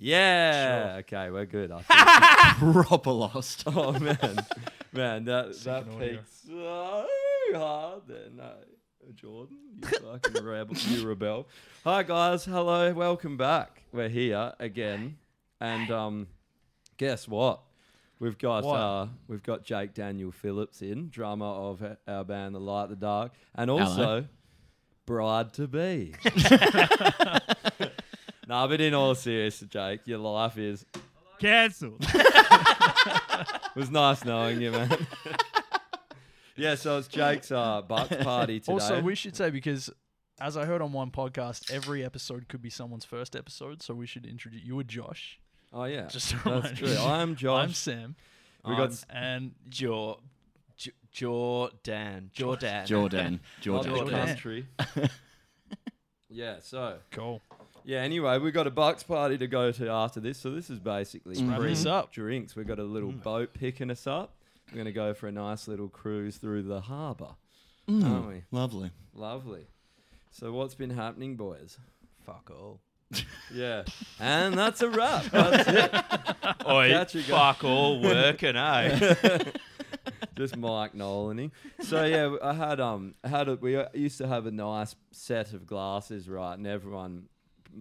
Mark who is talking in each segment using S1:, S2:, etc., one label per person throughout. S1: Yeah. Okay, we're good. I think.
S2: Proper lost.
S1: oh man, man, that
S3: Second
S1: that
S3: audio.
S1: peaked so hard. There, no, Jordan, you fucking rebel, you rebel. Hi guys, hello, welcome back. We're here again, and um, guess what? We've got
S3: What?
S1: uh, we've got Jake Daniel Phillips in, drummer of uh, our band The Light, The Dark, and also bride to be. nah, but in all seriousness, Jake, your life is
S3: Cancelled.
S1: It was nice knowing you, man. yeah, so it's Jake's uh, Bucks party today.
S3: also, we should say because as I heard on one podcast, every episode could be someone's first episode, so we should introduce you were Josh.
S1: oh yeah,
S3: Just to
S1: that's
S3: remind
S1: true.
S3: you.
S1: I'm
S3: I'm
S1: Josh.
S3: Sam.
S1: we got
S2: I'm
S1: s-
S3: And
S4: Jor, J- Jordan, Jordan,
S2: Jordan. Jordan.
S1: London
S4: Jordan.
S1: country. yeah, so
S3: cool.
S1: yeah. Anyway, we got a Bucks party to go to after this. So this is basically
S3: Wrap
S1: pre
S3: this up. Mm.
S1: drinks. We got a little boat picking us up. We're gonna go for a nice little cruise through the harbour,
S3: Mm.
S1: aren't we?
S2: Lovely.
S1: Lovely. So what's been happening, boys?
S4: Fuck all.
S1: Yeah, and that's a wrap. That's it.
S4: Oi,
S1: Catch you guys.
S4: fuck all working, eh?
S1: just Mike Nolan. So yeah, I had um had a, we uh, used to have a nice set of glasses, right? And everyone,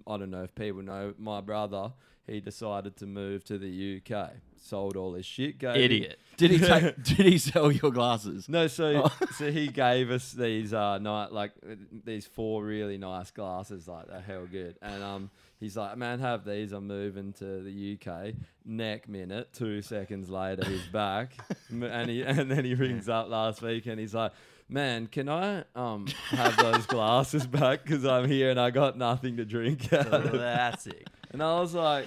S1: I don't know if people know, my brother he decided to move to the UK, sold all his shit, gave
S4: Idiot.
S2: Did he take? did he sell your glasses?
S1: No, so so he gave us these uh night like uh, these four really nice glasses, like they're hell good. And um he's like, Man, have these, I'm moving to the UK. Neck minute, two seconds later he's back. M- and he and then he rings up last week and he's like Man, can I um have those glasses back? Because I'm here and I got nothing to drink. out of
S4: Classic.
S1: and I was like,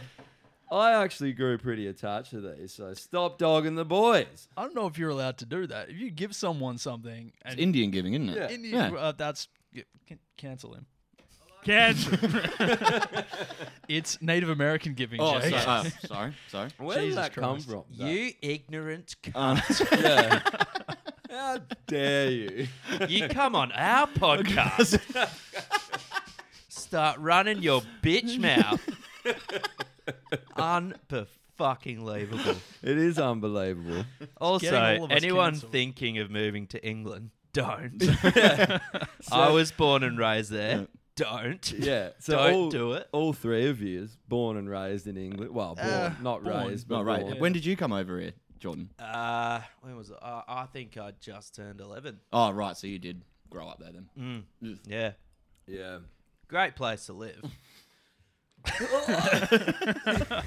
S1: I actually grew pretty attached to these. So stop dogging the boys.
S3: I don't know if you're allowed to do that. If you give someone something
S2: It's
S3: and
S2: Indian giving, isn't it?
S1: Yeah.
S3: Indian,
S2: Yeah.
S3: uh, that's yeah, can- cancel him. Cancel. it's Native American giving.
S2: Oh,
S3: Jake.
S2: sorry. oh, sorry. Sorry.
S1: Where did
S3: Jesus
S1: that come
S3: Christ.
S1: from? that?
S4: You ignorant. c-
S2: Um,
S1: Yeah. How dare you?
S4: You come on our podcast. Start running your bitch mouth. Unfucking believable.
S1: It is unbelievable.
S4: Also,
S3: all of us
S4: anyone
S3: cancelled.
S4: thinking of moving to England, don't. I was born and raised there. Don't.
S1: Yeah. So
S4: don't
S1: all,
S4: do it.
S1: all three of you is born and raised in England. Well, born,
S3: Uh,
S1: not
S3: born.
S1: raised, but
S2: Not right.
S1: born.
S2: When did you come over here, Jordan?
S4: Uh, when was it? Uh, I think I just turned 11.
S2: Oh, right. So you did grow up there then.
S4: Yeah.
S1: Yeah.
S4: Great place to live.
S3: But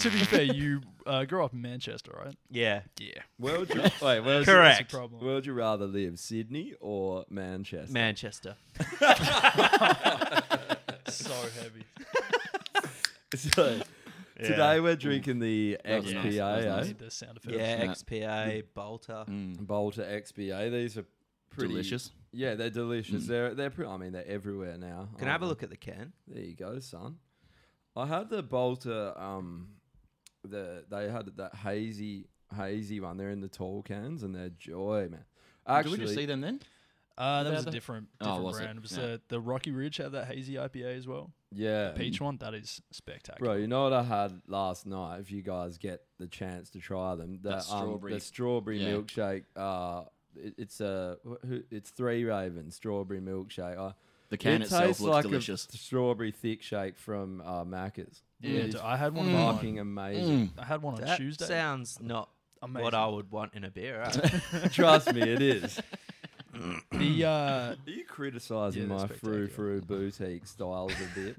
S3: to be fair, you uh, grew up in Manchester, right?
S4: Yeah.
S3: Yeah.
S1: Where would you, wait, where would you-
S4: Correct.
S3: That's the problem.
S1: where would you rather live, Sydney or Manchester?
S4: Manchester.
S3: so heavy.
S1: So today we're drinking the
S2: was nice. That was
S1: XPA,
S2: nice.
S1: eh?
S3: Need the sound effects.
S4: Yeah,
S2: Yeah.
S4: XPA, Bolter.
S1: Bolter XPA. These are Mm. pretty
S2: Mm. Delicious.
S1: Yeah, they're delicious. They're they're pretty. I mean, they're everywhere now.
S4: Mm.
S1: Um,
S4: Can I have a look at the can?
S1: There you go, son. I had the Bolter. Um, the they had that hazy, hazy one. They're in the tall cans, and they're joy, man.
S2: Did
S1: Actually,
S2: we just see them then?
S3: Uh, that
S2: Is
S3: was a
S2: that the-
S3: different,
S2: Oh,
S3: different
S2: was it?
S3: brand. It, was
S2: Yeah.
S3: uh, the Rocky Ridge had that hazy IPA as well.
S1: yeah,
S4: Mm.
S3: Peach one, that is spectacular.
S1: bro. You know what I had last night? If you guys get the chance to try them, the,
S2: That
S1: um,
S2: strawberry-
S1: the strawberry
S2: Yeah.
S1: milkshake. Uh, it, it's a wh- who- it's three ravens strawberry milkshake. I,
S2: The can
S1: it
S2: itself
S1: tastes
S2: looks
S1: like
S2: delicious.
S1: a strawberry thick shake from uh, Macca's.
S3: Yeah,
S1: It is
S3: dude, I had one. on
S2: Mm.
S1: fucking amazing.
S3: I had one on
S4: That
S3: Tuesday.
S4: sounds not what
S3: Amazing.
S4: I would want in a beer. eh?
S2: Mm.
S1: Trust me, it is.
S3: The uh,
S1: Are you criticising
S3: Yeah, they're
S1: my frou frou
S3: spectacular.
S1: boutique styles a bit?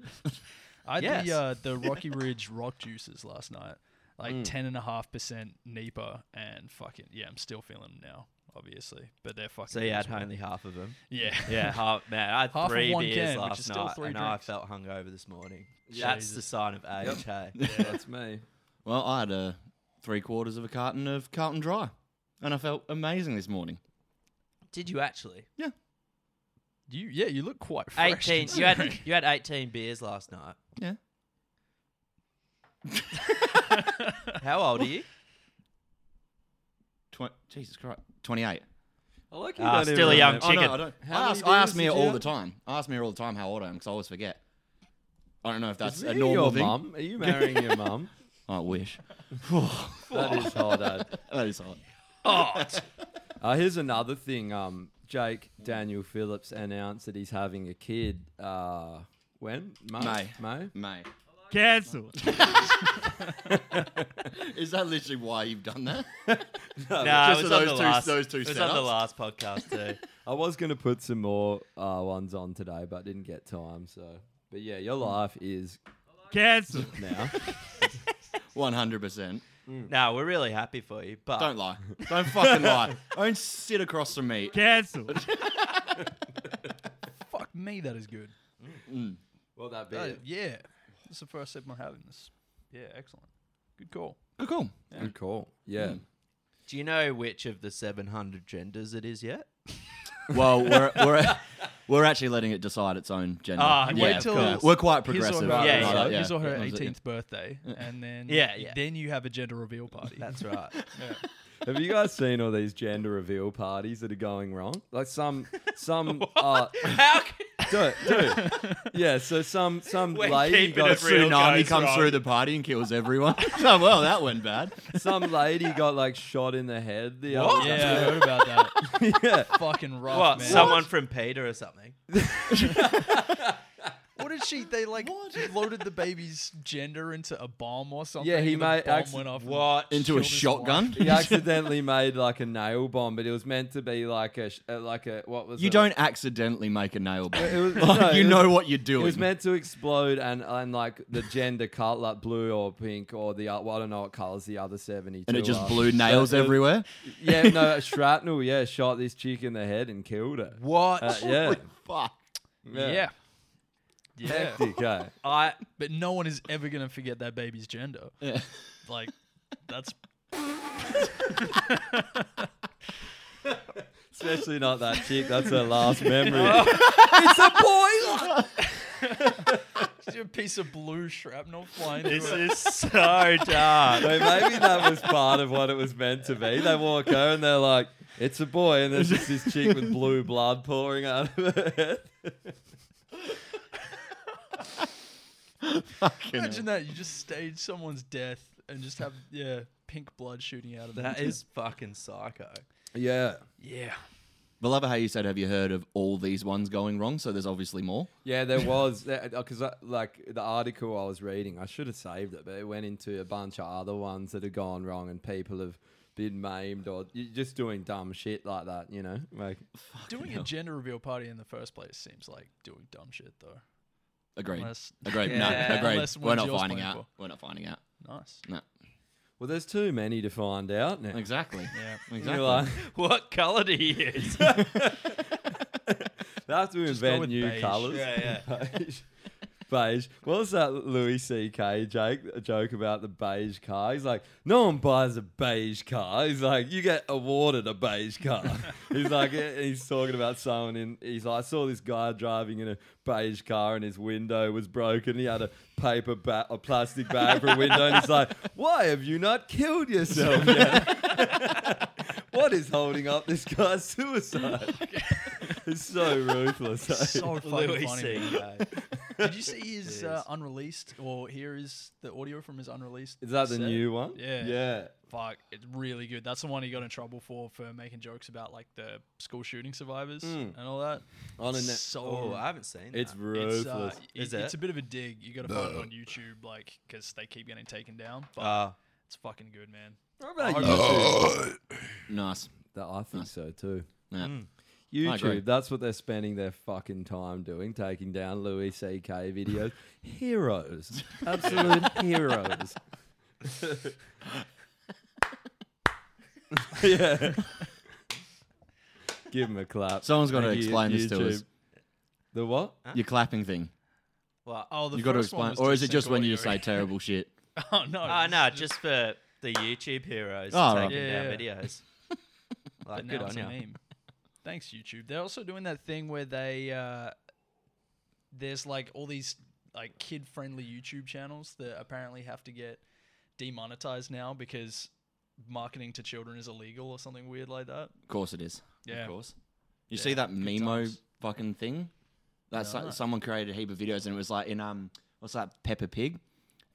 S3: I had
S4: Yes.
S3: the, uh, the Rocky Ridge rock juices last night, like
S4: Mm.
S3: ten and a half percent Nipah, and fucking yeah, I'm still feeling them now, obviously. But they're fucking.
S4: so you had
S3: miserable.
S4: only half of them.
S3: Yeah,
S4: Yeah, half, man, I had
S3: Half of
S4: three
S3: one
S4: beers
S3: can, which
S4: last
S3: is still
S4: night
S3: three
S4: and
S3: drinks.
S4: I felt hungover this morning. That's the
S3: Jesus.
S4: sign of age, hey?
S1: yeah, that's me.
S2: Well, I had a three quarters of a carton of Carlton Dry, and I felt amazing this morning.
S4: Did you actually?
S3: You yeah, you look quite fresh.
S4: 18. You had,
S3: considering.
S4: you had 18 beers last night.
S2: Yeah.
S4: How old are you?
S2: Tw- Jesus Christ, twenty-eight.
S1: I like you.
S4: Ah,
S1: don't even
S4: still a young
S1: remember-
S2: Oh, no,
S4: Chicken.
S2: I don't.
S1: How
S2: I
S1: many
S2: ask, I
S1: beers
S2: ask
S1: did
S2: Mia
S1: you
S2: all
S1: have?
S2: the time. I ask Mia all the time how old I am because I always forget. I don't know if that's
S1: Is
S2: a
S1: you
S2: normal
S1: your
S2: thing.
S1: mum? Are you marrying your mum?
S2: I wish.
S1: That is hard, Dad.
S2: That is hot.
S1: Uh, here's another thing. Um, Jake Daniel Phillips announced that he's having a kid. Uh, when May? May.
S2: May.
S5: Cancel.
S2: Is that literally why you've done that?
S4: Nah,
S2: Just for
S4: it was
S2: those
S4: on the
S2: two-
S4: last,
S2: those two
S4: It was on the
S2: setups.
S4: last podcast too.
S1: I was gonna put some more uh, ones on today, but didn't get time. So, but yeah, your life is
S5: Cancel.
S1: now.
S2: 100%.
S4: no, we're really happy for you, but
S2: Don't lie. Don't fucking lie. Don't sit across from me.
S5: Cancel.
S3: Fuck me, that is good.
S2: Mm.
S1: Will that be?
S3: That
S1: it?
S3: is- Oh, yeah. This is the first sip I'm having. This. Yeah, excellent. Good call.
S2: Oh, cool.
S1: Good call. Yeah.
S4: do you know which of the 700 genders it is yet?
S2: Well, we're, we're, we're actually letting it decide its own gender.
S4: Ah,
S2: yeah,
S4: wait
S2: of
S4: till
S2: course.
S4: it's-
S2: we're quite
S3: His or
S2: progressive.
S3: her,
S1: Right,
S4: yeah,
S3: his
S4: yeah,
S3: or-
S2: yeah.
S3: his or her
S2: That was it.
S3: 18th birthday, and then
S4: Yeah, yeah.
S3: then you have a gender reveal party.
S4: That's right.
S1: Have you guys seen all these gender reveal parties that are going wrong? Like some, some, uh,
S4: How c-
S1: dude, dude, yeah. So some, some
S4: We're
S1: lady
S4: keeping
S1: got
S4: it
S2: A
S4: real
S2: tsunami
S4: goes
S2: comes
S4: wrong.
S2: through the party and kills everyone. oh, well, that went bad.
S1: some lady got like shot in the head. The
S4: What?
S1: other
S3: yeah, I heard about that.
S1: day. yeah.
S3: Fucking rough,
S4: what?
S3: man.
S4: Someone from Peter or something?
S3: What did she? They like loaded the baby's gender into a bomb or something.
S1: Yeah, he
S3: and the
S1: made-
S3: bomb
S1: acc-
S3: went off. and
S4: What?
S2: Into a
S3: killed his
S2: shotgun.
S3: wife.
S1: He accidentally made like a nail bomb, but it was meant to be like a, sh- uh, like a what was
S2: You
S1: it?
S2: don't accidentally make a nail bomb.
S1: It was-
S2: Like,
S1: no,
S2: you
S1: it was-
S2: know what you're
S1: It
S2: doing.
S1: was meant to explode, and and like the gender color, like blue or pink or the o- well, I don't know what colors the other seventy.
S2: and it just blew nails everywhere.
S1: Yeah, no shrapnel. Yeah, shot this chick in the head and killed her.
S4: What?
S1: Uh, yeah,
S2: Fuck.
S3: Yeah. yeah.
S1: Hectic, eh?
S4: I
S3: But no one is ever gonna forget that baby's gender.
S2: Yeah.
S3: Like, that's
S1: Especially not that chick. That's her last memory. it's a boy.
S3: a piece of blue shrapnel flying
S4: this
S3: through. it.
S4: is so dark.
S1: So maybe that was part of what it was meant to be. They walk over and they're like, "It's a boy," and there's just this chick with blue blood pouring out of her head.
S2: Fucking hell.
S3: Imagine that you just stage someone's death and just have yeah pink blood shooting out of them.
S4: That is fucking psycho.
S1: Yeah.
S3: yeah.
S2: But love it how you said, "Have you heard of all these ones going wrong?" So there's obviously more.
S1: Yeah, there was because like the article I was reading, I should have saved it, but it went into a bunch of other ones that had gone wrong and people have been maimed or you're just doing dumb shit like that, you know? Like,
S3: Doing a gender reveal party in the first place seems like doing dumb shit though.
S2: Agreed.
S3: Unless
S2: agreed.
S4: Yeah.
S2: No, agreed.
S3: Unless
S2: We're not
S3: Windjill's
S2: finding
S3: playing
S2: out.
S3: for.
S2: We're not finding out.
S3: nice.
S2: No.
S1: well, there's too many to find out now.
S2: Exactly.
S3: Yeah.
S1: You're
S2: Exactly.
S1: like,
S4: What color do you use?
S1: they have to
S3: Just go
S1: invent
S3: with
S1: new
S3: beige.
S1: colours.
S4: yeah, yeah.
S1: Beige. beige. What was that Louis C.K. joke? A joke about the beige car. He's like, no one buys a beige car. He's like, you get awarded a beige car. he's like, eh, he's talking about someone in. He's like, I saw this guy driving in a beige car, and his window was broken. He had a paper bag, a plastic bag for a window, and he's like, why have you not killed yourself yet? What is holding up this guy's suicide? it's so ruthless. eh?
S3: So fucking
S4: Louis
S3: funny. man.
S4: C.K.
S3: Did you see his uh,
S4: Yes.
S3: unreleased or hear his the audio from his unreleased?
S1: Is that the
S3: set?
S1: new one?
S3: Yeah.
S1: Yeah.
S3: Fuck, it's really good. That's the one he got in trouble for for making jokes about like the school shooting survivors
S1: Mm.
S3: and all that.
S1: On a net.
S3: so
S4: Oh, I haven't seen that.
S1: It's
S3: it's,
S1: ruthless.
S3: uh, it-
S4: Is
S3: it's
S4: it?
S3: a bit of a dig. You got to find it on YouTube, like because they keep getting taken down. But
S4: Uh,
S1: Ah.
S3: it's fucking good, man.
S1: about
S4: Oh,
S3: I
S2: Nice.
S1: That I think so too.
S2: Yeah. I agree.
S1: YouTube, that's what they're spending their fucking time doing, taking down Louis C.K. videos. heroes. Absolute heroes. yeah. Give him a clap.
S2: Someone's got to
S1: Thank you,
S2: explain this to
S1: YouTube.
S2: us.
S1: The what?
S2: Your clapping thing.
S4: well,
S3: Oh, the
S2: you got to
S3: first
S2: explain,
S3: one was
S2: or
S3: to
S2: is it just
S3: sync
S2: when you
S3: audio.
S2: say terrible shit?
S3: oh no,
S4: oh,
S3: this
S4: no,
S3: is
S4: just for the YouTube heroes
S2: Oh, right.
S4: taking
S3: Yeah,
S4: down
S3: yeah.
S4: videos. like,
S3: But
S4: good
S3: now
S4: on
S3: it's a
S4: you.
S3: meme. Thanks, YouTube. They're also doing that thing where they uh, there's like all these like kid friendly YouTube channels that apparently have to get demonetized now because marketing to children is illegal or something weird like that.
S2: Of course it is.
S3: Yeah.
S2: Of course. You
S3: Yeah,
S2: see that
S3: good
S2: Mimo
S3: times.
S2: fucking thing? That's
S3: No.
S2: like someone created a heap of videos and it was like in um what what's that Pepper Pig,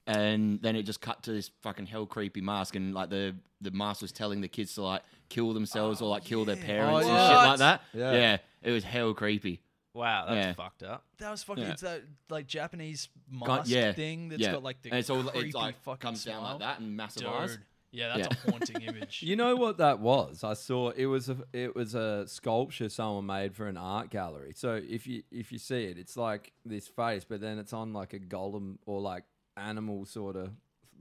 S2: and then it just cut to this fucking hell creepy mask, and like the the mask was telling the kids to like kill themselves or like kill
S3: Oh,
S2: their parents and shit
S3: What?
S2: like that.
S1: Yeah.
S2: yeah, it was hell creepy.
S4: Wow, that's
S2: Yeah.
S4: fucked up.
S3: That was fucking.
S2: Yeah.
S3: It's that like Japanese mask
S2: Gun- yeah,
S3: thing that's
S2: yeah.
S3: got like the
S2: and it's all
S3: creepy
S2: it's like
S3: fucking
S2: comes down like
S3: smile.
S2: that and massive eyes.
S3: Dude, yeah, that's a haunting image.
S1: You know what that was? I saw it was a it was a sculpture someone made for an art gallery. So if you if you see it, it's like this face, but then it's on like a golem or like animal sort of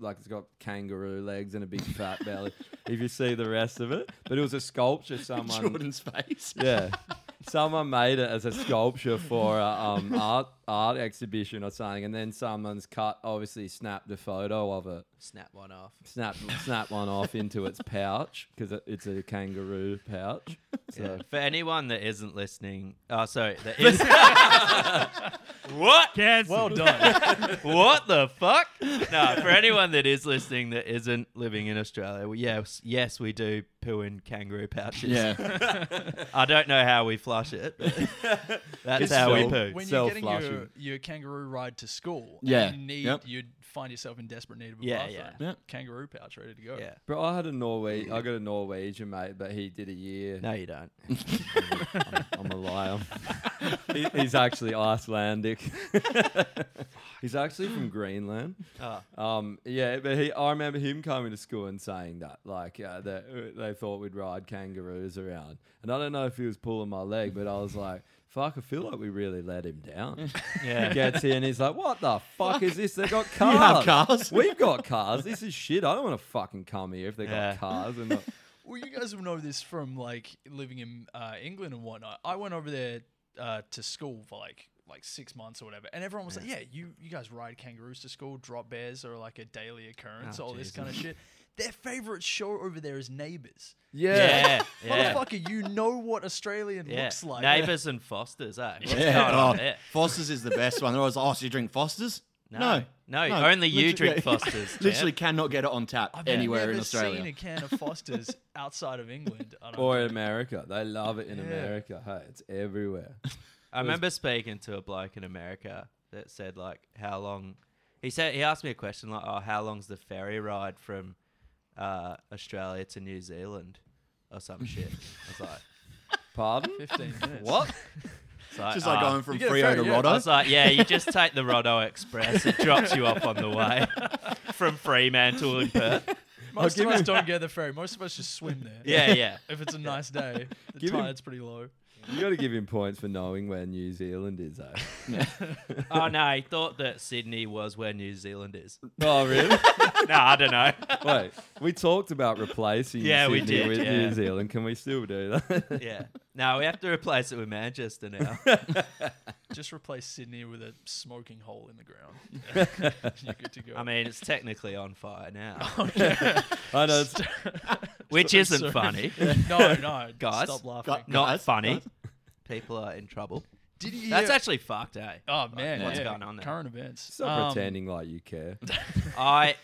S1: like it's got kangaroo legs and a big fat belly. if you see the rest of it, but it was a sculpture someone
S2: Jordan's face.
S1: yeah. Someone made it as a sculpture for a um, art art exhibition or something, and then someone's cut obviously snapped a photo of it,
S4: Snap one off.
S1: snap snap one off into its pouch because it, it's a kangaroo pouch. So
S4: Yeah. For anyone that isn't listening, oh, sorry, that is. what?
S5: Cancel.
S3: well done.
S4: What the fuck? No, for anyone that is listening that isn't living in Australia, we, yes, yes, we do poo in kangaroo pouches.
S2: Yeah,
S4: I don't know how we flush it. but that's
S1: It's
S4: how we
S1: so-
S4: poo.
S3: when you're getting your,
S1: Self-flushing.
S3: your kangaroo ride to school, and
S2: Yeah,
S3: you need
S2: yep.
S3: you'd find yourself in desperate need of a
S4: Yeah,
S3: bathroom.
S2: yeah. Yep.
S3: Kangaroo pouch ready to go.
S4: Yeah.
S1: Bro, I had a Norwe- I got a Norwegian mate, but he did a year.
S4: No, you don't.
S1: I'm, I'm a liar. he, he's actually Icelandic. he's actually from Greenland.
S4: Ah.
S1: Um, yeah, but he, I remember him coming to school and saying that, like, uh, that uh, they thought we'd ride kangaroos around. And I don't know if he was pulling my leg, but I was like, fuck, I feel like we really let him down. he
S4: Yeah.
S1: gets here and he's like, what the fuck is this? They got cars.
S2: You have cars.
S1: We've got cars. This is shit. I don't want to fucking come here if they
S4: Yeah.
S1: got cars. And not-
S3: Well, you guys will know this from like living in uh, England and whatnot. I went over there uh, to school for like like six months or whatever, and everyone was like, "Yeah, you you guys ride kangaroos to school. Drop bears are like a daily occurrence.
S4: Oh,
S3: all this kind of
S4: Jesus.
S3: shit." Their favorite show over there is Neighbours.
S1: yeah.
S4: Yeah. yeah.
S3: Motherfucker, you know what Australian
S4: Yeah.
S3: looks like.
S4: Neighbours and Fosters, eh? What's
S2: yeah.
S4: going on
S2: Oh,
S4: there?
S2: Foster's is the best one. They're always, oh, so you drink Foster's?
S4: No. No, only you drink Foster's, Jeff.
S2: Literally cannot get it on tap
S3: I've
S2: anywhere
S3: never
S2: in Australia.
S3: seen a can of Foster's outside of England. I don't
S1: Or
S3: know.
S1: in America. They love it in
S3: Yeah.
S1: America. Hey, it's everywhere.
S4: I remember speaking to a bloke in America that said like how long he said he asked me a question like oh how long's the ferry ride from uh, Australia to New Zealand or some shit. I was like,
S1: Pardon?
S3: 15 minutes.
S1: What?
S4: it's like
S2: Just like
S4: "Ah."
S2: going from
S3: you get a
S2: Frio
S3: ferry,
S2: to
S3: yeah.
S4: I
S2: Roddo.
S4: was like, yeah, you just take the Roddo Express. It drops you off on the way from Fremantle and Perth.
S3: Most
S1: give
S3: of us
S1: you-
S3: don't get the ferry. Most of us just swim there.
S4: Yeah, yeah.
S3: If it's a nice day, the
S1: Give him-
S3: tide's pretty low.
S1: You got to give him points for knowing where New Zealand is, though.
S4: Oh no, he thought that Sydney was where New Zealand is.
S1: oh, really?
S4: No, I don't know.
S1: Wait, we talked about replacing
S4: Yeah, we
S1: Sydney
S4: did,
S1: with
S4: yeah.
S1: New Zealand. Can we still do that?
S4: Yeah. No, we have to replace it with Manchester now.
S3: Just replace Sydney with a smoking hole in the ground. You're good to go.
S4: I mean, it's technically on fire now,
S1: I know. It's,
S4: which
S3: I'm
S4: isn't
S3: Oh, sorry.
S4: funny.
S3: no, no,
S4: Guys,
S3: stop laughing.
S2: Gu-
S4: Not
S2: guys,
S4: funny.
S2: guys.
S4: People are in trouble.
S3: Did you?
S4: That's actually fucked, eh?
S3: Oh man,
S4: what's
S3: yeah.
S4: going on there?
S3: Current events.
S1: stop
S3: Um,
S1: pretending like you care.
S4: I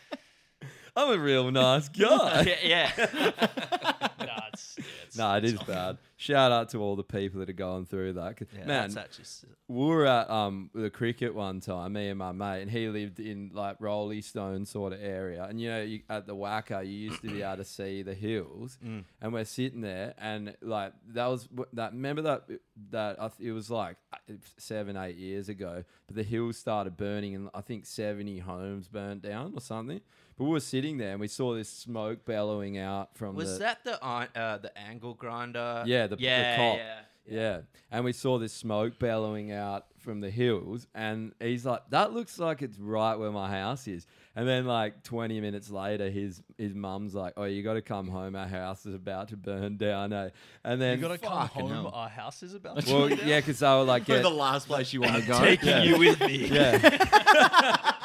S1: I'm a real nice guy.
S4: yeah, yeah.
S3: Nah, it's, yeah, it's,
S1: No, it
S3: it's
S1: is
S3: all-
S1: bad. Shout out to all the people that are going through that. 'Cause,
S4: Yeah,
S1: Man,
S4: that's actually s-
S1: we were at um the cricket one time, me and my mate, and he lived in like Rolly Stone sort of area. And you know, you, at the Wacker, you used to be able to see the hills.
S4: Mm.
S1: And we're sitting there, and like that was wh- that. Remember that that I th- it was like uh, seven, eight years ago. But the hills started burning, and I think seventy homes burnt down or something. But we were sitting there, and we saw this smoke bellowing out from
S4: was
S1: the,
S4: that the iron- uh, the angle grinder?
S1: yeah, the,
S4: yeah,
S1: the cop.
S4: yeah.
S1: Yeah. And we saw this smoke bellowing out from the hills. And he's like, that looks like it's right where my house is. And then, like, 20 minutes later, his his mum's like, oh, you got to come home. Our house is about to burn down. Eh? And
S3: You
S1: then,
S3: gotta come
S2: Fucking
S3: home.
S2: hell.
S3: Our house is about. to
S1: well,
S3: burn down.
S1: yeah, because they were like,
S2: Probably
S1: get,
S2: the last place you want to go.
S4: Taking
S2: Yeah.
S4: you with me.
S1: yeah.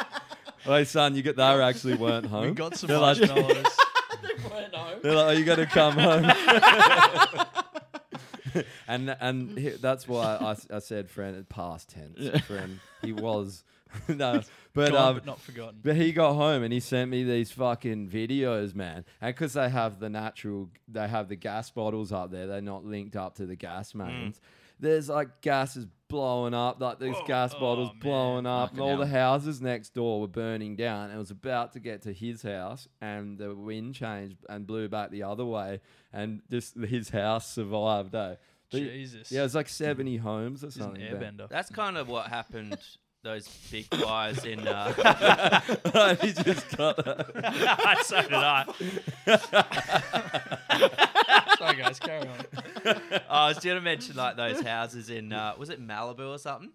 S1: Hey, son, you got they were actually weren't home.
S3: we got some
S1: they're like,
S3: marshmallows.
S1: They're like, oh, you got to come home. and and he, that's why I, s- I said, friend, past tense, friend. He was. no, but,
S3: Gone,
S1: um,
S3: but not forgotten.
S1: but he got home and he sent me these fucking videos, man. And because
S3: Mm.
S1: they have the natural, they have the gas bottles up there, they're not linked up to the gas mains. there's like gases blowing up, like these
S3: Whoa.
S1: gas
S3: Oh,
S1: bottles
S3: man.
S1: blowing up, and
S2: Fucking
S1: all the
S2: hell.
S1: houses next door were burning down. And it was about to get to his house, and the wind changed and blew back the other way, and just his house survived. Eh? The-
S3: Jesus.
S1: Yeah, it was like 70 homes or
S3: He's an
S1: something. Ben.
S3: airbender.
S4: That's kind of what happened. Those big fires in. Uh,
S1: he just got that.
S4: so did I.
S3: Sorry, guys, carry on.
S4: I was going to mention like those houses in uh, was it Malibu or something,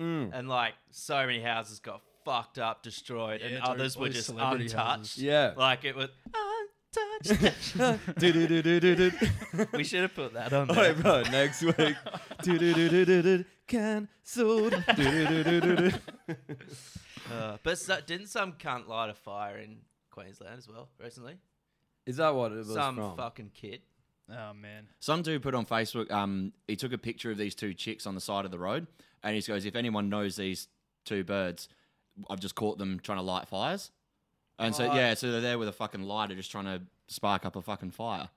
S1: Mm.
S4: and like so many houses got fucked up, destroyed, and
S3: Yeah, dude,
S4: others
S3: all
S4: were
S3: these
S4: just
S3: celebrity
S4: untouched.
S3: houses.
S1: Yeah.
S4: Like it was untouched.
S1: Do-do-do-do-do-do.
S4: we should have put that on.
S3: Oh,
S4: There.
S1: Wait, bro, next week. Do-do-do-do-do-do. Cancelled. Do-do-do-do-do-do.
S4: Uh, but so, didn't some cunt light a fire in Queensland as well recently?
S1: Is that what it was
S4: Some
S1: from?
S4: fucking kid.
S3: Oh man.
S2: Some dude put on Facebook. Um, he took a picture of these two chicks on the side of the road, and he goes, "If anyone knows these two birds, I've just caught them trying to light fires." And so
S1: Right.
S2: yeah, so they're there with a fucking lighter, just trying to spark up a fucking fire.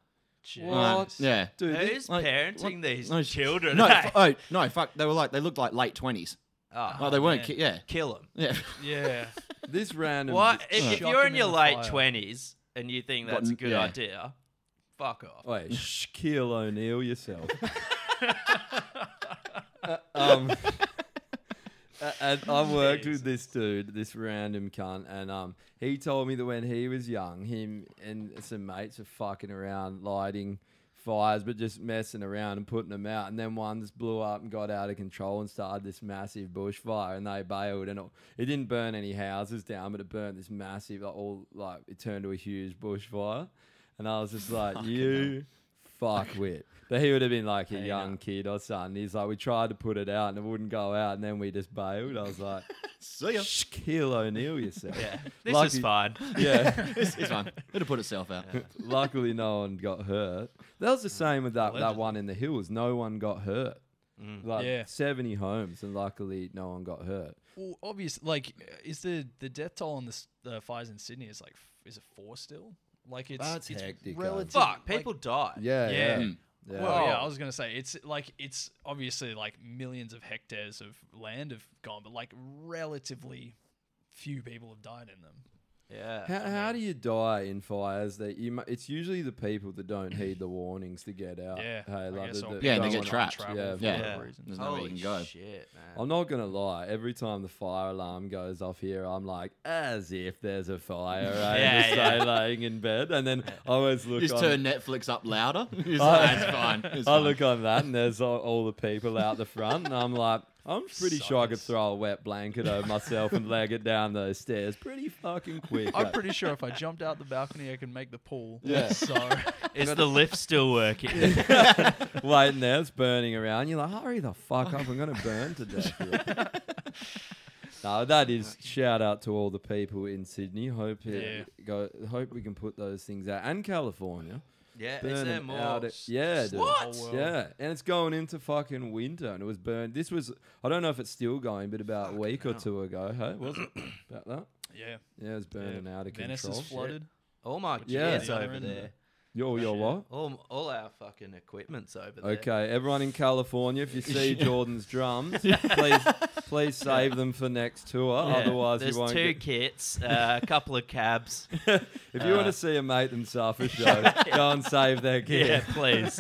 S2: Um,
S1: What?
S3: Jesus.
S2: Yeah.
S1: Dude, this-
S4: Who's
S2: like,
S4: parenting these
S2: No,
S4: children?
S2: No,
S4: eh?
S2: f- oh no, fuck. They were like they looked like late twenties.
S4: Oh,
S2: Like they weren't.
S3: man.
S2: Ki- yeah,
S4: kill them.
S2: yeah.
S3: Yeah.
S1: this random.
S4: What if,
S3: Chuck
S4: if you're
S3: 'em
S4: in
S3: in
S4: your
S3: the
S4: late
S3: fire.
S4: twenties and you think
S2: Got
S4: that's a
S2: n-
S4: good
S2: yeah.
S4: idea? Fuck off.
S1: Wait, Shaquille O'Neal yourself. Uh, um, a- and I worked with this dude, this random cunt, and um, he told me that when he was young, him and some mates were fucking around lighting fires, but just messing around and putting them out. And then one just blew up and got out of control and started this massive bushfire, and they bailed. And it, it didn't burn any houses down, but it burnt this massive, like, all like it turned to a huge bushfire. And I was just like, you fuck wit. But he would have been like a young kid or something. He's like, we tried to put it out and it wouldn't go out, and then we just bailed. I was like,
S2: See ya.
S1: Shaquille O'Neal yourself.
S4: Yeah, this
S1: Lucky-
S4: is fine.
S1: Yeah.
S2: It's, it's fine. It'll put itself out.
S1: Luckily, no one got hurt. That was the same with that, that
S3: Mm. Allegedly. Mm.
S1: one in the hills. No one got hurt. Like
S3: Yeah.
S1: 70 homes, and luckily, no one got hurt.
S3: Well, obvious. Like, uh, is the the death toll on the s- the fires in Sydney is like, f- is it four still? Like, it's
S1: That's
S3: it's
S1: hectic, guys.
S3: relative.
S4: Fuck,
S3: like-
S4: people die.
S1: Yeah.
S3: Yeah.
S1: Yeah. yeah.
S2: Mm.
S3: Well, yeah,
S4: Wow.
S3: I was gonna say it's like it's obviously like millions of hectares of land have gone, but like relatively few people have died in them.
S4: Yeah.
S1: How, how do you die in fires? That you, mu- it's usually the people that don't heed the warnings to get out.
S3: Yeah,
S1: Uh, Hey,
S3: I
S1: like
S3: guess
S1: the-
S3: I'll
S1: the-
S3: be
S2: Yeah, and they
S3: going
S2: get
S3: on
S2: trapped.
S3: travel
S1: Yeah,
S3: for
S2: yeah.
S3: whatever
S4: Yeah.
S3: reason.
S2: There's nowhere
S4: Holy
S2: you can go.
S4: shit, man.
S1: I'm not gonna lie. Every time the fire alarm goes off here, I'm like, as if there's a fire. Right?
S4: Yeah,
S1: just
S4: yeah.
S1: stay laying in bed, and then I always look.
S2: Just
S1: on,
S2: turn Netflix up louder. It's
S1: Oh.
S2: like, "That's fine. It's
S1: I
S2: fine."
S1: look on that, and there's all, all the people out the front, and I'm like, I'm pretty sure I could
S3: Suckers.
S1: throw a wet blanket over myself and leg it down those stairs pretty fucking quick.
S3: I'm
S1: eh?
S3: pretty sure if I jumped out the balcony, I can make the pool.
S1: Yeah.
S3: So
S4: Is the lift still working?
S1: waiting there, it's burning around. You're like, hurry the fuck up, I'm gonna burn to death. Here. no, that is shout out to all the people in Sydney. Hope it go. Hope we can put those things out and California.
S4: yeah,
S1: Burn
S4: is there
S1: them
S4: more?
S1: out at- yeah, dude.
S4: What?
S3: Whole world.
S1: Yeah, and it's going into fucking winter, and it was burned. This was I don't know if it's still going, but about a week or two ago, hey, was it about that?
S3: yeah,
S1: Yeah, it's burning out of
S3: Venice
S1: control.
S3: is flooded.
S4: All my
S1: Yeah.
S4: gear's
S3: Yeah, they're
S4: over
S3: in
S4: there.
S1: Yo, yo, what?
S4: All, all our fucking equipment's over there.
S1: Okay, everyone in California, if you see Jordan's drums, please please save them for next tour.
S4: Yeah,
S1: Otherwise,
S4: there's
S1: you won't.
S4: two
S1: Get,
S4: kits, uh, a couple of cabs.
S1: if you want
S4: uh,
S1: to see a mate and suffer show, go and save their
S4: yeah,
S1: gear.
S4: please.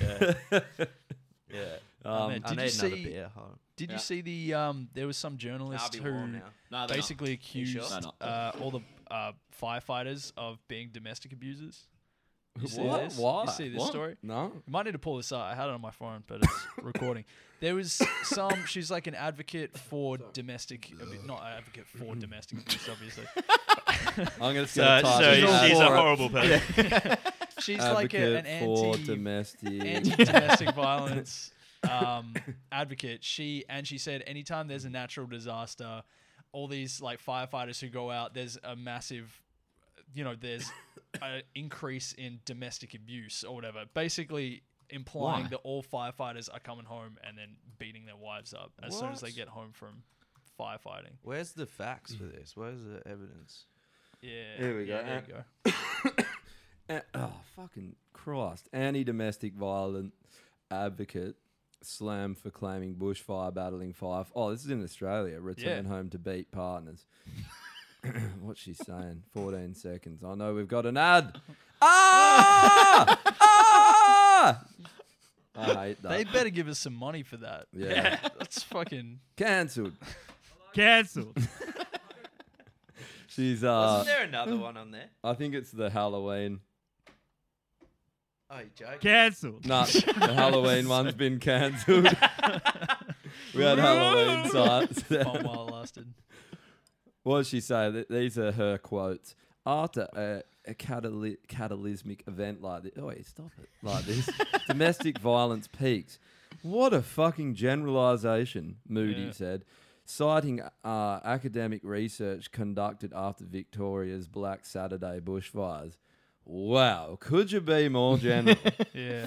S4: Yeah. yeah.
S1: Um,
S3: Man, did
S4: I need
S3: you
S4: another
S3: see?
S4: beer. Hold on.
S3: Did
S2: Yeah.
S3: you see the? Um, there was some journalist
S4: I'll be warm
S3: who
S4: now.
S2: No, they're not.
S3: basically accused
S4: sure?
S2: They're not.
S3: uh, all the uh, firefighters of being domestic abusers. You see
S1: What?
S3: this?
S1: Why?
S3: You see this
S1: What?
S3: story?
S1: No.
S3: I might need to pull this out. I had it on my phone, but it's recording. There was some. She's like an advocate for domestic, abu- not an advocate for domestic abuse, obviously.
S1: I'm going to
S4: So, so
S3: She's all
S4: she's
S3: for
S4: a
S3: it.
S4: horrible person.
S3: She's like a, an
S1: for
S3: anti
S1: domestic.
S3: anti-domestic violence um, advocate. She and she said anytime there's a natural disaster, all these like firefighters who go out, there's a massive, you know, there's an increase in domestic abuse or whatever. Basically implying
S2: Why?
S3: that all firefighters are coming home and then beating their wives up as soon as they
S4: What?
S3: get home from firefighting.
S4: Where's the facts for this? Where's the evidence?
S3: Yeah.
S1: Here we
S3: yeah,
S1: go.
S3: There you go.
S1: An- oh, fucking Christ. Anti domestic violent advocate slam for claiming bushfire, battling fire. Oh, this is in Australia. Return
S3: Yeah.
S1: home to beat partners. What's she saying? 14 seconds. I know we've got an ad. Ah! ah! I hate that.
S3: They better give us some money for that.
S1: Uh, Yeah.
S3: That's fucking.
S1: Cancelled.
S5: Cancelled.
S1: She's, uh,
S4: Wasn't there another one on there?
S1: I think it's the Halloween.
S4: Oh, you joking?
S5: Cancelled.
S1: No, the Halloween one's been cancelled. we had Halloween sites.
S3: Fun while it lasted.
S1: What does she say? Th- These are her quotes. After a, a catali- cataclysmic event like this, oh wait, stop it, like this, domestic violence peaks. What a fucking generalization, Moody
S3: Yeah.
S1: said, citing uh, academic research conducted after Victoria's Black Saturday bushfires. Wow, could you be more general?
S3: Yeah.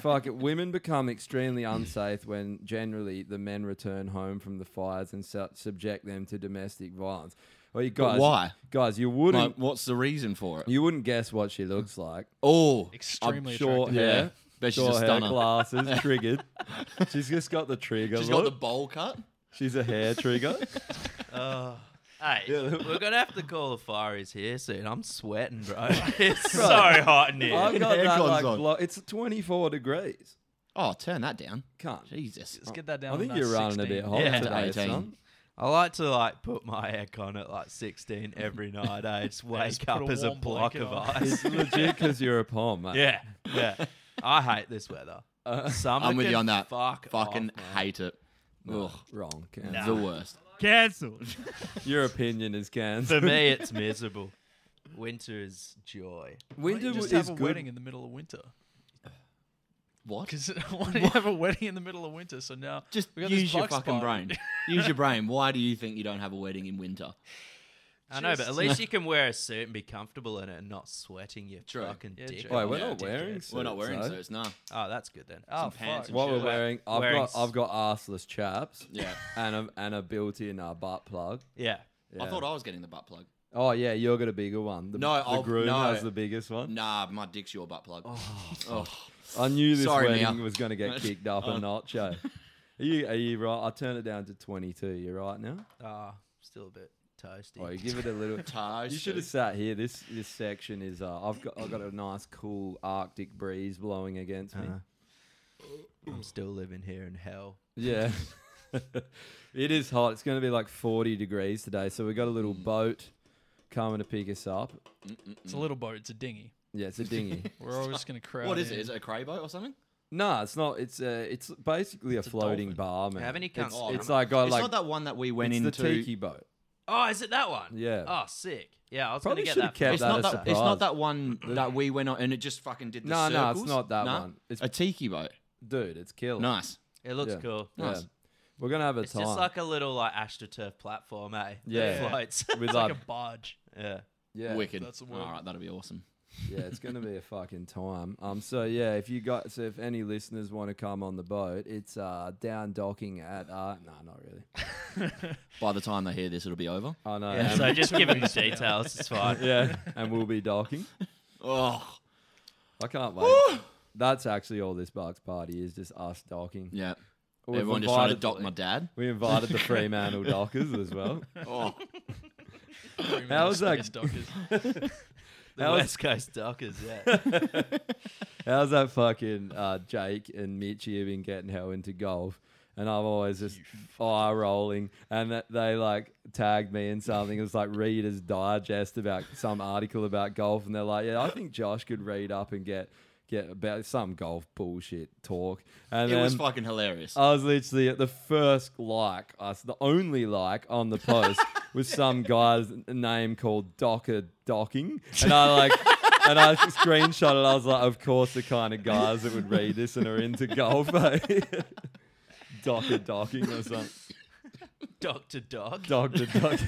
S1: Fuck it. Women become extremely unsafe when generally the men return home from the fires and su- subject them to domestic violence. Well, you guys,
S2: why?
S1: Guys, you
S2: Like,
S1: wouldn't
S2: what's the reason for it?
S1: you wouldn't guess what she looks like.
S2: Oh,
S3: Extremely
S1: Short
S3: attractive.
S2: yeah.
S1: hair,
S2: Bet she's a
S1: short hair,
S2: stunner.
S1: glasses, triggered. She's just got the trigger.
S2: She's got
S1: look.
S2: the bowl cut.
S1: She's a hair trigger.
S4: Oh. Hey,
S1: Yeah, that-
S4: we're gonna have to call the fireys here soon. I'm sweating, bro. it's so hot in here.
S1: I've got that
S2: Aircon's
S1: like
S2: on.
S1: blo- it's 24 degrees.
S2: Oh, turn that down.
S1: Can't.
S2: Jesus.
S3: Let's get that down.
S1: I
S3: to
S1: think
S3: about
S1: you're running a
S3: 16.
S1: bit hot
S4: Yeah.
S1: today,
S2: 18.
S1: son.
S4: I like to like put my aircon at like 16 every night. I just wake
S3: just put
S4: up
S3: a
S4: as a
S3: warm
S4: block
S3: blanket
S4: of
S3: on.
S1: It's
S4: ice.
S1: legit because you're a pom, mate.
S4: yeah, yeah. I hate this weather.
S1: Uh,
S4: Summer
S2: I'm with you
S4: can
S2: on that.
S4: Fuck,
S2: Fucking
S4: off, man.
S2: hate it. Ugh,
S1: Wrong. Cam.
S2: the worst.
S5: Cancelled.
S1: Your opinion is Cam.
S4: For me, it's miserable. Winter is joy.
S3: Why don't
S1: Winter
S3: you just
S1: is
S3: have a
S1: good.
S3: wedding in the middle of winter.
S2: What?
S3: Because why do you have a wedding in the middle of winter? So now
S2: Just
S3: we got this
S2: use your
S3: bug
S2: fucking
S3: spot.
S2: brain. Use your brain. Why do you think you don't have a wedding in winter?
S4: I know, but at
S3: Just-
S4: least you can wear a suit and be comfortable in it and not sweating your
S2: True.
S4: fucking
S3: Yeah,
S4: dick.
S3: true.
S1: Wait,
S4: off.
S1: we're
S2: Yeah,
S1: not wearing suits.
S2: We're not wearing
S1: though.
S2: suits, nah.
S4: Oh, that's good then.
S3: Oh,
S2: Some pants
S3: fuck.
S2: and
S1: What we're
S2: Sure.
S1: wearing, I've
S4: Wearing
S1: got
S4: s-
S1: I've got arseless chaps.
S2: Yeah.
S1: And a and a built-in uh, butt plug.
S4: Yeah.
S2: I
S1: Yeah.
S2: thought I was getting the butt plug.
S1: oh yeah, you're got a bigger one. The,
S2: No,
S1: the
S2: I'll-
S1: groom
S2: no.
S1: has the biggest one.
S2: Nah, my dick's your butt plug. Oh,
S1: I knew this
S2: Sorry,
S1: wedding
S2: Mia. Um.
S1: was going to get kicked up a notch. eh? Are you are you right? I turn it down to 22. You're right now.
S4: Ah, still a bit toasty.
S1: Oh, you give it a little.
S2: toast.
S1: You should have sat here. This this section is. Uh, I've got I've got a nice cool Arctic breeze blowing against me.
S4: Uh-huh. I'm still living here in hell.
S1: Yeah. it is hot. It's going to be like 40 degrees today. So we got a little
S2: Mm.
S1: boat coming to pick us up. Mm.
S3: It's a little boat. It's a dinghy.
S1: Yeah, it's a dinghy.
S3: We're always just gonna crowd.
S2: What is
S3: in.
S2: it? Is it a cray boat or something?
S1: no, it's not. It's a, it's basically a floating
S3: dolphin.
S1: bar, man.
S4: Haven't you come-
S1: it's,
S2: Oh,
S1: it's
S2: man.
S1: like got
S2: it's
S1: like
S2: not that one that we went
S1: it's the
S2: into.
S1: tiki boat.
S4: Oh, is it that one?
S1: Yeah.
S4: Oh, sick. Yeah, I was
S1: Probably
S4: gonna
S1: should
S4: get
S1: have
S4: that.
S1: kept
S2: It's
S1: that
S2: not that.
S1: a
S2: It's
S1: surprise.
S2: not that one that we went on, and it just fucking did the
S1: No, no, it's
S2: circles?
S1: not that
S2: Nah?
S1: one. It's
S2: a tiki boat.
S1: dude, it's killer.
S2: Nice.
S4: It looks
S1: Yeah.
S4: cool.
S1: Yeah.
S2: Nice.
S1: We're gonna have a
S4: It's
S1: time
S4: just like a little like astroturf platform, eh?
S1: Yeah.
S4: That floats.
S1: with
S3: It's
S1: like,
S3: like a barge.
S4: yeah.
S1: yeah,
S2: Wicked.
S3: That's the word.
S2: All right, that'll be awesome.
S1: yeah, it's gonna be a fucking time. Um, so yeah, if you got so if any listeners want to come on the boat, it's uh down docking at uh no, not really. Oh,
S2: By the time they hear this, it'll be over.
S1: I know.
S4: yeah
S1: and-
S4: so just give them the details. It's fine.
S1: yeah, and we'll be docking.
S2: Oh,
S1: I can't wait. That's actually all this Barks party is just us docking.
S2: yeah.
S1: We've
S2: Everyone just trying to
S1: invited-
S2: dock my dad.
S1: We invited the Fremantle dockers as well.
S2: Oh,
S1: How is that-
S3: Doctors.
S4: The
S1: How was-
S4: West Coast Dockers. Yeah.
S1: How's that fucking uh, Jake and Mitchie have been getting hell into golf? And I'm always just eye rolling. And that they like tagged me in something. It was like Reader's Digest about some article about golf. And they're like, yeah, I think Josh could read up and get get about some golf bullshit talk. And
S2: it was
S1: then- Uh,
S2: fucking hilarious.
S1: I was literally at the first like, us the only like on the post was some guy's n- name called Docker Docking, and I like, and I screenshot it. I was like, of course, the kind of guys that would read this and are into golf, eh? Docker Docking or something.
S4: Doctor Doc.
S1: Doctor dock,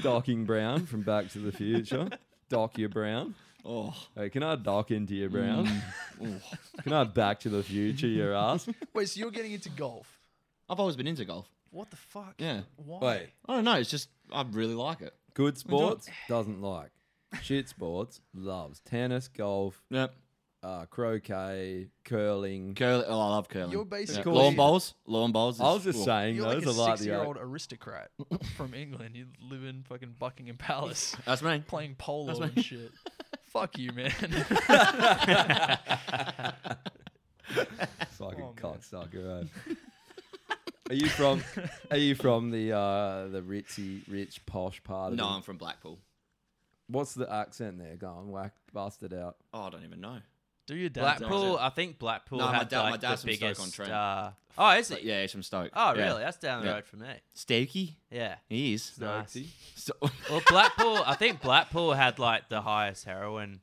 S1: Docking Brown from Back to the Future. Dock your Brown.
S2: oh,
S1: Hey, can I dock into your Brown?
S2: oh.
S1: Can I Back to the Future your ass?
S3: Wait, so you're getting into golf?
S2: I've always been into golf.
S3: What the fuck?
S2: Yeah.
S3: Why?
S2: I don't know. It's just I really like it.
S1: Good sports doesn't like. Shit sports loves tennis, golf,
S2: Yep.
S1: uh, croquet, curling.
S2: Curling. Oh, I love curling.
S3: You're
S1: It's
S2: Yeah.
S3: basically
S1: cool.
S2: Lawn bowls. Lawn bowls.
S1: I
S2: is-
S1: was just
S2: oh.
S1: saying,
S3: You're
S1: those
S3: like a
S1: are like the
S3: six-year-old aristocrat from England. You live in fucking Buckingham Palace,
S2: That's me.
S3: playing polo
S2: right.
S3: and shit. Fuck you, man.
S1: fucking
S3: Oh, man.
S1: cocksucker. Right? are you from? Are you from the uh, the ritzy, rich, posh part of
S2: No,
S1: it?
S2: I'm from Blackpool.
S1: What's the accent there? Go on, whack, bust it out.
S2: Oh, I don't even know.
S3: Do your dad's
S4: Blackpool, I think Blackpool
S2: No, my
S4: had
S2: dad- my
S4: like
S2: dad's
S4: the
S2: from Stoke-on-Trent.
S4: biggest. Uh, oh, is
S2: But
S4: it?
S2: yeah, he's from Stoke.
S4: Oh,
S2: Yeah.
S4: really? That's down the
S2: Yeah.
S4: road from me.
S2: Stokey?
S4: Yeah.
S2: He is.
S4: Nice.
S2: So-
S4: Well, Blackpool, I think Blackpool had like the highest heroin.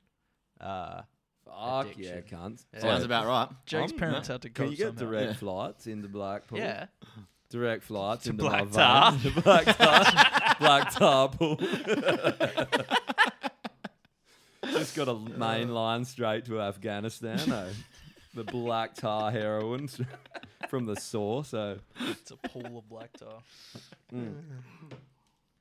S4: Uh,
S1: Fuck yeah,
S4: Addiction.
S1: cunts.
S4: Yeah.
S2: Sounds about right.
S3: Jake's
S1: Um,
S3: parents had to go
S1: Can you get
S3: somehow.
S1: direct
S2: Yeah.
S1: flights into Blackpool?
S4: yeah.
S1: Direct flights
S4: To
S1: into
S4: Black
S1: my
S4: Tar.
S1: veins. To Black Tar. Black Tar pool. Just
S2: Uh.
S1: got a main line straight to Afghanistan. Oh, the Black Tar heroin s- from the source. So
S3: It's a pool of black tar.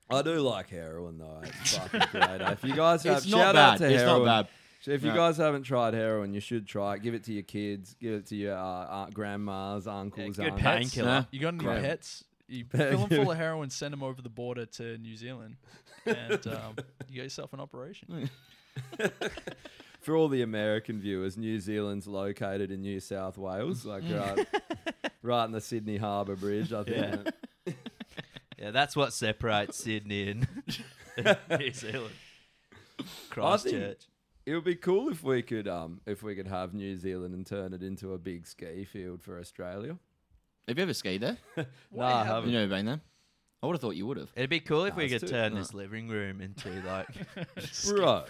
S1: I do like heroin though. It's fucking great. eh? If you guys have
S2: It's not
S1: shout out
S2: bad.
S1: to
S2: It's not
S1: heroin.
S2: bad.
S1: So if you
S2: No.
S1: guys haven't tried heroin, you should try it. Give it to your kids. Give it to your uh, aunt, grandmas, uncles,
S3: good
S1: aunts.
S3: pets.
S2: Painkiller. Nah.
S3: You got any
S2: Great.
S3: pets? You fill them full of heroin, send them over the border to New Zealand, and um, you get yourself an operation.
S1: For all the American viewers, New Zealand's located in New South Wales, like right, right in the Sydney Harbour Bridge. I think.
S4: Mm. Yeah. Yeah, that's what separates Sydney and New Zealand. Christchurch.
S1: It would be cool if we could, um, if we could have New Zealand and turn it into a big ski field for Australia.
S2: Have you ever skied there?
S1: No, I
S2: Have
S1: haven't.
S2: you never been there? I would have thought you would have.
S4: It'd be cool if
S1: Nah,
S4: we
S1: it's
S4: could
S1: too-
S4: turn
S1: nah.
S4: this living room into like.
S1: Bro,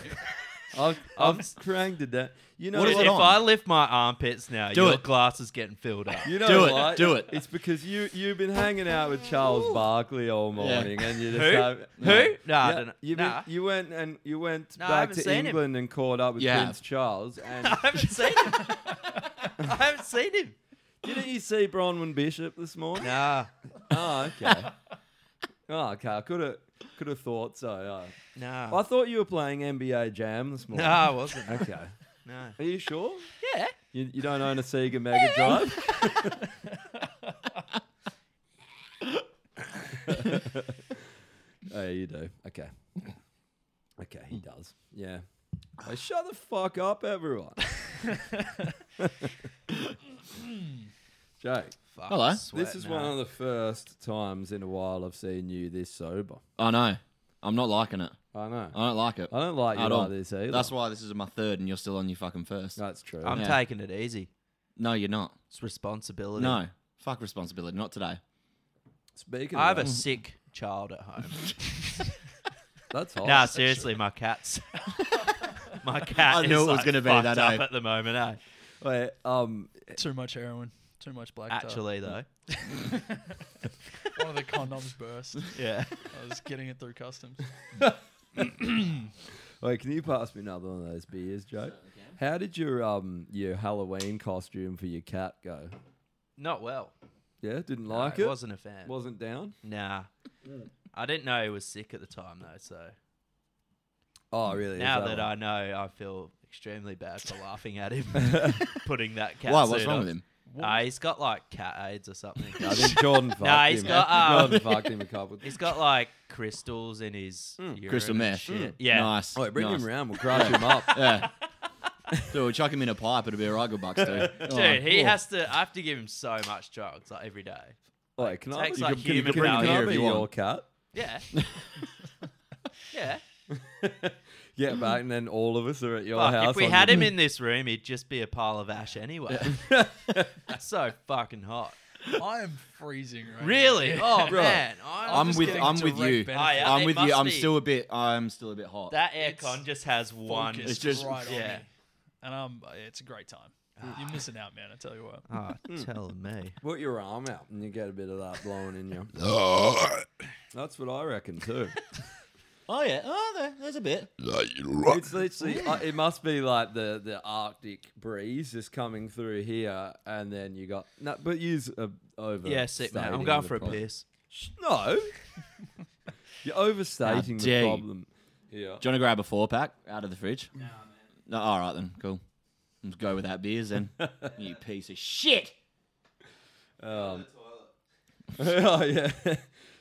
S1: I've, I've cranked it down. You know
S2: What is
S4: if
S1: what?
S2: it on?
S4: I lift my armpits now,
S2: Do
S4: your
S2: it.
S4: glass is getting filled up.
S1: You know
S2: Do it,
S1: why?
S2: do it.
S1: It's because you you've been hanging out with Charles Barkley all morning, and you just
S4: Who?
S1: have
S4: Who? No, I don't know.
S1: You,
S4: Nah.
S1: been, you went and you went
S4: No, I
S1: back
S4: haven't
S1: to
S4: seen him.
S1: England and caught up with
S2: You
S1: Prince
S2: have.
S1: Charles. And
S4: I haven't seen him. I haven't seen him.
S1: didn't you see Bronwyn Bishop this morning?
S4: Nah,
S1: Oh, okay. oh, okay. I could have could have thought so. yeah.
S4: nah.
S1: I thought you were playing NBA Jam this morning.
S4: No, I wasn't.
S1: Okay.
S4: No.
S1: Are you sure?
S4: Yeah.
S1: You, you don't own a Sega Mega Drive? oh, yeah, you do. Okay. Okay, he does. Yeah. Oh, shut the fuck up, everyone. Jake,
S4: Fuck,
S2: Hello.
S4: I sweat
S1: this is
S4: now.
S1: one of the first times in a while I've seen you this sober.
S2: I know. I'm not liking it.
S1: I know.
S2: I don't like it.
S4: Oh.
S1: I don't like you
S2: At all.
S1: like this either.
S2: That's why this is my third, and you're still on your fucking first.
S1: That's true.
S4: I'm
S2: Yeah.
S4: taking it easy.
S2: No, you're not.
S4: It's responsibility.
S2: No, fuck responsibility. Not today.
S1: Speaking
S4: I
S1: of
S4: have a
S1: that,
S4: sick child at home.
S1: that's hot.
S4: nah, seriously, my cat's. my cat
S2: I knew it
S4: is
S2: was
S4: like,
S2: gonna be
S4: fucked
S2: that,
S4: up
S2: eh?
S4: at the moment. Eh?
S1: Wait, um,
S3: Too much heroin. Too much black tar.
S4: Actually, though,
S3: one of the condoms burst.
S4: yeah.
S3: I was getting it through customs.
S1: Wait, can you pass me another one of those beers, Joe? How did your um your Halloween costume for your cat go?
S4: Not well.
S1: Yeah, didn't
S4: No,
S1: like
S4: I
S1: it.
S4: Wasn't a fan.
S1: Wasn't down.
S4: Nah. I didn't know he was sick at the time though, so
S1: Oh, really? Is
S4: now
S1: that
S4: that
S1: one?
S4: I know, I feel extremely bad for laughing at him, putting that cat.
S2: why? What's
S4: suit
S2: wrong
S4: on.
S2: with him?
S4: Uh, he's got like cat AIDS or something.
S1: I think Jordan fucked
S4: Nah, he's
S1: him.
S4: got, um,
S1: Jordan fucked him a couple.
S4: he's got like crystals in his urine
S2: Hmm. Crystal
S4: and
S2: meth.
S4: Shit.
S2: Mm.
S4: Yeah,
S2: Nice.
S1: Oh, wait, bring
S2: nice.
S1: him round. We'll crush him up.
S2: Yeah. Dude, we'll chuck him in a pipe. It'll be a right good bucks, dude.
S4: dude, he has to. I have to give him so much drugs like every day.
S1: Wait, can I?
S4: Takes
S1: you
S4: like
S1: can, can,
S4: human
S1: can,
S4: value
S1: I
S2: if
S1: be
S2: you
S1: your
S2: want.
S1: cat?
S4: Yeah, yeah.
S1: Get back, and then all of us are at your
S4: Fuck,
S1: house.
S4: if we
S1: on
S4: had
S1: your-
S4: him in this room, he'd just be a pile of ash anyway. so fucking hot.
S3: I am freezing right now.
S4: Really? Oh
S1: Bro,
S4: man, I'm,
S2: I'm
S3: just
S2: with.
S3: getting
S2: I'm with
S3: direct
S2: you.
S3: benefit.
S4: Oh, yeah,
S2: I'm
S4: it
S2: with you.
S4: must
S2: I'm
S4: be.
S2: still a bit. I'm still a bit hot.
S4: That
S3: It's
S4: aircon just has one.
S3: Focused
S2: It's just-
S3: right on
S4: yeah.
S3: me. And I'm. It's a great time. You're missing out, man. I tell you
S2: Ah.
S3: what.
S4: Oh, tell me.
S1: Put your arm out, and you get a bit of that blowing in you. That's what I reckon too.
S2: Oh yeah. Oh, there, there's a bit.
S1: It's literally. Uh, it must be like the the Arctic breeze just coming through here, and then you got. No, but use a over.
S4: Yeah, sick man. I'm
S1: stating
S4: going
S1: the
S4: for a
S1: problem.
S4: piss.
S1: Sh- No, you're overstating
S2: dare
S1: the
S2: you.
S1: problem. Yeah.
S2: Do you want to grab a four pack out of the fridge? No, all right then. Cool. Let's go without beers then. you piece of shit.
S1: Um, oh yeah.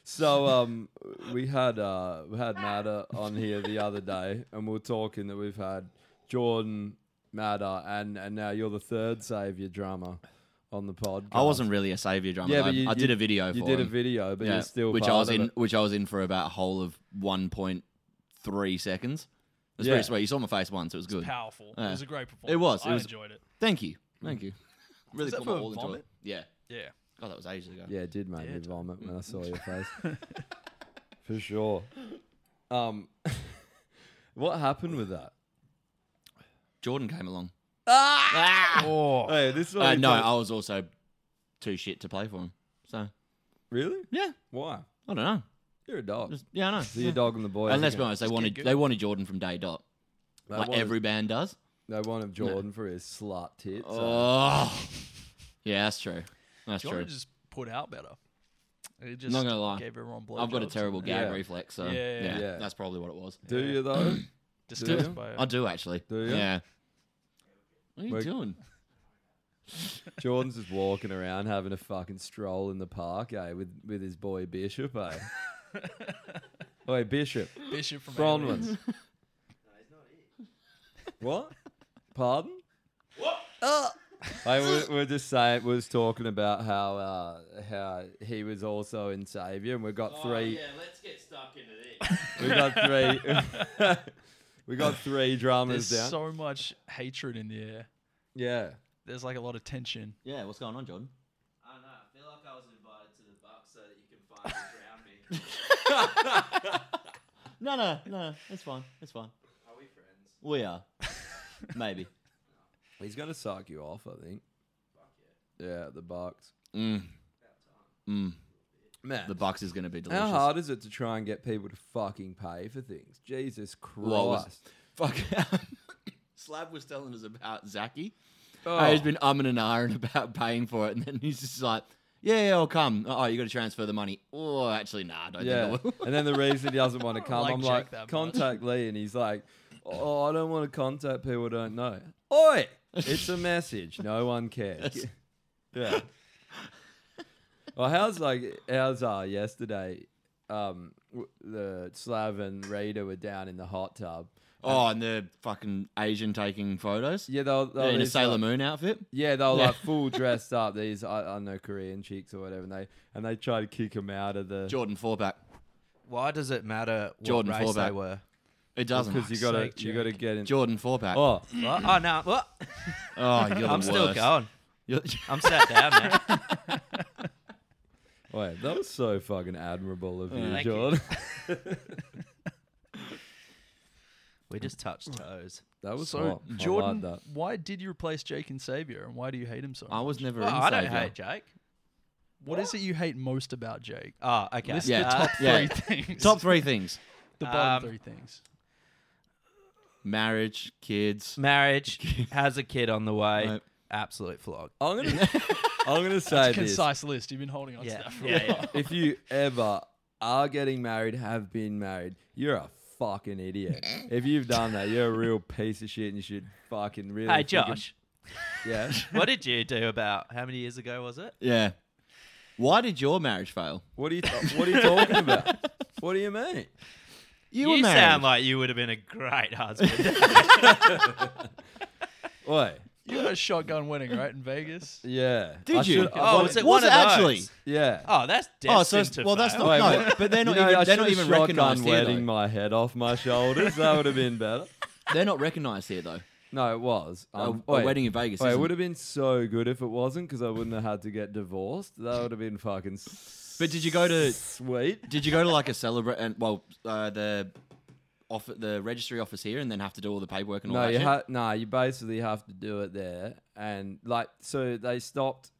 S1: So um, we had uh, we had Matter on here the other day, and we are talking that we've had Jordan Matter, and and now you're the third savior drummer on the pod.
S2: I wasn't really a savior drummer.
S1: Yeah,
S2: I,
S1: but you,
S2: I did
S1: you-
S2: a video.
S1: You
S2: for
S1: did a
S2: him.
S1: video, but you're still
S2: which
S1: part
S2: I was
S1: of
S2: in,
S1: it.
S2: which I was in for about a whole of one point three seconds. It was
S1: Yeah.
S2: pretty sweet. You saw my face once. It was good.
S3: Powerful. It
S2: Yeah.
S3: was a great performance.
S2: Ah. It was, it
S3: I
S2: was-
S3: enjoyed it.
S2: Thank you, thank you. Really
S3: that
S2: put
S3: for
S2: my
S3: a
S2: all into
S3: vomit?
S2: it. Yeah.
S3: Yeah.
S2: God, that was ages ago.
S1: Yeah, it did make me
S3: Did.
S1: vomit when I saw your face. For sure. Um, what happened with that?
S2: Jordan came along. Ah.
S3: Oh,
S1: Hey, this is what
S2: Uh,
S1: we
S2: no,
S1: talk-
S2: I was also too shit to play for him. So
S1: really?
S2: yeah,
S1: Why?
S2: I don't know.
S1: You're a dog.
S2: Just- yeah, I know.
S1: so your dog and the boys.
S2: And let's be
S1: again.
S2: honest, they
S3: Just get
S2: wanted
S3: good.
S2: they wanted Jordan from day dot,
S1: They
S2: like
S1: wanted-
S2: every band does.
S1: They wanted Jordan for his slut tits. uh,
S2: Oh, yeah, that's true. That's
S3: Jordan
S2: true.
S3: just put out better. It just
S2: gonna lie.
S3: gave everyone blow
S2: I've got a terrible gag
S1: Yeah.
S2: reflex, so
S3: Yeah,
S2: yeah,
S3: yeah,
S1: yeah.
S2: that's probably what it was.
S1: do you though?
S3: Disturbed
S1: Do you?
S3: by it.
S2: I do actually.
S1: Do ya?
S2: Yeah. What are you
S1: Wait.
S2: doing?
S1: Jordan's just walking around having a fucking stroll in the park, eh, with, with his boy Bishop, eh? Oi, Bishop.
S3: Bishop from
S1: Bronwyn's.
S3: Aliens.
S1: What? Pardon? What? I, we, are just saying, we was talking about how uh, how he was also in Saviour, and we
S4: Oh,
S1: got three.
S4: let's get stuck into this.
S1: We got three. we got three
S3: There's
S1: dramas down.
S3: so much hatred in the air.
S1: yeah.
S3: There's like a lot of tension.
S2: Yeah, what's going on, Jordan?
S4: I don't know. I feel like I was invited to the buck so that you can finally drown me.
S2: No, no, no, it's fine. It's fine.
S4: Are we friends?
S2: We are. Maybe.
S1: He's gonna suck you off, I think. Yeah, the box.
S2: Mm. Mm.
S1: Man,
S2: The box is going to be delicious.
S1: how hard is it to try and get people to fucking pay for things? Jesus Christ!
S2: Well, it was- Fuck. Slab was telling us about Zaki.
S1: Oh.
S2: How he's been umming and ahhing about paying for it, and then he's just like, "Yeah, yeah, I'll come. Oh, you got to transfer the money. Oh, actually, nah, I don't
S1: Yeah.
S2: think I will."
S1: and then the reason he doesn't want to come,
S3: like
S1: I'm
S3: Jake
S1: like,
S3: that
S1: contact Lee. And he's like, oh, I don't want to contact people I don't know. Oi! It's a message. No one cares. yeah. Well, how's like, how's uh, yesterday? Um, w- the Slav and Rita were down in the hot tub.
S2: oh, and the fucking Asian taking photos
S1: Yeah, they were, they were
S2: in a
S1: these,
S2: Sailor
S1: like-
S2: Moon outfit.
S1: Yeah, they were
S2: Yeah.
S1: like full dressed up. These I, I don't know Korean chicks or whatever. And they and they try to kick him out of the
S2: Jordan Forback.
S4: Why does it matter what
S2: Jordan
S4: race they
S2: Forback.
S4: were?
S2: It doesn't.
S1: because you gotta
S4: sake,
S1: you gotta get in.
S2: Jordan Forback.
S1: Oh,
S2: Oh,
S4: What? Oh no! What?
S2: you're the
S4: I'm
S2: worst.
S4: still going.
S2: You're-
S4: I'm sat down now.
S1: Wait, that was so fucking admirable of you,
S4: Thank you.
S1: Jordan.
S4: We just touched toes.
S1: That was
S3: So,
S1: hot.
S3: Jordan,
S1: I like that.
S3: why did you replace Jake and Savior, and why do you hate him so
S2: I
S3: much?
S2: was never
S4: Well,
S2: in
S4: Oh, I don't
S2: Saviour.
S4: hate Jake.
S3: what is it you hate most about Jake?
S4: Oh, okay.
S3: List
S2: Yeah,
S3: the top
S2: yeah.
S3: three things.
S2: Top three things:
S3: the bottom
S4: um,
S3: three things.
S2: marriage, kids.
S4: Marriage has a kid on the way.
S2: Right.
S4: Absolute flog.
S1: I'm gonna, I'm gonna say this:
S3: Concise list. You've been holding on to
S4: Yeah,
S3: that for
S4: yeah,
S3: a
S4: yeah.
S3: while.
S1: if you ever are getting married, have been married, you're a fucking idiot. If you've done that, you're a real piece of shit, and you should fucking really.
S4: Hey,
S1: freaking-
S4: Josh,
S1: Yeah.
S4: what did you do about how many years ago was it?
S2: Yeah. Why did your marriage fail?
S1: What are you? What are you talking about? What do you mean?
S2: You,
S4: You,
S2: were married.
S4: sound like you would have been a great husband.
S1: Wait.
S3: You had a shotgun wedding, right, in Vegas?
S1: Yeah.
S2: did
S1: I
S2: you?
S1: should- I
S4: Oh,
S1: wanted-
S4: was it
S2: was
S4: one of
S2: actually?
S4: those?
S1: Yeah.
S4: oh, that's
S2: Oh,
S4: destined
S2: so it's,
S4: to
S2: well, that's
S4: fail.
S2: not
S1: Wait,
S2: oh, no,
S1: what-
S2: but they're not
S1: You know, I
S2: even, they're
S1: should've
S2: not even
S1: shotgun
S2: recognised here.
S1: wedding
S2: Though.
S1: my head off my shoulders. That would have been better.
S2: They're not recognised here though.
S1: No, it was.
S2: A-
S1: Um,
S2: a,
S1: wait.
S2: wedding in Vegas.
S1: Oh, it
S2: isn't
S1: would have been so good if it wasn't because I wouldn't have had to get divorced. That would have been fucking. s-
S2: But did you go to-
S1: sweet?
S2: Did you go to like a celebrate and well uh, the off the registry office here and then have to do all the paperwork and all
S1: No,
S2: that
S1: you
S2: shit?
S1: ha- no, you basically have to do it there, and like so they stopped.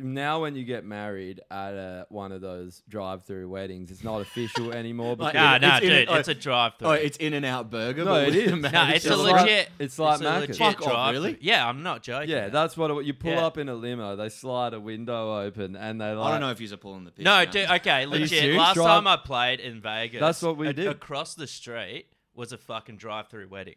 S1: Now, when you get married at a, one of those drive-through weddings, it's not official anymore.
S2: Like,
S1: Because
S4: Nah,
S2: It's
S4: nah,
S2: in
S4: dude,
S2: it- oh,
S4: it's a drive-through.
S2: oh, it's in and out burger.
S1: No, it
S2: but with
S1: is.
S2: the
S1: Nah,
S4: nah,
S2: marriage
S4: it's a
S1: it's
S2: celebrate-
S1: like-
S4: legit.
S1: it's like
S4: a
S1: Macca's.
S4: legit
S2: Fuck off,
S4: drive-through.
S2: really?
S4: Yeah, I'm not joking.
S1: yeah, that's what it, you pull
S4: Yeah.
S1: up in a limo. They slide a window open, and they like.
S2: I don't know if you're pulling the piss.
S4: No,
S2: now.
S4: dude. Okay, legit.
S1: serious?
S4: Last
S1: Drive-
S4: time I played in Vegas,
S1: That's what we
S4: a-
S1: did.
S4: Across the street was a fucking drive-through wedding.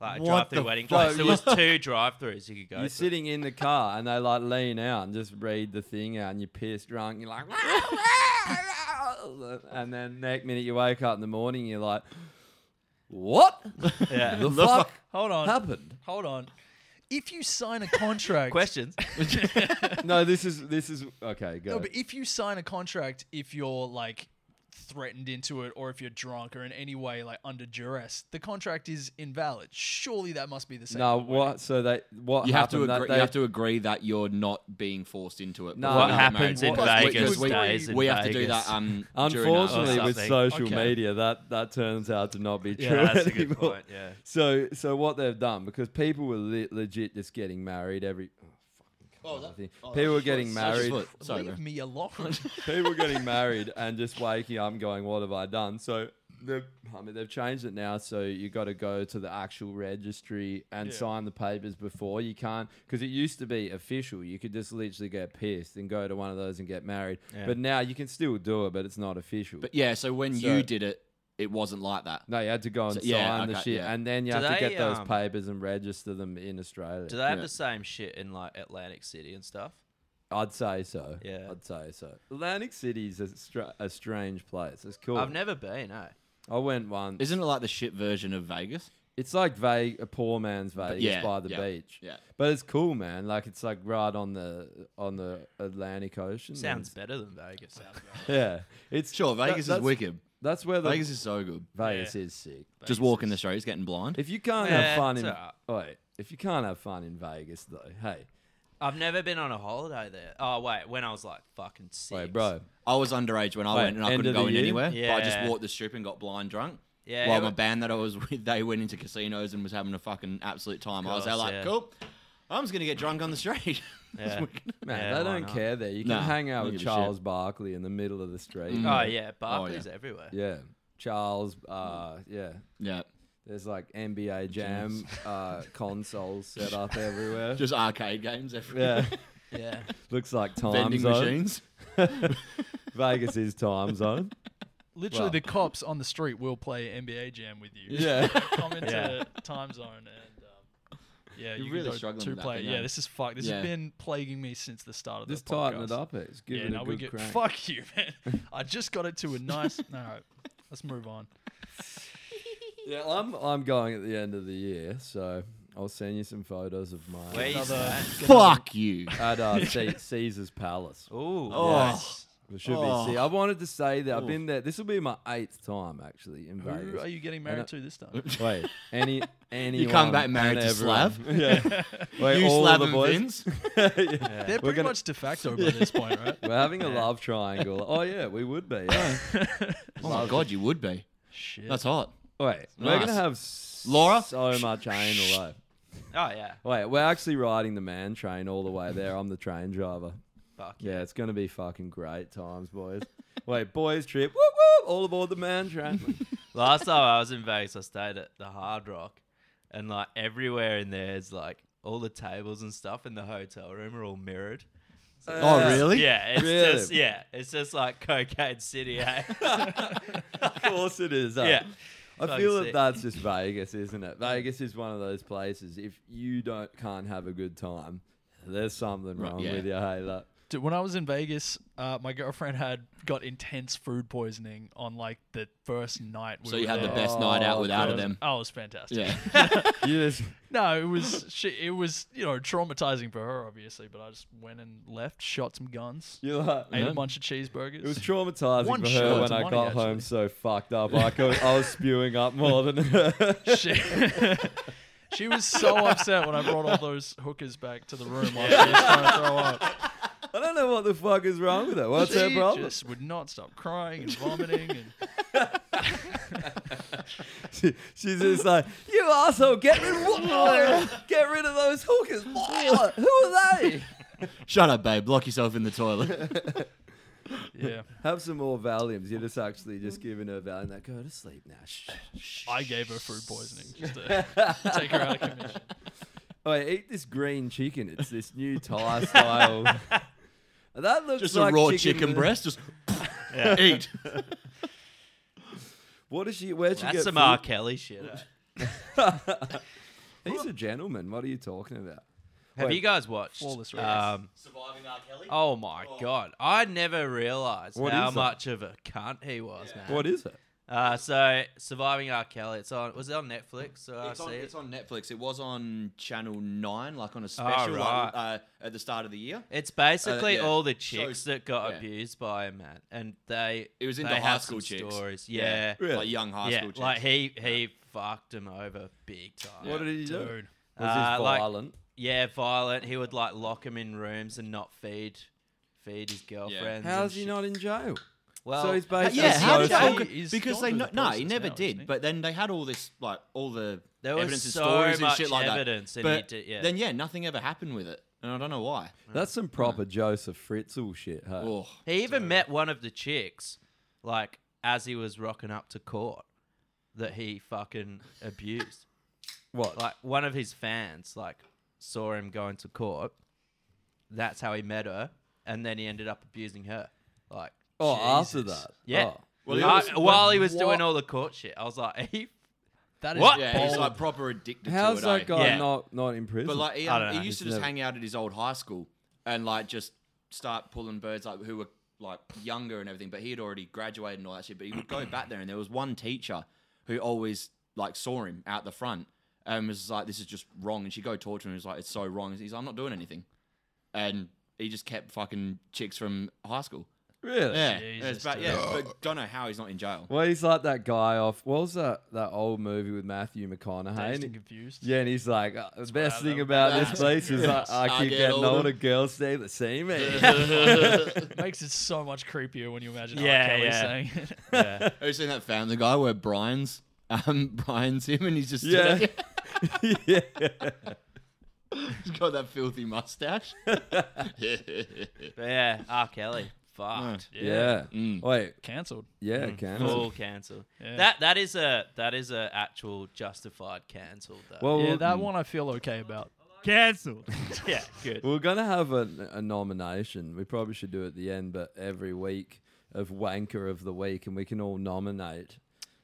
S4: like a
S1: What
S4: drive-through
S1: the
S4: wedding
S1: fuck?
S4: place. There was two drive-throughs you could go.
S1: You're
S4: through.
S1: sitting in the car and they like lean out and just read the thing out and you're pissed drunk. And you're like, and then next minute you wake up in the morning, you're like, what
S4: Yeah.
S1: the fuck
S3: Hold on.
S1: happened?
S3: Hold on. If you sign a contract,
S4: Questions.
S1: No, this is this is okay. Go.
S3: No, but if you sign a contract, if you're like threatened into it, or if you're drunk, or in any way like under duress, the contract is invalid. Surely that must be the same.
S1: no,
S3: at weddings.
S1: what? So they what
S2: You have to
S1: happened that
S2: agree.
S1: they-
S2: You have to agree that you're not being forced into it.
S1: No,
S2: before
S1: What
S2: you get married.
S4: happens in
S2: Because we-
S4: Vegas
S2: because we,
S4: stays in
S2: we have to do
S4: Vegas.
S2: that. Um, during our-
S1: Unfortunately,
S4: or
S1: with
S4: something.
S1: social
S3: Okay.
S1: media, that that turns out to not be true.
S4: yeah, that's a good
S1: anymore.
S4: point. Yeah.
S1: So so what they've done because people were le- legit just getting married every. Oh, fucking God,
S2: Oh, that-
S1: I think.
S2: oh,
S1: people were
S2: that's
S1: getting
S2: just- that's just
S1: married.
S2: what- Sorry,
S3: Leave
S2: bro.
S3: me alone.
S1: people were getting married and just waking up and going, "What have I done?" So they've, I mean, they've changed it now. So you got to go to the actual registry and
S3: Yeah.
S1: sign the papers before you can't, because it used to be official. You could just literally get pissed and go to one of those and get married.
S4: Yeah.
S1: But now you can still do it, but it's not official.
S2: But yeah, so when
S1: So-
S2: you did it, it wasn't like that.
S1: No, you had to go and
S2: So-
S1: sign
S2: yeah,
S1: the
S2: okay,
S1: shit,
S2: yeah.
S1: and then you
S4: Do
S1: have to
S4: they,
S1: get those
S4: um,
S1: papers and register them in Australia.
S4: Do they have
S2: Yeah.
S4: the same shit in like Atlantic City and stuff?
S1: I'd say so.
S4: Yeah.
S1: I'd say so. Atlantic City's a, stra- a strange place. It's cool.
S4: I've never been. Eh?
S1: I went once.
S2: Isn't it like the shit version of Vegas?
S1: It's like vague, a poor man's Vegas
S2: yeah,
S1: by the
S2: yeah,
S1: beach.
S2: yeah.
S1: But it's cool, man. Like it's like right on the on the Atlantic Ocean. and
S4: Sounds better than Vegas.
S1: Yeah. It's
S2: Sure,
S1: that-
S2: Vegas is
S1: that's-
S2: wicked.
S1: That's where the
S2: Vegas
S1: Vegas,
S2: is so good.
S1: is sick.
S2: Just walking the streets, getting blind.
S1: If you can't
S4: Yeah,
S1: have fun
S4: it's
S1: in
S4: alright.
S1: wait, if you can't have fun in Vegas though, hey,
S4: I've never been on a holiday there. Oh wait, when I was like fucking six.
S1: wait, bro,
S2: I was underage when I
S1: Wait,
S2: went and I
S1: end
S2: couldn't
S1: of the
S2: go in
S1: year?
S2: anywhere. But I
S4: Yeah.
S2: just walked the strip and got blind drunk.
S4: Yeah,
S2: While
S4: it
S2: my
S4: wa-
S2: band that I was with, they went into casinos and was having a fucking absolute time. I was there
S4: Course,
S2: like,
S4: yeah.
S2: cool. I'm just gonna get drunk on the street.
S4: Yeah.
S1: man,
S4: Yeah,
S1: they
S4: why
S1: don't
S4: not?
S1: care there. You can
S2: Nah,
S1: hang
S2: don't
S1: out with
S2: give a shit.
S1: Charles Barkley in the middle of the street.
S2: Mm.
S4: Oh
S1: mate.
S4: yeah, Barclays everywhere.
S1: yeah, Charles.
S2: Mm.
S1: Uh, yeah,
S2: yeah.
S1: there's like NBA Jam uh, consoles set up everywhere.
S2: Just arcade games everywhere.
S1: yeah,
S3: yeah.
S1: looks like time
S2: Vending
S1: zone.
S2: machines.
S1: Vegas is time zone.
S3: Literally,
S1: Well.
S3: the cops on the street will play NBA Jam with you.
S1: Yeah.
S3: Come into
S4: Yeah.
S3: time zone and. Um, yeah,
S2: You're
S3: you can
S2: really
S3: go
S2: struggling
S3: two
S2: with that
S3: player.
S2: thing,
S3: Yeah,
S2: eh?
S3: this is fuck. This
S2: Yeah.
S3: has been plaguing me since the start of
S1: Just
S3: the podcast.
S1: tighten it up. It's give it a
S3: no,
S1: good crank.
S3: Fuck you, man. I just got it to a nice. All right, let's move on.
S1: Yeah, I'm I'm going at the end of the year, so I'll send you some photos of my
S4: Where you
S3: Another.
S4: staying?
S2: Fuck you.
S1: at uh, C- Caesar's Palace.
S4: Ooh.
S2: Oh.
S4: nice.
S1: It should
S2: Oh.
S1: be. See, I wanted to stay there. I've been there. This will be my eighth time actually in Vegas.
S3: Who are you getting married
S1: And
S3: to this time?
S1: Wait, any any
S2: back married to Slav?
S1: Yeah, Wait,
S2: you
S1: all
S2: Slav
S1: the
S2: and
S1: boys.
S2: Vince.
S1: Yeah.
S3: They're pretty
S1: gonna-
S3: much de facto by this point, right?
S1: We're having a love triangle. Oh yeah, we would be. Yeah.
S2: Oh my god, you would be.
S3: Shit.
S2: That's hot.
S1: Wait, we're gonna
S2: Nice.
S1: have s-
S2: Laura?
S1: so much anal. though.
S4: Oh yeah.
S1: Wait, we're actually riding the man train all the way there. I'm the train driver.
S4: Fuck yeah.
S1: Yeah, it's gonna be fucking great times, boys. Wait, boys trip, whoop whoop, all aboard the man train.
S4: Last time I was in Vegas, I stayed at the Hard Rock, and like everywhere in there is like all the tables and stuff in the hotel room are all mirrored.
S2: Oh,
S1: Uh,
S2: really?
S4: Yeah, it's
S1: Really?
S4: just yeah, it's just like cocaine city. Eh?
S1: Of course it is. eh?
S4: yeah,
S1: I
S4: Fucking
S1: feel that
S4: sick.
S1: that's just Vegas, isn't it? Vegas is one of those places. If you don't can't have a good time, there's something
S2: Right,
S1: wrong
S2: yeah.
S1: with you. Hey, look.
S3: Dude, when I was in Vegas, uh, my girlfriend had got intense food poisoning on like the first night. We
S2: So you
S3: were
S2: had the
S3: there.
S2: best night out
S1: Oh,
S2: without
S1: God.
S2: them.
S3: Oh, it was fantastic.
S2: Yeah.
S1: You just
S3: No, it was she, it was you know traumatizing for her obviously, but I just went and left, shot some guns,
S1: you like.
S3: ate
S2: Yeah.
S3: a bunch
S1: It
S3: of
S1: was
S3: cheeseburgers.
S1: traumatizing
S3: One
S1: for
S3: shot's
S1: her when I
S3: money,
S1: got home so
S3: actually.
S1: fucked up. I, could, I was spewing up more than her.
S3: she, she was so upset when I brought all those hookers back to the room while she was trying to throw up.
S1: I don't know what the fuck is wrong with her. What's her
S3: She
S1: problem?
S3: just would not stop crying and vomiting and
S1: She, she's just like, you asshole, get rid of get rid of those hookers. Who are they?
S2: Shut up, babe. Lock yourself in the toilet.
S3: yeah.
S1: Have some more Valiums. You're just actually just giving her Valium. That go to sleep now. Shh.
S3: I gave her food poisoning just to take her out of commission.
S1: Oh, wait, eat this green chicken. It's this new Thai style. that looks
S2: Just
S1: like
S2: a raw chicken,
S1: with-
S2: breast. Just
S4: Yeah.
S2: eat.
S1: What is she? Where'd she
S4: that's
S1: get
S4: some
S1: food?
S4: R. Kelly shit. eh?
S1: He's a gentleman. What are you talking about?
S4: Have
S3: Wait.
S4: you guys watched?
S3: Flawless race.
S4: Um,
S2: Surviving R. Kelly.
S4: oh my god, I never realized
S1: What
S4: how
S1: is that?
S4: much of a cunt he was, man.
S1: What is it?
S4: Uh, so surviving R. Kelly. It's on. Was it on Netflix? So I
S2: It's on,
S4: see
S2: it's
S4: it.
S2: on Netflix. It was on Channel Nine, like on a special like,
S4: Oh, right.
S2: uh, at the start of the year.
S4: It's basically
S2: Uh, yeah.
S4: all the
S2: So-
S4: chicks that got
S2: yeah.
S4: abused by him, man, and they.
S2: It was in
S4: they
S2: the high
S4: have
S2: school
S4: some
S2: chicks.
S4: Stories. Yeah,
S1: Really?
S2: Like young high
S4: yeah.
S2: school chicks. Uh,
S4: Like he he fucked him over big time.
S1: What did he do?
S3: Dude.
S1: Was
S4: Uh,
S1: this
S4: like-
S1: violent?
S4: Yeah, violent. He would like lock him in rooms and not feed feed his girlfriends.
S1: How's
S4: and
S1: he
S4: shit.
S1: not in jail?
S4: Well,
S1: so he's basically
S2: yeah, how did
S3: social-
S2: that all
S1: social-
S2: go-
S3: He's
S2: because
S3: gone
S2: they
S3: through
S2: no,
S3: the
S2: no, he
S3: process
S2: never
S3: now, isn't he?
S2: did. But then they had all this like all the
S4: There was
S2: evidence and
S4: so
S2: stories and
S4: much
S2: shit like
S4: evidence
S2: that.
S4: and
S2: But
S4: he did- yeah.
S2: then yeah, nothing ever happened with it, and I don't know why.
S1: That's some proper Joseph Fritzl shit, huh?
S2: Mm. Oh,
S4: he even met one of the chicks, like as he was rocking up to court, that he fucking abused.
S1: what?
S4: like one of his fans, like saw him going to court. That's how he met her, and then he ended up abusing her. Like
S1: oh, after
S4: Jesus.
S1: that.
S4: yeah.
S1: Oh.
S2: Well, he
S4: I-
S2: was-
S4: while he was
S3: what-
S4: doing all the court shit, I was like, he
S3: That is
S4: What?
S2: yeah,
S3: bold.
S2: he's like proper addicted
S1: How's
S2: to it. eh?
S1: that guy
S4: Yeah.
S1: not not in prison?
S2: But like he,
S4: I don't
S2: he
S4: know,
S2: used to
S1: he's
S2: just
S1: never-
S2: hang out at his old high school and like just start pulling birds like who were like younger and everything. But he had already graduated and all that shit. But he would go back there and there was one teacher who always like saw him out the front and was like, "This is just wrong." And she'd go talk to him. and was like, "It's so wrong." And he's like, "I'm not doing anything," and he just kept fucking chicks from high school.
S1: really?
S2: Yeah,
S3: Jesus,
S2: it's about, yeah, but don't know how he's not in jail.
S1: Well, he's like that guy off. What was that that old movie with Matthew McConaughey?
S3: Dazed
S1: And
S3: and
S1: he-
S3: confused.
S1: yeah, and he's like, uh, the best
S3: I
S1: thing
S3: love
S1: about
S2: that.
S1: this place is I, I
S2: I
S1: keep
S2: get
S1: getting
S2: older.
S1: older. Girls stay the same age.
S3: Makes it so much creepier when you imagine
S4: Yeah,
S3: R. Kelly
S4: yeah.
S3: saying it.
S2: Have you seen that Family Guy where Brian's um Brian's him and he's just
S1: Yeah. yeah.
S2: He's got that filthy mustache.
S4: but yeah, R. Kelly, fucked,
S1: Yeah.
S2: Mm.
S1: Wait.
S3: Cancelled.
S1: Yeah. Can.
S4: full cancel.
S3: Yeah.
S4: That that is a that is a actual justified cancel though.
S1: Well,
S3: Yeah,
S1: we'll-
S3: that one I feel okay about.
S5: Cancelled.
S4: yeah, good.
S1: We're gonna have a, a nomination. We probably should do it at the end, but every week of wanker of the week, and we can all nominate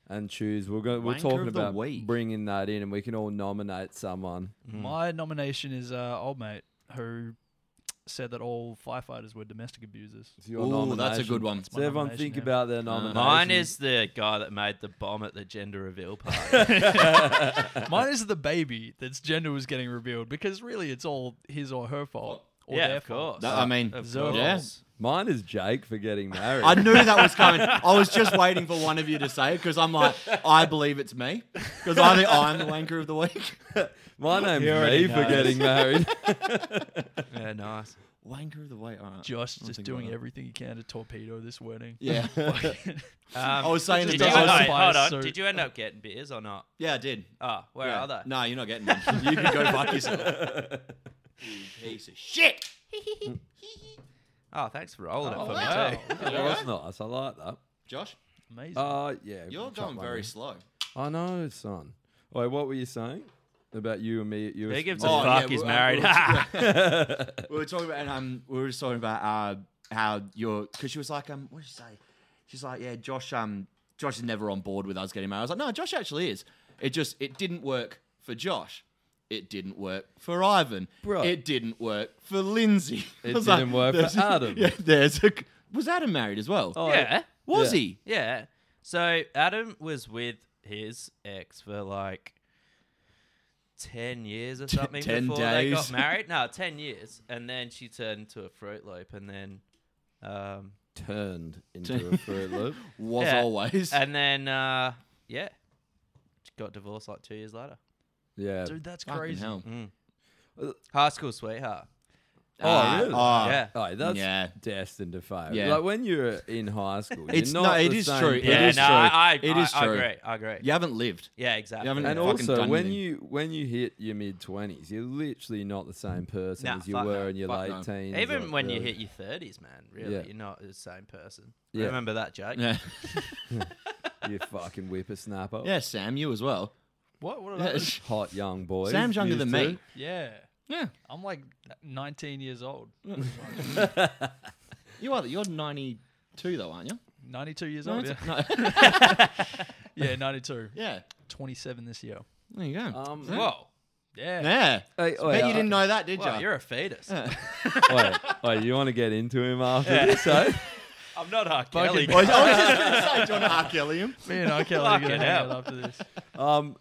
S1: and choose. We're going. We're
S2: Wanker
S1: talking
S2: of the
S1: about
S2: week.
S1: bringing that in, and we can all nominate someone.
S3: My nomination is uh, old mate who said that all firefighters were domestic abusers.
S1: It's your
S2: Oh, that's a
S1: nomination.
S2: good one.
S1: So everyone
S3: nomination,
S1: think
S3: yeah.
S1: about
S2: Uh,
S1: their nomination.
S4: Mine is the guy that made the bomb at the gender reveal party.
S3: Mine is the baby that's gender was getting revealed because really it's all his or her fault. Or
S4: yeah,
S3: their
S4: of
S3: fault.
S4: course.
S2: That- I mean,
S4: of
S3: yeah.
S4: course.
S1: Mine is Jake for getting married.
S2: I knew that was coming. I was just waiting for one of you to say it because I'm like, I believe it's me because I think I'm the wanker of the week.
S1: My name's
S4: He already
S1: me for
S4: knows.
S1: getting married.
S4: Yeah, nice.
S2: Wanker of the week. All right.
S3: Josh
S2: I'll
S3: just
S2: think
S3: doing
S2: about
S3: everything he can to torpedo this wedding.
S2: Yeah.
S4: Um,
S2: I was saying
S4: did
S2: that.
S4: you,
S3: doesn't
S4: hold on,
S2: I was-
S3: inspire
S4: hold on.
S3: so-
S4: Did you end up getting beers or not?
S2: yeah, I did.
S4: Oh, where
S2: Yeah.
S4: are they?
S2: No, you're not getting them. You can go fuck yourself. Mm, You piece of shit.
S4: Oh, thanks for rolling it for
S2: wow.
S4: me too.
S1: That was nice. I like that.
S2: Josh,
S3: Amazing.
S1: Uh, yeah.
S2: you're
S1: chop
S2: going
S1: one
S2: very
S1: in.
S2: slow.
S1: I know, son. Wait, what were you saying about you and me? You
S4: Who
S1: were-
S4: gives a
S2: Oh, yeah,
S4: fuck? He's
S2: we-
S4: married.
S2: we were talking about, and um, we were just talking about uh, how your because she was like, um, what did she say? She's like, yeah, Josh, um, Josh is never on board with us getting married. I was like, no, Josh actually is. It just it didn't work for Josh. It didn't work for Ivan.
S1: Bro.
S2: It didn't work for Lindsay. I
S1: It
S2: was
S1: didn't work for
S2: there's-
S1: Adam.
S2: Yeah, there's a, was Adam married as well?
S1: Oh,
S4: yeah,
S2: was
S1: yeah.
S2: he?
S4: yeah. So Adam was with his ex for like ten years or something
S2: 10
S4: before they got
S2: days.
S4: married. No, ten years, and then she turned into a Fruit Loop, and then, um,
S1: turned into a Fruit Loop.
S2: Was
S4: Yeah.
S2: always.
S4: and then, uh, yeah, got divorced like two years later.
S1: Yeah.
S3: Dude, that's
S2: Fucking
S3: crazy.
S2: hell.
S4: High school sweetheart.
S1: Oh,
S2: Uh,
S1: really?
S2: oh,
S4: yeah.
S1: Oh, that's
S2: Yeah.
S1: destined to fail.
S2: Yeah.
S1: Like when you're in high school,
S2: It's-
S1: you're
S2: no,
S1: not
S2: it
S1: the
S2: is
S1: same
S2: true. It
S1: person.
S4: yeah,
S2: is
S4: no,
S2: true.
S4: I, I,
S2: It
S4: I,
S2: is
S4: I
S2: true.
S4: agree. I agree.
S2: You haven't lived.
S4: Yeah, exactly.
S2: haven't-
S1: And
S2: fucking
S1: also,
S2: done
S1: when
S2: anything.
S1: you when you hit your mid twenties, you're literally not the same person
S4: Nah,
S1: as you
S4: fuck
S1: were
S4: no,
S1: in your
S2: fuck
S1: late
S2: no.
S1: teens.
S4: Even
S1: or
S4: when you
S1: early-
S4: hit your thirties, man, really,
S1: Yeah.
S4: you're not the same person.
S1: Yeah.
S4: Remember that, Jake?
S2: Yeah.
S1: you fucking whippersnapper,
S2: yeah, Sam, you as well.
S3: What? What about
S2: Yeah.
S3: this?
S1: hot young boy.
S2: Sam's younger than me.
S3: Yeah.
S2: Yeah.
S3: I'm like 19 years old.
S2: You are. You're 92 though, aren't you?
S3: 92 years
S2: No,
S3: old. Yeah.
S2: it's- no.
S3: yeah, 92.
S2: yeah.
S3: 27 this year.
S2: There you go.
S1: Um,
S2: Yeah.
S4: Whoa.
S3: Yeah.
S2: Yeah.
S1: Hey, uh,
S2: Bet you didn't know that, did
S3: Wow,
S2: you?
S3: you're a fetus.
S1: Wait, wait, you want to get into him after this? So
S4: I'm not R.
S3: Fucking-
S4: Kelly.
S2: I was just going to say, do you want to R. Kelly him?
S3: Me and R. Kelly are
S4: Fucking
S3: gonna hang out
S4: hell.
S3: after this.
S1: um,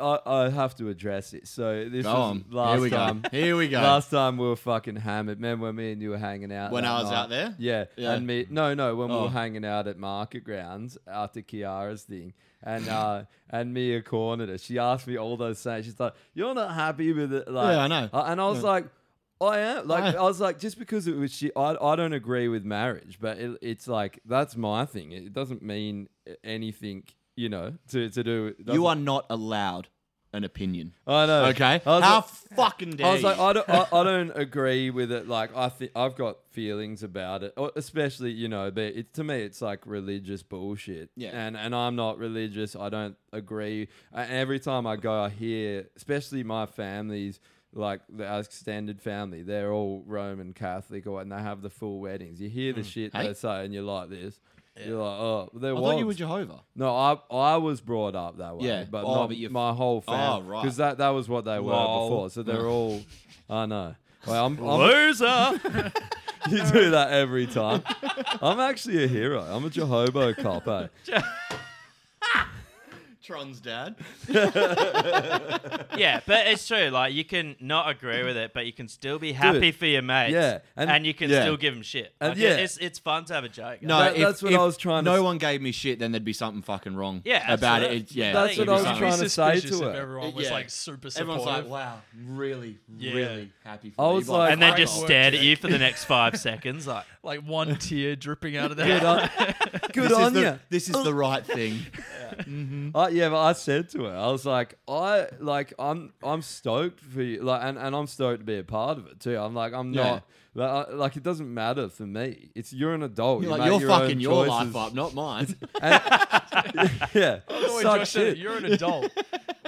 S1: I, I have to address it. So this
S2: Go
S1: was
S2: on.
S1: last
S2: Here we
S1: time.
S2: go. Here we go.
S1: Last time we were fucking hammered. Remember when me and you were hanging out?
S2: When
S1: that
S2: I was
S1: night?
S2: out there?
S1: Yeah.
S2: Yeah.
S1: And me, no, no, when we
S2: Oh.
S1: were hanging out at Market Grounds after Kiara's thing. And uh, and Mia cornered her. She asked me all those things. She's like, "You're not happy with it." Like,
S2: Yeah, I know.
S1: Uh, and I was
S2: Yeah.
S1: like, "I am." Like,
S2: I-
S1: I was like, just because it was she, I, I don't agree with marriage, but it, it's like that's my thing. It doesn't mean anything, you know, to to do. it
S2: you
S1: doesn't-
S2: are not allowed an opinion.
S1: Oh, I know.
S2: Okay.
S1: I was
S2: How
S1: like-
S2: fucking dare
S1: I was like,
S2: you?
S1: I don't, I, I don't agree with it. Like, I think I've got feelings about it, or especially you know, but it's to me, it's like religious bullshit.
S2: Yeah.
S1: And and I'm not religious. I don't agree. And every time I go, I hear, especially my family's like the our extended family, they're all Roman Catholic, or and they have the full weddings. You hear the shit
S2: Hmm. Hey.
S1: they say, and you're like this. You're like, oh, they're
S2: I thought you were Jehovah.
S1: no, I I was brought up that way.
S2: Yeah.
S1: but
S2: Oh,
S1: not
S2: but you've-
S1: my whole
S2: Oh,
S1: family.
S2: right.
S1: Because that, that was what they were
S4: Lol.
S1: before. So they're all. I know. Well, I'm, I'm,
S4: Loser.
S1: you do that every time. I'm actually a hero. I'm a Jehovah cop. eh?
S2: Tron's dad.
S4: yeah, but it's true. Like you can not agree with it, but you can still be happy for your mates.
S1: yeah, and-
S4: and, you can
S2: yeah.
S4: still give them shit.
S1: And
S4: Like,
S1: yeah.
S4: it's it's fun to have a joke.
S2: No,
S1: That-
S2: if,
S1: that's what I
S2: if
S1: was trying to
S2: No
S1: s-
S2: one gave me shit, then there'd be something fucking wrong.
S4: Yeah,
S2: about it.
S4: absolutely.
S2: It's- yeah,
S1: That's
S2: there'd
S1: what
S2: be
S1: I was
S2: something.
S1: trying to say
S3: suspicious
S1: to
S3: if
S1: her.
S3: everyone was
S2: Yeah.
S3: like super supportive.
S2: Everyone's like, wow, really,
S3: Yeah.
S2: really happy. For
S1: I
S2: you."
S1: was
S2: You'd be
S1: like-
S4: and then
S3: I
S4: just
S3: worked
S4: stared at
S3: today.
S4: you for the next five seconds. Like,
S3: like one tear dripping out of
S1: Good
S3: that.
S1: on, good
S2: this is
S1: on
S2: the-
S1: you.
S2: This is the right thing.
S1: I, yeah, but I said to her, I was like, I like, I'm, I'm stoked for you, like, and, and I'm stoked to be a part of it too. I'm like, I'm
S2: Yeah.
S1: not, like, I- like, it doesn't matter for me. It's you're an adult.
S2: You're
S1: You
S2: like,
S1: make
S2: you're
S1: own
S2: fucking your life
S1: choices."
S2: up, not mine.
S1: yeah,
S3: Oh,
S1: suck
S3: Josh said,
S1: shit.
S3: it, you're an adult.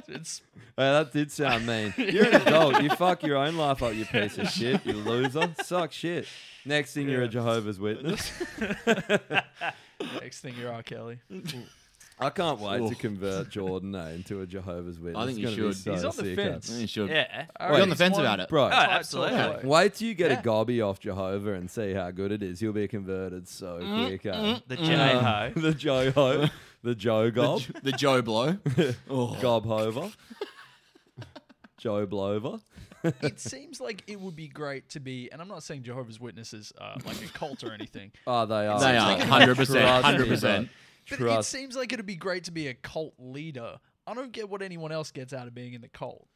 S3: It's
S1: Hey, that did sound mean. You're an adult. You fuck your own life up, you piece of shit. You loser. Suck shit. Next thing, you're a Jehovah's Witness.
S3: next thing you're R. Kelly.
S1: I can't wait
S2: Oh.
S1: to convert Jordan eh, into a Jehovah's Witness.
S2: I think
S1: It's
S2: you
S1: gonna be
S2: should.
S1: so
S3: He's on the
S1: sick, eh?
S3: fence.
S2: You should.
S4: yeah,
S3: All
S2: You're
S1: Wait,
S2: on the
S3: he's
S2: fence
S3: won.
S2: about it.
S1: Bro,
S4: Oh,
S3: Type
S4: absolutely.
S3: talk.
S1: wait till you get
S3: Yeah.
S1: a gobby off Jehovah and see how good it is. You'll be converted so quick. eh?
S4: the
S2: Mm.
S4: J ho.
S1: The Joho. The Joe Gob.
S2: The, the Joe Blow. oh.
S1: Gob Hover. Joe Blover.
S3: it seems like it would be great to be, and I'm not saying Jehovah's Witnesses are like a cult or anything,
S1: Oh, they are.
S2: They are, 100%, 100%.
S3: but it
S1: Trust
S3: seems like it'd be great to be a cult leader. I don't get what anyone else gets out of being in the cult.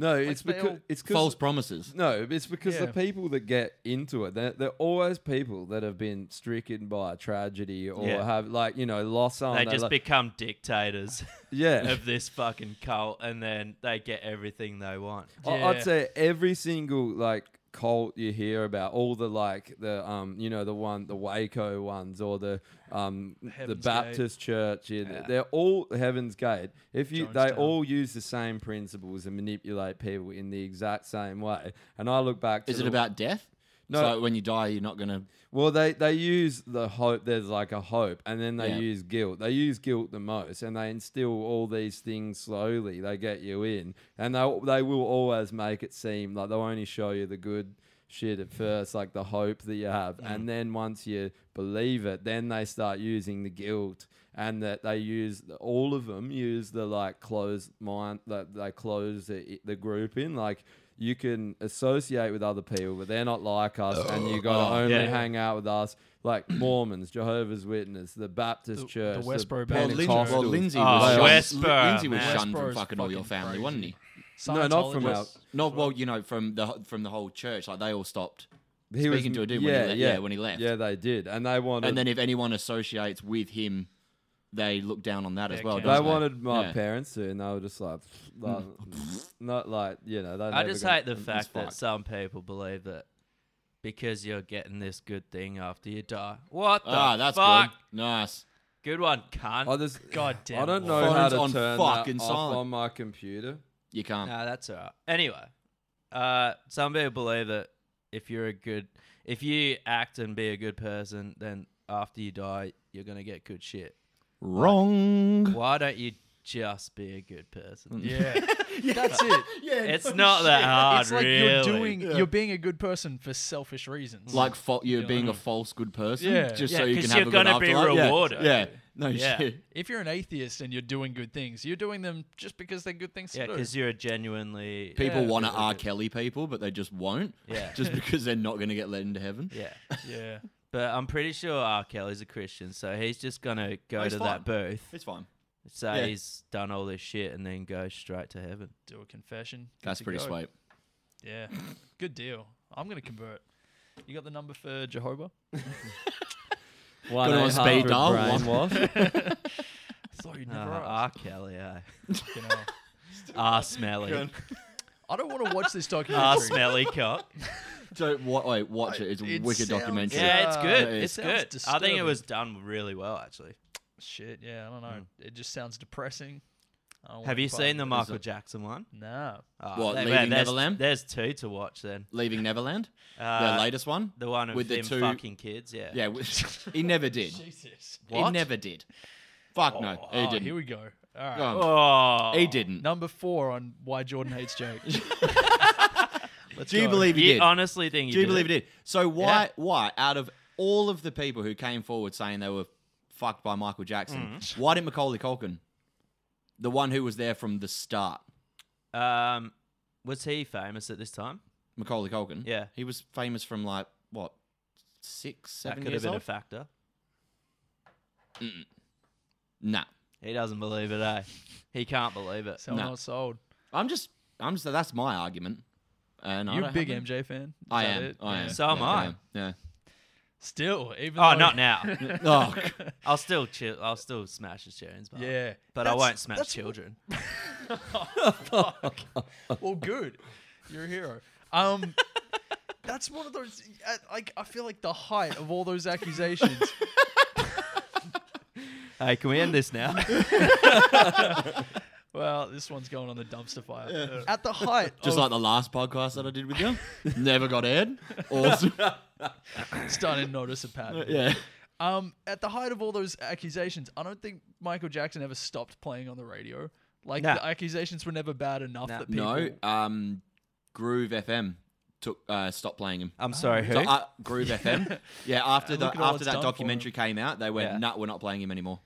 S1: No, it's
S3: they
S1: because
S3: all-
S1: it's 'cause-
S2: False promises.
S1: No, it's because the
S3: Yeah.
S1: people that get into it, they're, they're always people that have been stricken by a tragedy or
S4: Yeah.
S1: have like you know lost
S2: Oh,
S1: someone.
S4: They
S1: they
S4: just
S1: lo-
S4: become dictators
S1: yeah.
S4: of this fucking cult, and then they get everything they want.
S2: Oh,
S1: I-
S3: Yeah.
S1: I'd say every single like cult you hear about, all the like the um you know the one the Waco ones or the um the
S3: Heaven's Gate.
S1: Baptist Church, yeah,
S3: Yeah.
S1: they're all Heaven's Gate. If you they
S3: Jonestown.
S1: all use the same principles and manipulate people in the exact same way. And I look back. To
S2: Is it
S1: the-
S2: about death?
S1: No.
S2: So when you die, you're not gonna.
S1: Well, they, they use the hope. There's like a hope, and then they
S2: Yeah.
S1: use guilt. They use guilt the most, and they instill all these things slowly. They get you in, and they they will always make it seem like they'll only show you the good shit at first, like the hope that you have, and then once you believe it, then they start using the guilt, and that they use all of them use the like closed mind that they close the the group in like. You can associate with other people, but they're not like us, and you got to
S2: Oh,
S1: only
S4: yeah.
S1: hang out with us, like Mormons, Jehovah's Witness, the Baptist
S3: The- the
S1: Church,
S3: Westboro
S1: the
S3: Baptist
S2: Well, Lin-
S1: Pentecostals.
S2: well, Lindsay
S4: Oh,
S2: was shunned.
S4: Westboro,
S2: Lindsay was
S4: man.
S2: shunned from
S3: Westboro's
S2: fucking all your
S3: fucking
S2: family,
S3: crazy.
S2: wasn't he?
S1: No, not from
S3: Scientologists-
S1: out-
S2: No, well, you know, from the ho- from the whole church, like they all stopped.
S1: he
S2: speaking to a dude when he le- yeah, when he left.
S1: Yeah, they did, and they wanted.
S2: And then if anyone associates with him, they look down on that as
S3: Yeah,
S2: well.
S3: can-
S1: they
S2: don't they?
S1: wanted my
S2: Yeah. Hmm.
S1: parents to, and they were just like, like, not like you know. They
S4: I
S1: never
S4: just
S1: got-
S4: hate the
S1: it's
S4: fact that
S1: fucked.
S4: some people believe that because you're getting this good thing after you die. What the
S2: Ah, that's
S4: fuck?
S2: good. Oh, Nice.
S4: Good, one, cunt.
S1: I just
S3: God
S1: I
S3: damn
S1: don't
S3: it.
S1: know how
S2: Phone's
S1: to
S2: on
S1: turn
S2: fucking
S1: that off
S2: silent.
S1: on my computer.
S2: You can't.
S4: No, that's all right. Anyway, uh, some people believe that if you're a good, if you act and be a good person, then after you die, you're gonna get good shit.
S2: Wrong. Mm.
S4: Why don't you just be a good person.
S3: Yeah. That's it.
S2: yeah,
S4: It's not that hard,
S3: it's like
S4: really.
S3: you're doing
S2: Yeah.
S3: you're being a good person for selfish reasons.
S2: like fa- you're
S3: Yeah.
S2: being a false good person
S3: Yeah.
S2: just
S4: Yeah,
S2: so you
S4: 'cause
S2: can have
S4: you're
S2: a good
S4: gonna be
S2: afterlife. Yeah.
S4: rewarded.
S2: Yeah. No
S4: Yeah.
S2: shit.
S3: if you're an atheist and you're doing good things, you're doing them just because they're good things
S4: Yeah,
S3: to do.
S4: because you're a genuinely
S2: People
S3: Yeah.
S2: want to R. Kelly people, but they just won't.
S4: Yeah.
S2: Just because they're not going to get let into heaven.
S4: uh, Yeah,
S3: Yeah.
S4: but I'm pretty sure R. Kelly's a Christian, so he's just gonna go
S2: Oh, he's
S4: to that
S2: fine.
S4: booth,
S2: It's fine.
S4: say
S2: Yeah.
S4: he's done all this shit, and then go straight to heaven.
S3: Do a confession. good
S2: That's
S3: to
S2: pretty
S3: go.
S2: sweet.
S3: Yeah. Good deal. I'm going to convert. You got the number for Jehovah?
S1: One
S2: Got it on speed dial.
S1: brainwash.
S3: I thought you'd
S4: Uh,
S3: never ask.
S4: R. Kelly, eh?
S3: You know.
S4: R. Smelly,
S3: I don't want to watch this
S4: R.
S3: documentary.
S4: Smelly cock.
S2: So wa- wait, watch it. It's a
S3: It
S2: wicked
S3: sounds-
S2: documentary.
S4: Yeah, it's
S3: Uh,
S4: good.
S2: it
S4: It's
S3: sounds
S4: good. I think
S3: disturbing.
S4: it was done really well, actually.
S3: Shit, yeah, I don't know.
S4: Mm.
S3: It just sounds depressing. I don't
S4: Have
S3: wanna
S4: you
S3: fuck
S4: seen the
S3: with it.
S4: Michael Jackson one?
S3: Nah.
S4: Oh,
S2: What,
S4: there-
S2: Leaving
S4: there's,
S2: Neverland?
S4: There's two to watch then.
S2: Leaving Neverland,
S4: Uh,
S2: the latest one.
S4: the one of
S2: with the
S4: them
S2: two-
S4: fucking kids, yeah.
S2: Yeah, w- he never did.
S3: Jesus.
S2: He
S4: What?
S2: never did. Fuck no,
S3: Oh,
S2: he
S3: oh,
S2: didn't. Um,
S3: Here we go. All right.
S2: Go on.
S4: Oh,
S2: He didn't.
S3: Number four on why Jordan hates Jake. Let's
S2: Do you
S3: go.
S2: believe he
S4: You
S2: did?
S4: honestly think you
S2: Do you
S4: did
S2: believe it did? So why why out of all of the people who came forward saying they were fucked by Michael Jackson,
S4: Mm.
S2: why didn't Macaulay Culkin, the one who was there from the start,
S4: Um, was he famous at this time?
S2: Macaulay Culkin?
S4: Yeah.
S2: he was famous from like what six,
S4: That
S2: seven
S4: could have
S2: years
S4: been
S2: old.
S4: a factor.
S2: nah,
S4: He doesn't believe it, eh? He can't believe it.
S3: So I'm
S2: Nah.
S3: not sold.
S2: I'm just I'm just that's my argument. And I
S3: You're a
S2: don't
S3: big
S2: have it.
S3: MJ fan. Is
S2: I
S3: that
S2: am.
S3: it?
S2: I
S3: Yeah.
S2: am.
S4: So am
S2: yeah,
S4: I.
S2: Yeah.
S3: Still, even
S4: Oh,
S3: though-
S4: not now.
S2: yeah. Oh, God.
S4: I'll still chill. I'll still smash his children's butt.
S3: Yeah,
S4: But I
S3: That's-
S4: won't smash
S3: that's-
S4: children.
S3: Well, good. You're a hero. Um, that's one of those. uh, Like, I feel like the height of all those accusations.
S4: Hey, can we end this now?
S3: well, this one's going on the dumpster fire. At the height,
S2: just
S3: of
S2: like the last podcast that I did with you, never got aired. Awesome.
S3: starting to notice a pattern.
S2: yeah.
S3: Um, at the height of all those accusations, I don't think Michael Jackson ever stopped playing on the radio. Like
S4: Nah.
S3: the accusations were never bad enough
S4: Nah.
S3: that people.
S2: No, um, Groove FM took uh, stopped playing him.
S4: I'm sorry, who?
S2: So, uh, Groove FM. Yeah, after
S3: Uh, Look
S2: the
S3: at all
S2: after
S3: it's
S2: that
S3: done for
S2: documentary came out, they went,
S4: Yeah.
S2: "Nah, we're not playing him anymore."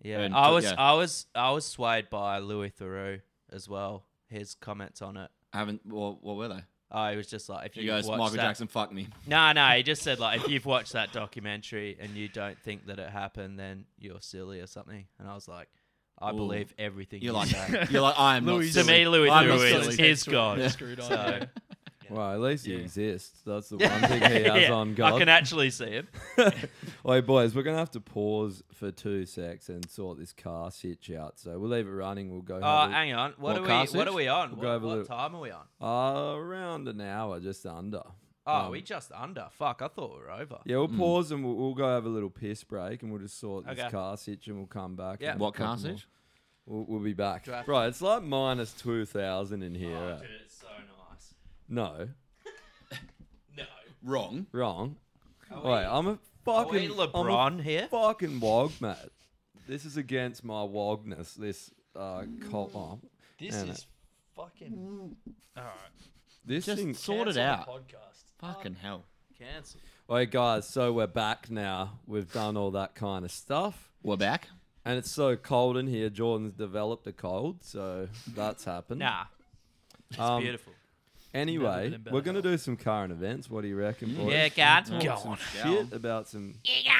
S4: Yeah,
S2: And
S4: I
S2: to-
S4: was,
S2: yeah.
S4: I was, I was swayed by Louis Theroux as well. His comments on it.
S2: I haven't. Well, what were they?
S4: Oh, he was just like, if
S2: You
S4: you
S2: guys,
S4: watch
S2: Michael
S4: that,
S2: Jackson, fuck me.
S4: No, no, he just said like, if you've watched that documentary and you don't think that it happened, then you're silly or something. And I was like, I
S2: Ooh.
S4: believe everything
S2: You're
S4: you
S2: like,
S4: say.
S2: you're like, I am not
S3: Louis-
S4: to
S2: silly.
S4: me, Louis
S2: I'm not
S4: Theroux is,
S2: silly.
S4: is God.
S3: Yeah. Screwed on.
S4: So-
S3: yeah.
S1: Well, at least he
S2: Yeah.
S1: exists. That's the one thing he has
S4: Yeah,
S1: on
S4: I
S1: God.
S4: can actually see him.
S1: Oi, boys, we're gonna have to pause for two secs and sort this car shit out. So we'll leave it running. We'll go.
S4: Oh,
S1: have a-
S4: hang on. What,
S2: What
S4: are we?
S2: car
S4: What
S2: switch?
S4: are we on?
S1: We'll go
S4: what
S1: have a
S4: what
S1: look.
S4: time are we on?
S1: Uh, around an hour, just under.
S4: Oh,
S1: Um,
S4: we just under. Fuck, I thought we were over.
S1: Yeah, we'll
S2: Hmm.
S1: pause and we'll, we'll go have a little piss break and we'll just sort
S4: Okay.
S1: this car sitch and we'll come back.
S4: Yeah.
S1: and
S2: What
S1: talk more.
S2: car sitch?
S1: We'll, we'll be back.
S4: Draft.
S1: Right, it's like minus 2,000 in here.
S4: Oh,
S1: eh?
S4: dude, it's so nice.
S1: No,
S4: No.
S2: Wrong.
S1: wrong.
S4: Are
S1: Wait,
S4: we-
S1: I'm a
S4: are we
S1: fucking
S4: LeBron
S1: I'm
S4: here?
S1: a fucking wog, mate. This is against my wogness. This uh, col- oh,
S3: This
S1: Yeah, no.
S3: is fucking. All right.
S1: this
S2: Just
S1: thing.
S2: sort it
S3: Cancel the
S2: out.
S3: Podcast.
S2: Fucking hell.
S4: Cancel.
S1: Wait, guys. So we're back now. We've done all that kind of stuff,
S2: We're back.
S1: and it's so cold in here. Jordan's developed a cold, so that's happened.
S4: Nah. It's
S1: Um,
S4: beautiful.
S3: Never
S1: Anyway,
S3: been better.
S1: we're gonna do some current events. What do you reckon, boys?
S4: Yeah, God.
S1: Talk
S4: Go
S1: some
S3: Oh,
S4: on.
S1: shit about some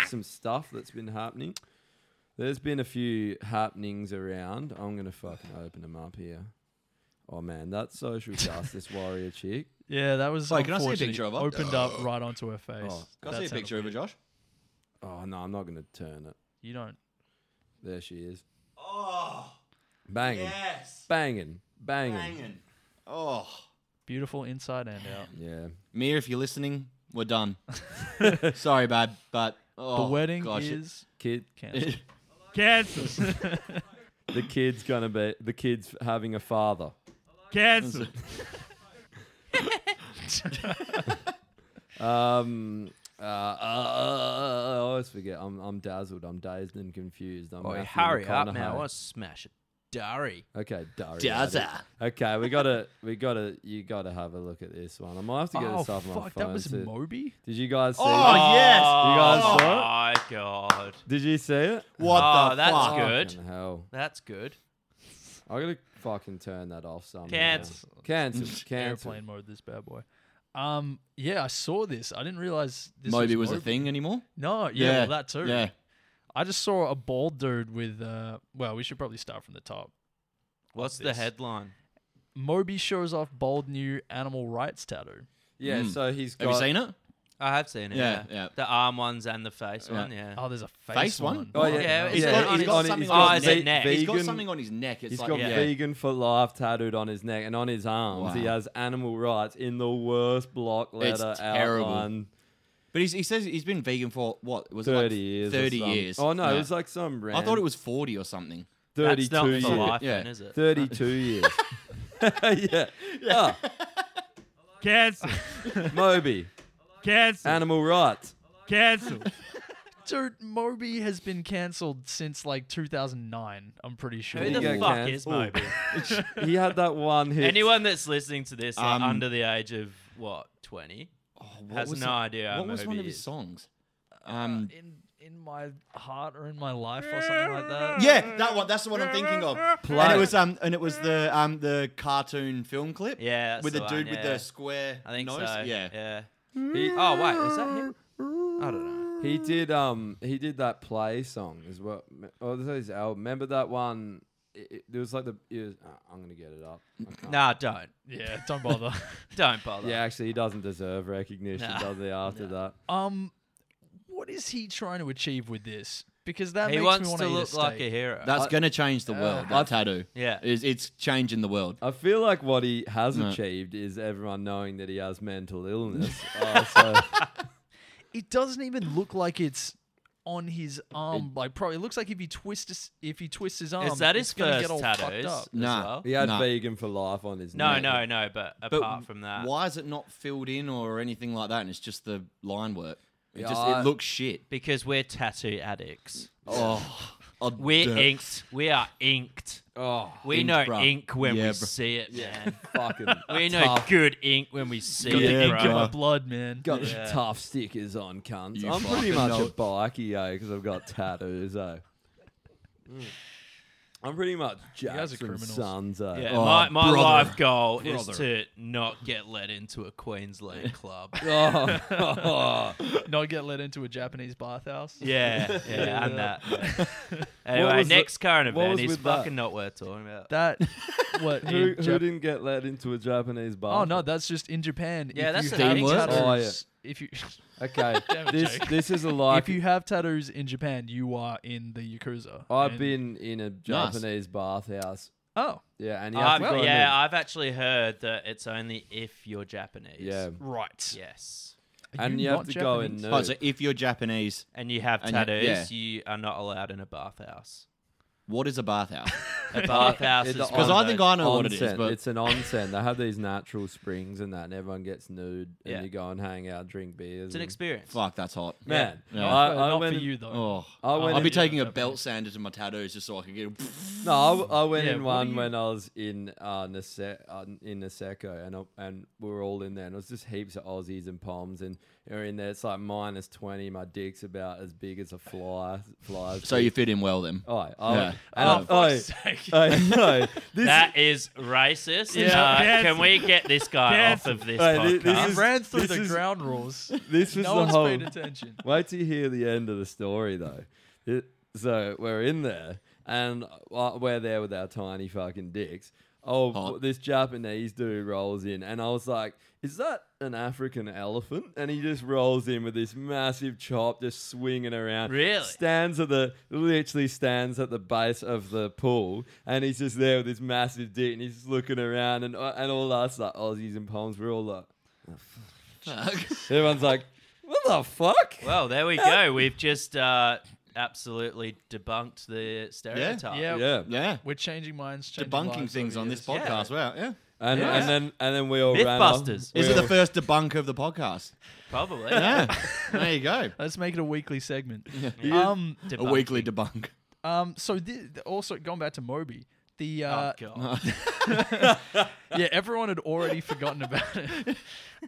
S1: some stuff that's been happening. There's been a few happenings around. I'm gonna fucking open them up here. Oh man, that social justice warrior chick.
S3: Yeah, that was.
S2: Wait, can I see a
S3: unfortunate.
S2: picture of her?
S3: Opened up right onto her face.
S1: Oh.
S2: Can I see a
S3: That's
S2: picture of her,
S3: unbelievable.
S2: Josh?
S1: Oh no, I'm not gonna turn it.
S3: You don't.
S1: There she is,
S2: Oh
S1: banging,
S2: yes,
S1: banging, banging.
S2: banging. Oh,
S3: Beautiful inside and out.
S1: Yeah,
S2: Mia, if you're listening, we're done. Sorry, babe, but
S3: The
S2: oh,
S3: wedding
S2: gosh, it-
S3: is
S1: kid.
S3: cancelled.
S5: Cancel.
S1: The kid's gonna be the kid's having a father.
S5: Cancel.
S1: Um. Uh, uh, I always forget. I'm I'm dazzled. I'm dazed and confused. I'm
S4: Boy,
S1: Matthew
S4: hurry up
S1: McConaughey.
S4: now. I want to smash it.
S3: Dari.
S1: Okay, Dari.
S2: Jazza.
S1: Okay, we gotta, we gotta, you gotta have a look at this one. I might have to get
S3: Oh
S1: this off my phone.
S3: fuck, that was
S1: too.
S3: Moby.
S1: Did you guys see?
S2: Oh,
S1: it?
S2: yes.
S1: You guys saw
S4: Oh my god.
S1: Did you see it?
S2: What
S4: Oh,
S2: the
S4: that's
S2: fuck?
S4: good.
S1: Fucking hell,
S4: That's good.
S1: I gotta fucking turn that off somehow.
S4: Cancel.
S1: Cancel. Cancel.
S3: Airplane mode, this bad boy. Um, yeah, I saw this. I didn't realize this
S2: Moby was
S3: was
S2: a thing anymore.
S3: No, yeah, well, that too.
S2: Yeah.
S3: I just saw a bald dude with. Uh, well, we should probably start from the top.
S4: What's the
S3: this.
S4: headline?
S3: Moby shows off bold new animal rights tattoo.
S1: Yeah.
S2: Mm.
S1: So he's got.
S2: Have you seen it?
S4: I have seen it.
S2: Yeah,
S4: Yeah,
S2: yeah.
S4: The arm ones and the face
S2: Yeah.
S4: one. Yeah.
S3: Oh, there's a face,
S2: Face one?
S1: Oh yeah,
S4: Yeah,
S1: yeah.
S4: he's got it on
S1: he's
S4: his-
S1: got
S2: something
S1: he's
S2: on
S1: got
S4: his neck.
S1: ve-
S4: neck.
S1: Vegan,
S2: He's got something on his neck. It's
S1: He's
S2: like
S1: got
S2: yeah.
S1: vegan for life tattooed on his neck and on his arms. He
S2: Wow.
S1: has animal rights in the worst block letter
S2: terrible.
S1: outline.
S2: But he's, he says he's been vegan for what? Was it like
S1: Thirty years. or
S2: 30
S1: some-
S2: years.
S1: Oh no,
S2: Yeah.
S1: it was like some
S2: I
S1: random.
S2: thought it was 40 or something.
S1: thirty-two
S4: That's not
S1: years.
S4: for life,
S2: Yeah.
S4: then, is it?
S1: Thirty-two years. yeah. yeah.
S5: Cancel.
S1: Moby.
S5: Cancel.
S1: Animal rights.
S5: Cancel.
S3: Dude, Moby has been cancelled since like 2009. I'm pretty sure.
S4: Who
S1: you
S4: the
S1: go,
S4: fuck
S1: Cass.
S4: is
S1: Ooh.
S4: Moby?
S1: He had that one hit.
S4: Anyone that's listening to this like,
S2: Um,
S4: under the age of what twenty
S2: Oh, what
S4: has
S2: was
S4: no
S2: it-
S4: idea.
S2: What was one of his
S4: songs?
S2: songs?
S3: Uh,
S2: Um,
S3: in in my heart or in my life or something like that.
S2: yeah, that one. That's the one I'm thinking of. And
S1: Play.
S2: it was um, and it was the um, the cartoon film clip.
S4: Yeah, that's
S2: with the,
S4: the
S2: dude
S4: one,
S2: with
S4: yeah.
S2: the square
S4: I think
S2: nose.
S4: so.
S2: Yeah.
S4: Yeah.
S1: He,
S4: Oh wait, was that him? I don't know.
S1: He did um he did that play song as well. Me- Oh, this is his album. Remember that one? It, it, there was like the. It was, uh, I'm gonna get it up. I can't-
S4: Nah, don't,
S3: Yeah, don't bother.
S4: don't bother.
S1: Yeah, actually, he doesn't deserve recognition,
S4: Nah.
S1: does he? After that,
S3: um, what is he trying to achieve with this? Because that
S4: he
S3: makes
S4: wants
S3: me want
S4: to
S3: eat
S4: look
S3: a
S4: like a
S3: steak.
S4: hero.
S2: That's
S1: I-
S2: gonna change the world. That tattoo.
S4: yeah.
S2: It's, it's changing the world.
S1: I feel like what he has
S2: No.
S1: achieved is everyone knowing that he has mental illness. uh, so
S3: It doesn't even look like it's on his arm. like probably it looks like if he twists his- if he twists his arm,
S4: Is that
S3: it's
S4: his
S3: um, gonna
S4: first
S3: get all
S4: tattoos?
S3: fucked up.
S4: as
S2: Nah.
S4: well?
S1: he had
S2: Nah.
S1: vegan for life on his
S4: No,
S1: neck.
S4: no, no. But apart from that,
S2: why is it not filled in or anything like that? And it's just the line work. It
S1: Yeah,
S2: just
S1: I-
S2: it looks shit.
S4: because we're tattoo addicts,
S2: Oh, I
S4: we're
S2: dirt-
S4: inked. We are inked.
S1: Oh,
S4: We
S2: Inked,
S4: know
S2: bruh.
S4: ink when
S2: Yeah,
S4: we
S2: bruh.
S4: see it, man.
S1: fucking.
S4: we know
S1: tough-
S4: good ink when we see
S3: Got
S4: it,
S2: Yeah,
S3: the ink in
S4: bro.
S3: my
S2: bruh.
S3: blood, man.
S1: Got
S4: Yeah.
S1: the tough stickers on, cunts.
S2: You
S1: I'm pretty
S2: fucking
S1: much
S2: know
S1: a
S2: it.
S1: bikey, yo, because I've got tattoos, oh. I'm pretty much
S3: guys are
S1: Jackson
S3: criminals.
S1: Sons, oh.
S4: Yeah,
S2: Oh,
S4: my, my
S2: brother.
S4: life goal is
S2: Brother.
S4: to not get let into a Queensland club.
S1: Oh,
S3: Not get let into a Japanese bathhouse.
S4: yeah, yeah, and that. yeah. Anyway,
S1: was the-
S4: next current
S1: what was
S4: event is
S1: with that?
S4: fucking not worth talking about.
S3: That what
S1: who,
S3: in
S1: who
S3: Jap-
S1: didn't get let into a Japanese bar?
S3: Oh no, that's just in Japan.
S4: Yeah,
S3: if
S4: that's
S3: you
S4: the
S3: have
S4: thing. What?
S3: tattoos,
S1: Oh, yeah.
S3: If you
S1: Okay,
S3: Damn it,
S1: this
S3: Jake.
S1: this is a life.
S3: if you have tattoos in Japan, you are in the yakuza.
S1: I've
S3: And-
S1: been in a Japanese bathhouse.
S3: Oh,
S1: Yeah, and you have
S4: I've,
S1: to go in
S4: yeah,
S1: there.
S3: uh,
S4: I've actually heard that it's only if you're Japanese.
S1: yeah,
S3: right.
S4: Yes.
S3: Are
S1: and you have
S3: not
S1: to go in
S3: Japanese?
S2: Oh,
S1: nude.
S2: so if you're Japanese,
S4: And you have
S2: And you-
S4: tattoos,
S2: yeah.
S4: you are not allowed in a bathhouse.
S2: what is a bathhouse?
S4: A bathhouse
S1: It's
S4: is
S1: the
S4: one
S2: Because
S4: of
S2: I think
S4: those-
S2: I know what it is,
S1: Onsen.
S2: but
S1: it's an onsen. They have these natural springs and that, and everyone gets nude, and
S4: Yeah.
S1: you go and hang out, drink beers.
S4: it's an
S1: and-
S4: experience.
S2: fuck, that's hot.
S1: Man,
S2: Yeah.
S1: I,
S3: Uh,
S1: I
S3: not
S1: went
S3: for
S1: in-
S3: you though.
S2: Oh,
S1: I went.
S2: I'll be
S1: in,
S2: taking a
S3: Japanese.
S2: belt sander to my tattoos just so I can get.
S1: no, I, I went
S3: Yeah,
S1: in
S3: what do
S1: one
S3: you-
S1: when I was in uh, Nase- uh in Niseko, and I, and we were all in there, and it was just heaps of Aussies and palms, and you're in there. It's like minus twenty. My dick's about as big as a fly. Flies.
S2: So you fit in well then.
S1: Oh, oh,
S2: Yeah.
S1: and
S2: Oh,
S1: I'm-
S3: For
S1: oh,
S3: sake.
S1: oh, no, this,
S4: That is racist.
S5: Yeah.
S4: Uh,
S5: Yes.
S4: can we get this guy
S5: Yes.
S4: off of this
S1: Hey, thi-
S4: podcast?
S1: this
S3: I
S1: is-
S3: ran through
S1: this
S3: the
S1: is-
S3: ground rules.
S1: this was
S3: No
S1: the
S3: one's
S1: whole.
S3: paid attention.
S1: Wait till you hear the end of the story, though. It, so we're in there, and uh, we're there with our tiny fucking dicks. Oh,
S2: Hot.
S1: this Japanese dude rolls in, and I was like, "Is that an African elephant?" And he just rolls in with this massive chop, just swinging around.
S4: Really?
S1: stands at the literally stands at the base of the pool, and he's just there with his massive dick, and he's just looking around, and uh, and all us like Aussies and Poms, we're all like, everyone's like, "What the fuck?"
S4: Well, there we go. We've just uh, absolutely debunked the stereotype.
S3: Yeah.
S1: yeah,
S2: yeah.
S3: We're changing minds. Changing
S2: Debunking
S3: lives
S2: things
S3: over
S2: on
S3: the
S2: this
S3: years.
S2: podcast. Wow, yeah.
S1: And,
S4: Yeah.
S1: and then and then we all ran off.
S4: Mythbusters.
S1: We
S2: Is it the
S1: all-
S2: first debunk of the podcast?
S4: Probably.
S2: Yeah. there you go.
S3: Let's make it a weekly segment.
S2: Yeah.
S3: Um,
S2: A
S4: Debunking.
S2: weekly debunk.
S3: um. So thi- also going back to Moby, The uh,
S4: oh, God.
S3: yeah, everyone had already forgotten about it.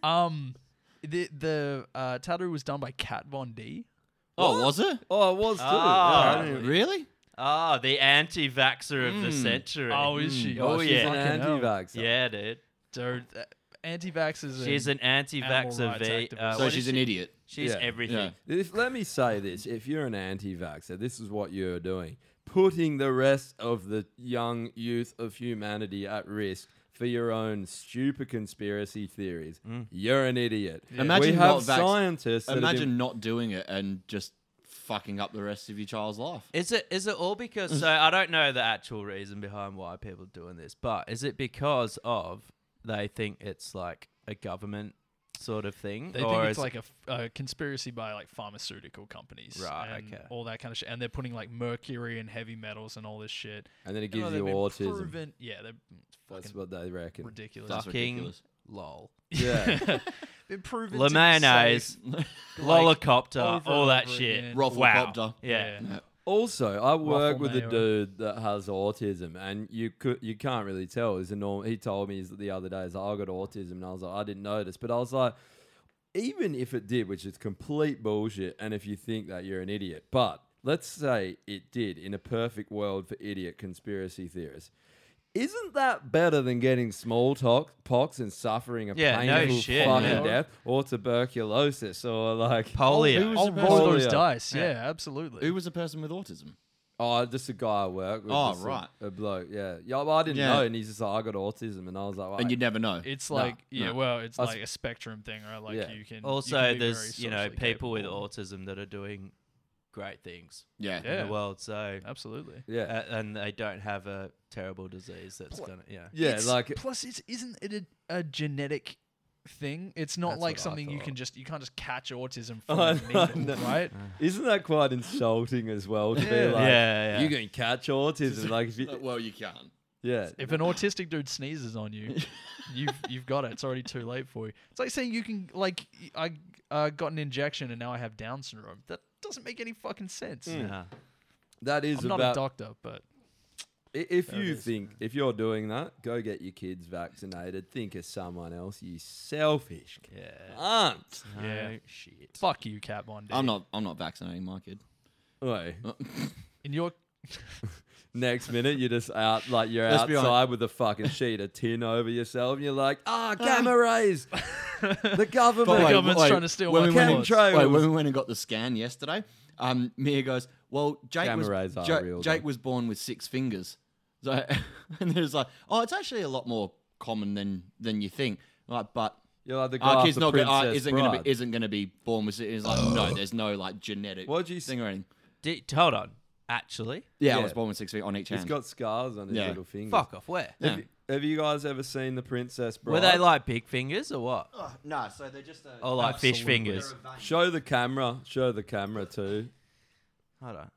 S3: Um, the the uh, tattoo was done by Kat Von D.
S2: Oh, was it?
S1: Oh, it was too.
S4: Ah.
S1: Yeah, I didn't-
S2: Really?
S4: Oh, the anti vaxxer of the
S2: Mm.
S4: century.
S3: Oh, is she?
S4: Oh,
S1: she's
S4: yeah.
S1: an
S3: Fucking hell.
S1: anti-vaxxer.
S4: yeah, dude.
S3: Dude, uh, anti-vaxxers.
S4: She's
S3: and-
S4: an anti
S3: Animal
S4: vaxxer
S3: rights
S4: V.
S3: activist.
S4: Uh,
S3: So
S4: what
S2: So
S4: is
S2: she's
S4: she?
S2: an idiot.
S4: She's
S1: Yeah.
S4: everything.
S2: Yeah.
S1: If, let me say this: If you're an anti-vaxxer, this is what you're doing: putting the rest of the young youth of humanity at risk for your own stupid conspiracy theories. You're an idiot.
S2: Imagine
S1: we
S2: not
S1: have
S2: vax-
S1: scientists. that have
S2: Imagine
S1: been-
S2: not doing it and just fucking up the rest of your child's life.
S4: Is it is it all because so I don't know the actual reason behind why people are doing this, but is it because of they think it's like a government sort of thing?
S3: They
S4: or
S3: think it's
S4: is-
S3: like a, f- a conspiracy by like pharmaceutical companies,
S4: Right,
S3: And
S4: okay.
S3: all that kind of shit, and they're putting like mercury and heavy metals and all this shit.
S1: and then it
S3: Even
S1: gives
S3: though
S1: you
S3: they've been
S1: autism.
S3: proven- yeah, they're mm,
S1: That's
S3: fucking
S1: what they reckon.
S3: ridiculous.
S2: That's
S4: Fucking-
S2: ridiculous.
S4: lol.
S1: Yeah.
S3: Been proven
S4: La
S3: to be
S4: mayonnaise,
S3: safe.
S4: lolocopter,
S3: over
S4: all
S3: and
S4: that
S3: over
S4: shit.
S3: again.
S4: Wow.
S2: Rafflecopter.
S4: Yeah.
S1: Also, I work with a
S3: mayo.
S1: dude that has autism, and you could you can't really tell. He's a norm. He told me the other day, he's like, "I got autism," and I was like, "I didn't notice," but I was like, even if it did, which is complete bullshit, and if you think that, you're an idiot. But let's say it did in a perfect world for idiot conspiracy theorists. Isn't that better than getting small to- pox and suffering a
S4: Yeah, no
S1: painful
S4: shit,
S1: fucking
S4: man.
S1: death, or tuberculosis, or like
S4: Polio.
S1: Oh,
S3: Oh, roll those
S1: polio.
S3: dice. Yeah, absolutely.
S2: Who was the person with autism?
S1: Oh, just a guy I work with.
S2: Oh,
S1: just a-
S2: right.
S1: A, bloke, yeah. Yeah, well, I didn't
S2: Yeah.
S1: know, and he's just like, I got autism, and I was like,
S2: And
S1: "Wait."
S2: you never know.
S3: It's
S1: Nah,
S3: like yeah,
S2: nah.
S3: well, it's
S1: That's-
S3: like a spectrum thing, right? Like
S1: Yeah.
S3: you can you
S4: Also,
S3: can be very
S4: there's you know
S3: socially
S4: people with
S3: capable.
S4: autism that are doing great things
S2: yeah.
S3: Yeah.
S4: in the world. So
S3: Absolutely.
S4: uh,
S1: yeah,
S4: and they don't have a terrible disease that's
S3: Pl-
S4: gonna yeah.
S1: yeah,
S3: It's-
S1: like
S3: plus it isn't it a, a genetic thing? It's not
S4: That's
S3: like
S4: what I
S3: something you
S4: thought.
S3: can just you can't just catch autism from
S1: I
S3: a
S1: know,
S3: needle,
S1: I know.
S3: right?
S1: isn't that quite insulting as well to
S3: Yeah.
S1: be like,
S4: Yeah, yeah.
S1: you can catch autism, like, if you,
S2: Uh, Well, you can't.
S1: yeah,
S3: If an autistic dude sneezes on you, you've you've got it. It's already too late for you. It's like saying you can like I uh, got an injection and now I have Down syndrome. That doesn't make any fucking sense.
S4: Nah.
S1: that is
S3: I'm not a
S1: about.
S3: doctor, but
S1: i- if
S3: There it
S1: you
S3: is.
S1: think if you're doing that, go get your kids vaccinated. Think of someone else. You selfish
S4: Yeah.
S1: cunt.
S3: Yeah.
S4: No Shit.
S3: fuck you, Cat Von D.
S2: I'm not. I'm not vaccinating my kid.
S1: Oi.
S3: in your
S1: Next minute, you're just out like you're
S2: Let's be honest.
S1: outside with a fucking sheet of tin over yourself, and you're like, ah, gamma rays. the government.
S3: wait, government's trying to steal my
S2: we went
S1: kids.
S2: and-
S1: Chemtrails.
S2: wait, when we went and got the scan yesterday, um, Mia goes, "Well, Jake
S1: Gamma
S2: was
S1: rays are
S2: Ja-
S1: real,
S2: Jake
S1: though.
S2: was born with six fingers." So, and there's like, "Oh, it's actually a lot more common than than you think." Like, but
S1: You're like the guy
S2: our
S1: off
S2: kid's
S1: the
S2: not gonna, uh,
S1: Princess
S2: isn't going to
S1: Bride.
S2: be isn't going to be born with. It's like, no, there's no like genetic
S1: What'd you
S2: thing or anything.
S4: Di- hold on. Actually,
S2: Yeah,
S1: Yeah.
S2: I was born with six feet on each hand.
S1: He's got scars on his
S2: Yeah.
S1: little fingers.
S4: fuck off. Where?
S1: Have, you, have you guys ever seen the Princess Bride?
S4: Were they like big fingers or what?
S2: no, so they're just a,
S4: Or like fish
S3: Absolutely.
S4: fingers?
S1: Show the camera. Show the camera too.
S4: Hold on.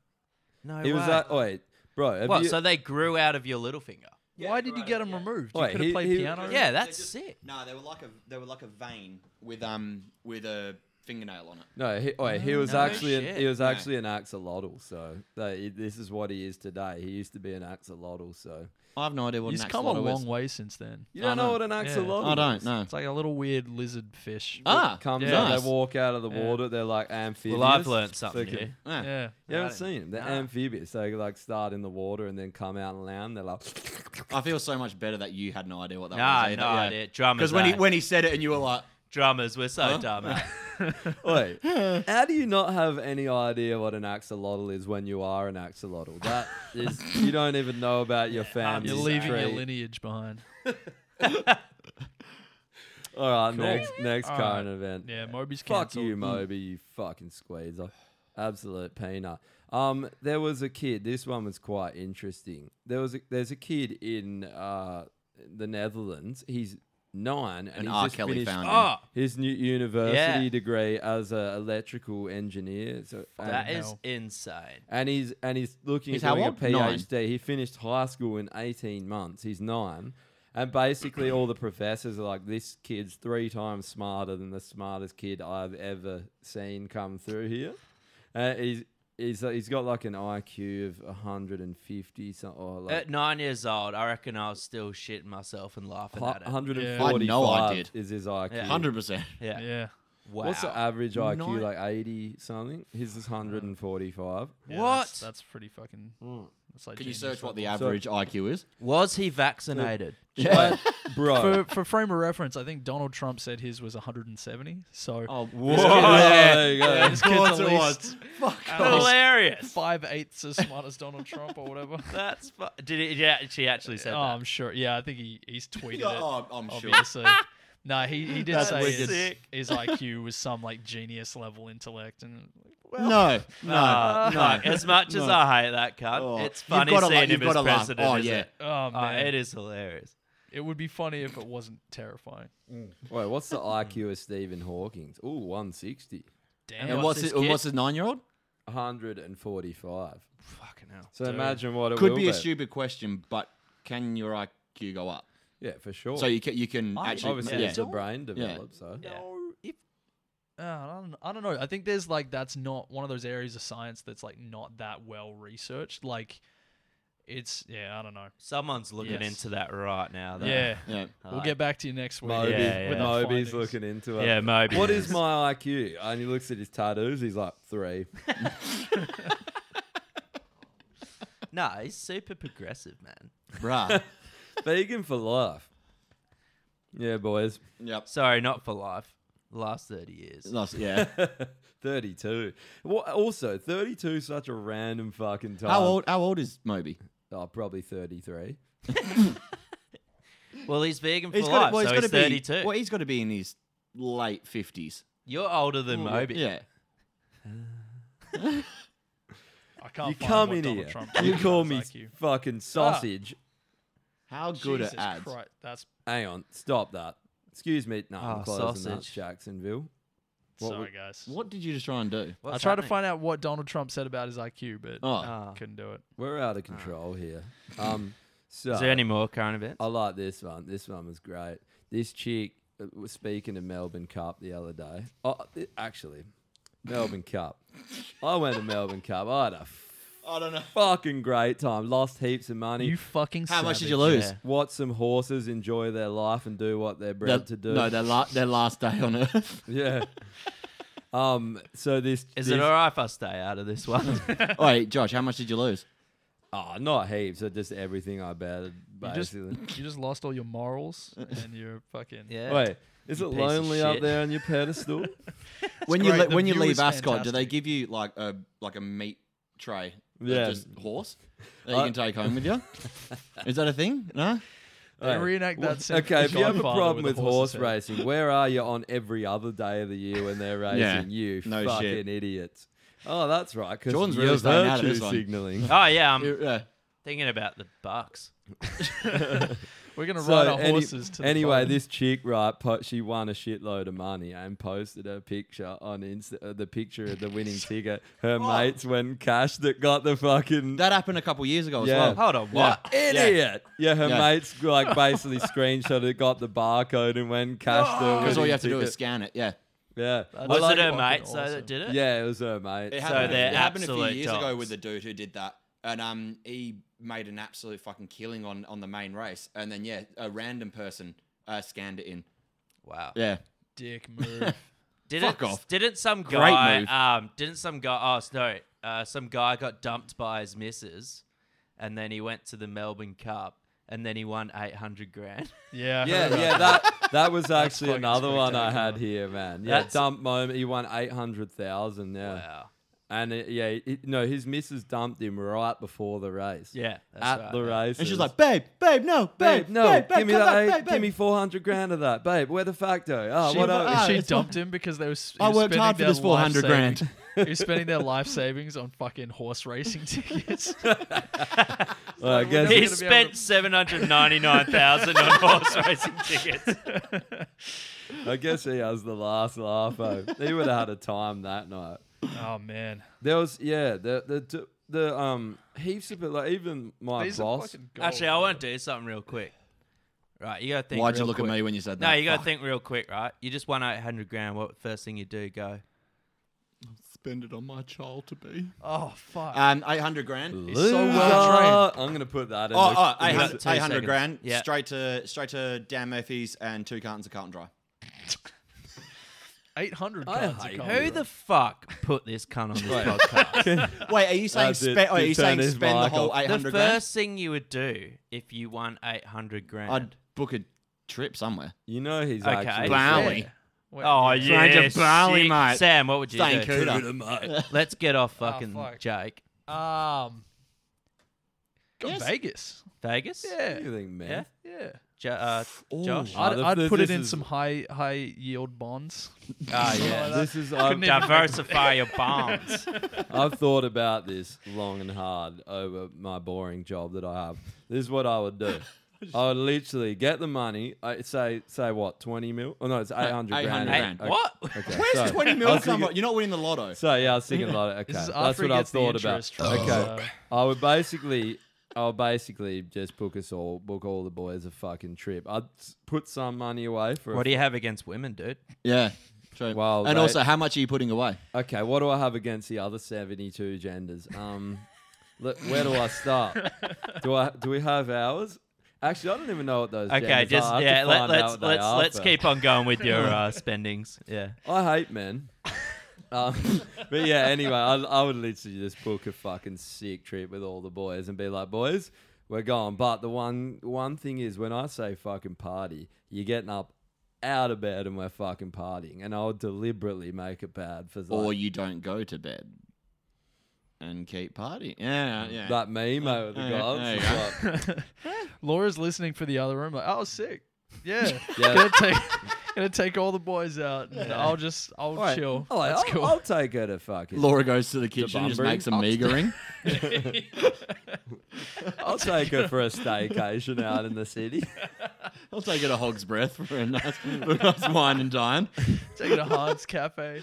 S4: No
S1: He
S4: way.
S1: was that. Wait, bro. Have
S4: what?
S1: you,
S4: So they grew out of your little finger?
S3: why did you get him removed? You
S1: Wait,
S3: could have
S1: he-
S3: played
S1: he-
S3: piano.
S4: Yeah, that's sick.
S2: No, they were like a they were like a vein with um with a fingernail on it.
S1: no, he, wait. He was
S4: no
S1: actually an, he
S4: shit.
S1: was
S2: No.
S1: actually an axolotl. So they, this is what he is today. He used to be an axolotl. So
S2: I have no idea what
S3: He's
S2: an
S3: come a
S2: axolotl
S3: long
S2: is.
S3: way since then.
S1: you don't
S2: I
S1: know,
S2: know.
S1: what an axolotl.
S2: I don't
S1: is?
S2: know.
S3: It's like a little weird lizard fish.
S2: Ah,
S1: Comes
S2: yeah.
S1: out,
S2: nice.
S1: they walk out of the
S3: Yeah.
S1: water. They're like amphibious.
S4: Well, I've learned
S1: learnt
S4: something new.
S2: Yeah.
S3: Yeah.
S1: You haven't
S4: I
S1: seen them. They're
S4: nah.
S1: amphibious. They like start in the water and then come out and land. They're like,
S2: I feel so much better that you had no idea what that
S4: Nah,
S2: was.
S4: no idea. Drummers.
S2: Because when he
S4: eh?
S2: when he said it and you were like,
S4: drummers, we're so dumb. eh?
S1: Wait, how do you not have any idea what an axolotl is when you are an axolotl? That is, you don't even know about your family.
S3: um, You're leaving your
S1: tree.
S3: lineage behind.
S1: All right, next next
S3: All
S1: current
S3: right.
S1: event.
S3: Yeah, Mm. Moby's
S1: Fuck
S3: cancelled.
S1: you, Moby, you fucking squeezer. Absolute peanut. Um, there was a kid. This one was quite interesting. There was a, there's a kid in uh the Netherlands. He's nine and
S2: and
S1: he's
S2: R.
S1: just
S2: Kelly
S1: finished
S2: found him.
S4: oh,
S1: his new university
S4: Yeah.
S1: degree as an electrical engineer. So and-
S4: that is
S3: hell.
S4: insane.
S1: and he's and he's looking
S2: He's
S1: at
S2: how
S1: doing a
S2: old? Nine.
S1: PhD. He finished high school in eighteen months. He's nine, and basically all the professors are like, "This kid's three times smarter than the smartest kid I've ever seen come through here." Uh, he's he's he's got like an IQ of 150 so- or like
S4: At nine years old, I reckon I was still shitting myself and
S2: Uh,
S4: laughing
S1: hu-
S4: at it.
S1: 145
S2: Yeah. I know I did.
S1: is his IQ.
S4: Yeah.
S2: Hundred percent.
S4: Yeah.
S3: Yeah.
S4: Wow.
S1: What's the average IQ?
S4: Nine-
S1: Like 80 something? His is 145.
S3: Yeah,
S4: What?
S3: That's, that's pretty fucking. That's like
S2: Can you
S3: genius
S2: search what the
S3: level.
S2: average IQ is?
S4: was he vaccinated?
S1: But, bro.
S3: For, for frame of reference, I think Donald Trump said his was 170. So
S4: Oh,
S1: Yeah, there you go.
S3: this kid's
S2: it
S3: at least
S4: hilarious!
S3: five eighths as smart as Donald Trump or whatever.
S4: That's fu- did it? Yeah, she actually said
S3: oh,
S4: that.
S3: I'm sure. Yeah, I think he, he's tweeted it.
S2: Oh, I'm sure.
S3: obviously. no, he, he did
S2: That's
S3: say
S2: wicked.
S3: his,
S4: Sick.
S3: his IQ was some like genius level intellect, and
S2: No, no,
S4: Uh,
S2: no.
S4: As much as
S2: No.
S4: I hate that cunt,
S2: Oh,
S4: it's
S2: you've
S4: funny
S2: gotta
S4: seeing
S2: laugh-
S4: him
S2: you've
S4: as
S2: gotta laugh.
S4: president.
S2: Oh,
S4: isn't
S2: yeah.
S4: it?
S3: oh
S4: Oh,
S3: man,
S4: it
S3: it,
S4: is hilarious.
S3: would be funny if it wasn't terrifying.
S1: Wait, what's the IQ of Stephen Hawking? Ooh, 160.
S3: Damn,
S2: and what's
S4: this
S2: his, and
S4: kid?
S2: what's his nine-year-old?
S1: 145.
S4: Fucking hell.
S1: So imagine what it
S2: Could
S1: will
S2: be a
S1: be.
S2: stupid question, but can your IQ go up?
S1: Yeah, for sure.
S2: So you can you can
S3: I-
S2: actually
S1: obviously
S2: yeah.
S1: as the brain develops. So
S4: Yeah.
S3: No, if uh, I don't, I don't know. I think there's like that's not one of those areas of science that's like not that well researched. Like, it's yeah, I don't know.
S4: Someone's looking
S3: Yes.
S4: into that right now. Though.
S3: Yeah,
S2: yeah.
S4: I
S3: we'll
S4: like-
S3: get back to you next week.
S1: Moby,
S4: Moby- Yeah,
S3: with
S4: yeah.
S3: our
S1: Moby's
S3: findings.
S1: looking into it.
S4: Yeah, Moby.
S1: What
S4: is.
S1: is my IQ? And he looks at his tattoos. He's like three.
S4: No, he's super progressive, man.
S2: Bruh.
S1: Vegan for life. Yeah, boys.
S2: yep.
S4: Sorry, not for life. Last thirty years.
S2: That's- yeah.
S1: 32. Well, also, 32 is such a random fucking time.
S2: How old how old is Moby?
S1: Oh, probably 33.
S4: Well, he's vegan for
S2: gotta-
S4: life, so he's
S2: gotta
S4: thirty-two.
S2: Be, well, he's got to be in his late fifties.
S4: You're older than Moby.
S2: Oh, Yeah.
S3: I can't
S1: you
S3: find
S1: come
S3: what
S1: in
S3: Donald
S1: here.
S3: Trump
S1: you
S3: thinks
S1: call
S3: about
S1: me
S3: his IQ.
S1: fucking sausage.
S2: How good
S3: Jesus
S2: at ads?
S3: Christ, that's
S1: Hang on. Stop that. Excuse me. No, I'm
S4: Oh,
S1: closing that.
S4: sausage.
S1: Jacksonville. What
S3: sorry,
S1: would-
S3: guys.
S2: What did you just try and do?
S4: What's
S3: I tried to
S4: happening?
S3: find out what Donald Trump said about his IQ, but
S2: Oh,
S4: Ah.
S3: couldn't do it.
S1: We're out of control here. Um, so
S4: Is there any more current events?
S1: I like this one. This one was great. This chick uh, was speaking to Melbourne Cup the other day. Oh, th- actually, Melbourne Cup. I went to Melbourne Cup. I had a
S2: I don't know.
S1: fucking great time. Lost heaps of money.
S3: You fucking.
S2: How much did you
S4: savage.
S2: lose?
S4: Yeah.
S1: Watch some horses enjoy their life and do what they're
S2: Their-
S1: bred to do.
S2: No, their, la- their last day on earth.
S1: yeah. Um. So this
S4: Is
S1: this,
S4: it all right if I stay out of this one?
S2: Wait, Josh, how much did you lose?
S1: Oh, not heaps. So just everything I betted,
S3: You just,
S1: basically.
S3: you just lost all your morals and your fucking.
S4: yeah.
S1: Wait, is
S4: You
S1: it
S4: piece of
S1: lonely up
S4: shit.
S1: there on your pedestal?
S2: when you
S3: great.
S2: le-
S3: The
S2: when you
S3: view
S2: leave
S3: is
S2: Ascot, do they
S3: fantastic.
S2: give you like a like a meat tray? of
S1: Yeah. Uh,
S2: just horse that
S1: I-
S2: you can take home with you. Is that a thing? No.
S3: They
S1: Right.
S3: reenact that scene.
S1: Okay,
S3: from
S1: if you have a
S3: Godfather
S1: problem
S3: with
S1: with
S3: the
S1: horse
S3: horse's head.
S1: racing, where are you on every other day of the year when they're racing?
S2: Yeah,
S1: You
S2: no
S1: fucking
S2: shit.
S1: idiots. Oh, that's right, because
S2: Jordan's
S1: you're
S2: really staying out of
S1: virtue
S2: this one.
S1: signaling.
S4: Oh yeah, I'm
S2: Yeah.
S4: thinking about the Bucks.
S3: We're gonna
S1: So
S3: ride our
S1: any-
S3: horses to.
S1: anyway,
S3: the
S1: this chick, right, po- she won a shitload of money and posted her picture on Insta, uh, the picture of the winning ticket. Her
S3: Oh.
S1: mates went and cashed that got the fucking
S2: That happened a couple years ago as
S1: Yeah.
S2: well.
S4: Hold on, what?
S1: idiot. Yeah, her
S2: Yeah.
S1: mates like basically screenshotted it, got the barcode, and went and cashed the
S2: Because Oh.
S1: winning
S2: all you have to do is
S1: ticket.
S2: scan it. Yeah.
S1: yeah. I
S3: That's
S4: Was
S1: like-
S4: it her
S3: fucking
S4: mate so
S3: awesome.
S4: that did it?
S1: yeah, it was her mate.
S2: It
S1: So
S2: happened,
S4: they're
S2: it happened a few
S4: absolute
S2: years ago
S4: dogs.
S2: with the dude who did that, and um, he made an absolute fucking killing on on the main race, and then yeah, a random person uh, scanned it in.
S4: Wow.
S2: Yeah,
S3: dick move.
S4: Didn't,
S2: Fuck off.
S4: Didn't some
S2: Great
S4: guy?
S2: move.
S4: Um, didn't some guy? Oh no, uh, some guy got dumped by his missus, and then he went to the Melbourne Cup, and then he won eight hundred grand.
S3: Yeah. I heard
S1: Yeah,
S3: about
S1: yeah,
S3: that.
S1: that that was actually
S3: fucking
S1: another one I
S3: spectacular.
S1: had here, man. Yeah,
S4: That's-
S1: dump moment. He won eight hundred thousand. Yeah,
S4: Wow.
S1: and it, yeah, it, no, his missus dumped him right before the race.
S4: Yeah. That's
S1: at
S4: right,
S1: the
S4: yeah.
S1: race,
S2: and she's like, "Babe, babe, no, babe,
S1: "Babe, no,
S2: babe, babe,
S1: give me
S2: come
S1: that,
S2: back,
S1: eight,
S2: babe, babe."
S1: give me four hundred grand of that, babe. Where the facto? Oh,
S2: She
S1: what?
S2: wa-
S1: else?"
S2: ah,
S3: she
S2: it's
S3: dumped him because they was. he
S2: I
S3: was
S2: worked
S3: spending
S2: hard for
S3: their
S2: this 400
S3: life
S2: grand.
S3: saving- he was spending their life savings on fucking horse racing tickets.
S1: Well, I guess
S4: He
S3: gonna be able
S4: spent
S3: to-
S4: seven hundred ninety nine thousand on horse racing tickets.
S1: I guess he has the last laugh. Oh. He would have had a time that night.
S3: oh man,
S1: There was yeah, the the the, the um heaps of it. Like even my
S3: these are
S1: boss.
S3: fucking gold,
S4: Actually, I
S3: man.
S4: want to do something real quick. Right, you gotta think.
S2: Why'd you
S4: real
S2: look
S4: quick.
S2: at me when you said that?
S4: No, you gotta
S2: Fuck.
S4: think real quick, right? You just won eight hundred grand. What first thing you do? Go
S2: spend it on my child to be.
S3: Oh fuck.
S2: Um, eight hundred grand.
S3: so well
S1: I'm gonna put that in.
S2: Oh,
S1: the,
S2: oh
S1: in the-
S2: 800,
S4: two
S2: 800 grand.
S4: seconds. Yeah.
S2: Straight to straight to Dan Murphy's and two cartons of Carlton Dry.
S3: Eight hundred
S1: I
S3: cards.
S1: hate
S3: of
S1: her.
S4: Who the fuck put this cunt on this
S1: Right.
S4: podcast?
S2: Wait, are you saying
S1: That's it.
S2: spe- oh, are
S1: He
S2: you saying
S1: turned his
S2: spend the
S1: mic
S2: whole
S1: off.
S2: eight
S4: the
S2: hundred
S4: first
S2: grand?
S4: thing you would do if you won eight hundred grand.
S2: I'd book a trip somewhere.
S1: you know he's
S4: Okay.
S1: actually
S2: Bali.
S3: Wait,
S4: Oh
S3: yeah.
S4: yeah,
S2: Stranger Bali,
S4: sick.
S2: mate.
S4: Sam, what would you
S2: Staying
S4: do?
S2: Cooter.
S4: Let's get off fucking
S3: Oh, fuck.
S4: Jake.
S3: Um. Go
S2: Yes.
S3: Vegas.
S4: Vegas.
S3: Yeah.
S1: You think, man?
S4: Yeah?
S3: Yeah.
S4: Jo- uh, Josh.
S1: Oh,
S3: I'd,
S1: the-
S3: I'd
S1: this-
S3: put it
S1: this
S3: in
S1: is-
S3: some high high yield bonds.
S4: Ah, yeah.
S1: This is
S3: Couldn't
S1: I've,
S3: even-
S4: Diversify your bonds.
S1: I've thought about this long and hard over my boring job that I have. This is what I would do. I would literally get the money. I say say what twenty mil? Oh no, it's eight hundred grand.
S2: 800
S1: Okay,
S2: grand.
S1: okay,
S4: what?
S1: okay,
S2: Where's
S1: sorry.
S2: twenty
S1: I
S2: mil
S1: was
S2: come
S1: thinking-
S2: from? You're not winning the lotto.
S1: So yeah, I was thinking like, okay,
S3: This is
S1: that's
S3: after he
S1: what I've
S3: gets the
S1: thought about.
S3: interest from,
S1: Okay,
S3: uh,
S1: I would basically, I would basically just book us all, book all the boys a fucking trip. I'd s- put some money away for.
S4: What
S1: a,
S4: do you have against women, dude?
S2: Yeah. True.
S1: Well,
S2: and
S1: they-
S2: also, how much are you putting away?
S1: okay, what do I have against the other seventy-two genders? Um, look, where do I start? do I do we have ours? Actually, I don't even know what those.
S4: Okay,
S1: genders
S4: just
S1: are. I have to
S4: yeah. Let,
S1: find out
S4: let's
S1: what they
S4: let's
S1: are
S4: let's
S1: first.
S4: keep on going with your uh, spendings. Yeah.
S1: I hate men. um, but yeah, anyway, I, I would literally just book a fucking sick trip with all the boys and be like, boys, we're going. But the one one thing is, when I say fucking party, you're getting up out of bed and we're fucking partying, and I would deliberately make it bad for
S2: Or
S1: like,
S2: you don't go to bed and keep partying. Yeah, yeah.
S1: that meme over the
S2: Yeah,
S1: guy.
S2: there
S1: It's
S2: you
S1: like,
S3: Laura's listening for the other room. Like, oh, sick. Yeah.
S1: Yeah.
S3: gonna take gonna take all the boys out. And I'll just I'll
S1: "Alright,
S3: chill.
S1: alright,
S3: That's
S1: I'll,
S3: cool.
S1: I'll take her to fucking.
S2: Laura goes to the kitchen and just
S1: Bunbury.
S2: makes a meagre ring.
S1: I'll take her for a staycation out in the city.
S2: I'll take it a hog's breath for a nice, for a nice wine and dine.
S3: take it to Hans Cafe.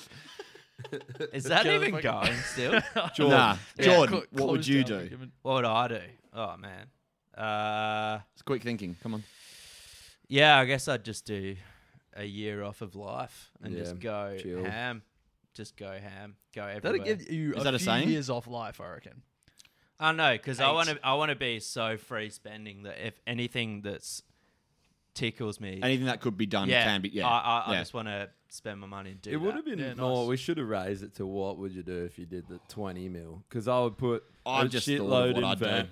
S4: Is that
S3: Go
S4: even
S3: fucking-
S4: going still?
S1: Jordan.
S2: Nah,
S3: Yeah,
S2: Jordan,
S3: clo-
S2: what would
S3: close
S2: you
S3: down the
S2: do?
S3: given-
S4: What would I do? Oh man. Uh,
S2: It's quick thinking. Come on.
S4: yeah. I guess I'd just do a year off of life and just
S1: Yeah,
S4: go
S1: chill.
S4: ham. Just go ham. Go everywhere.
S3: That'll give you
S2: Is
S3: a
S2: that a
S3: few
S2: saying?
S3: years off life, I reckon.
S4: I know because I
S3: Eight.
S4: want to. I want to be so free spending that if anything that's tickles me,
S2: Anything that could be done
S4: yeah,
S2: can be. Yeah.
S4: I, I, I
S2: yeah.
S4: just want to spend my money and do
S1: It would
S4: that.
S1: have been
S3: Yeah,
S1: more.
S3: nice.
S1: We should have raised it to what would you do if you did the twenty mil? Because I would put
S2: I've
S1: a
S2: just thought of
S1: shitload
S2: what
S1: in
S2: I'd do.
S1: Van-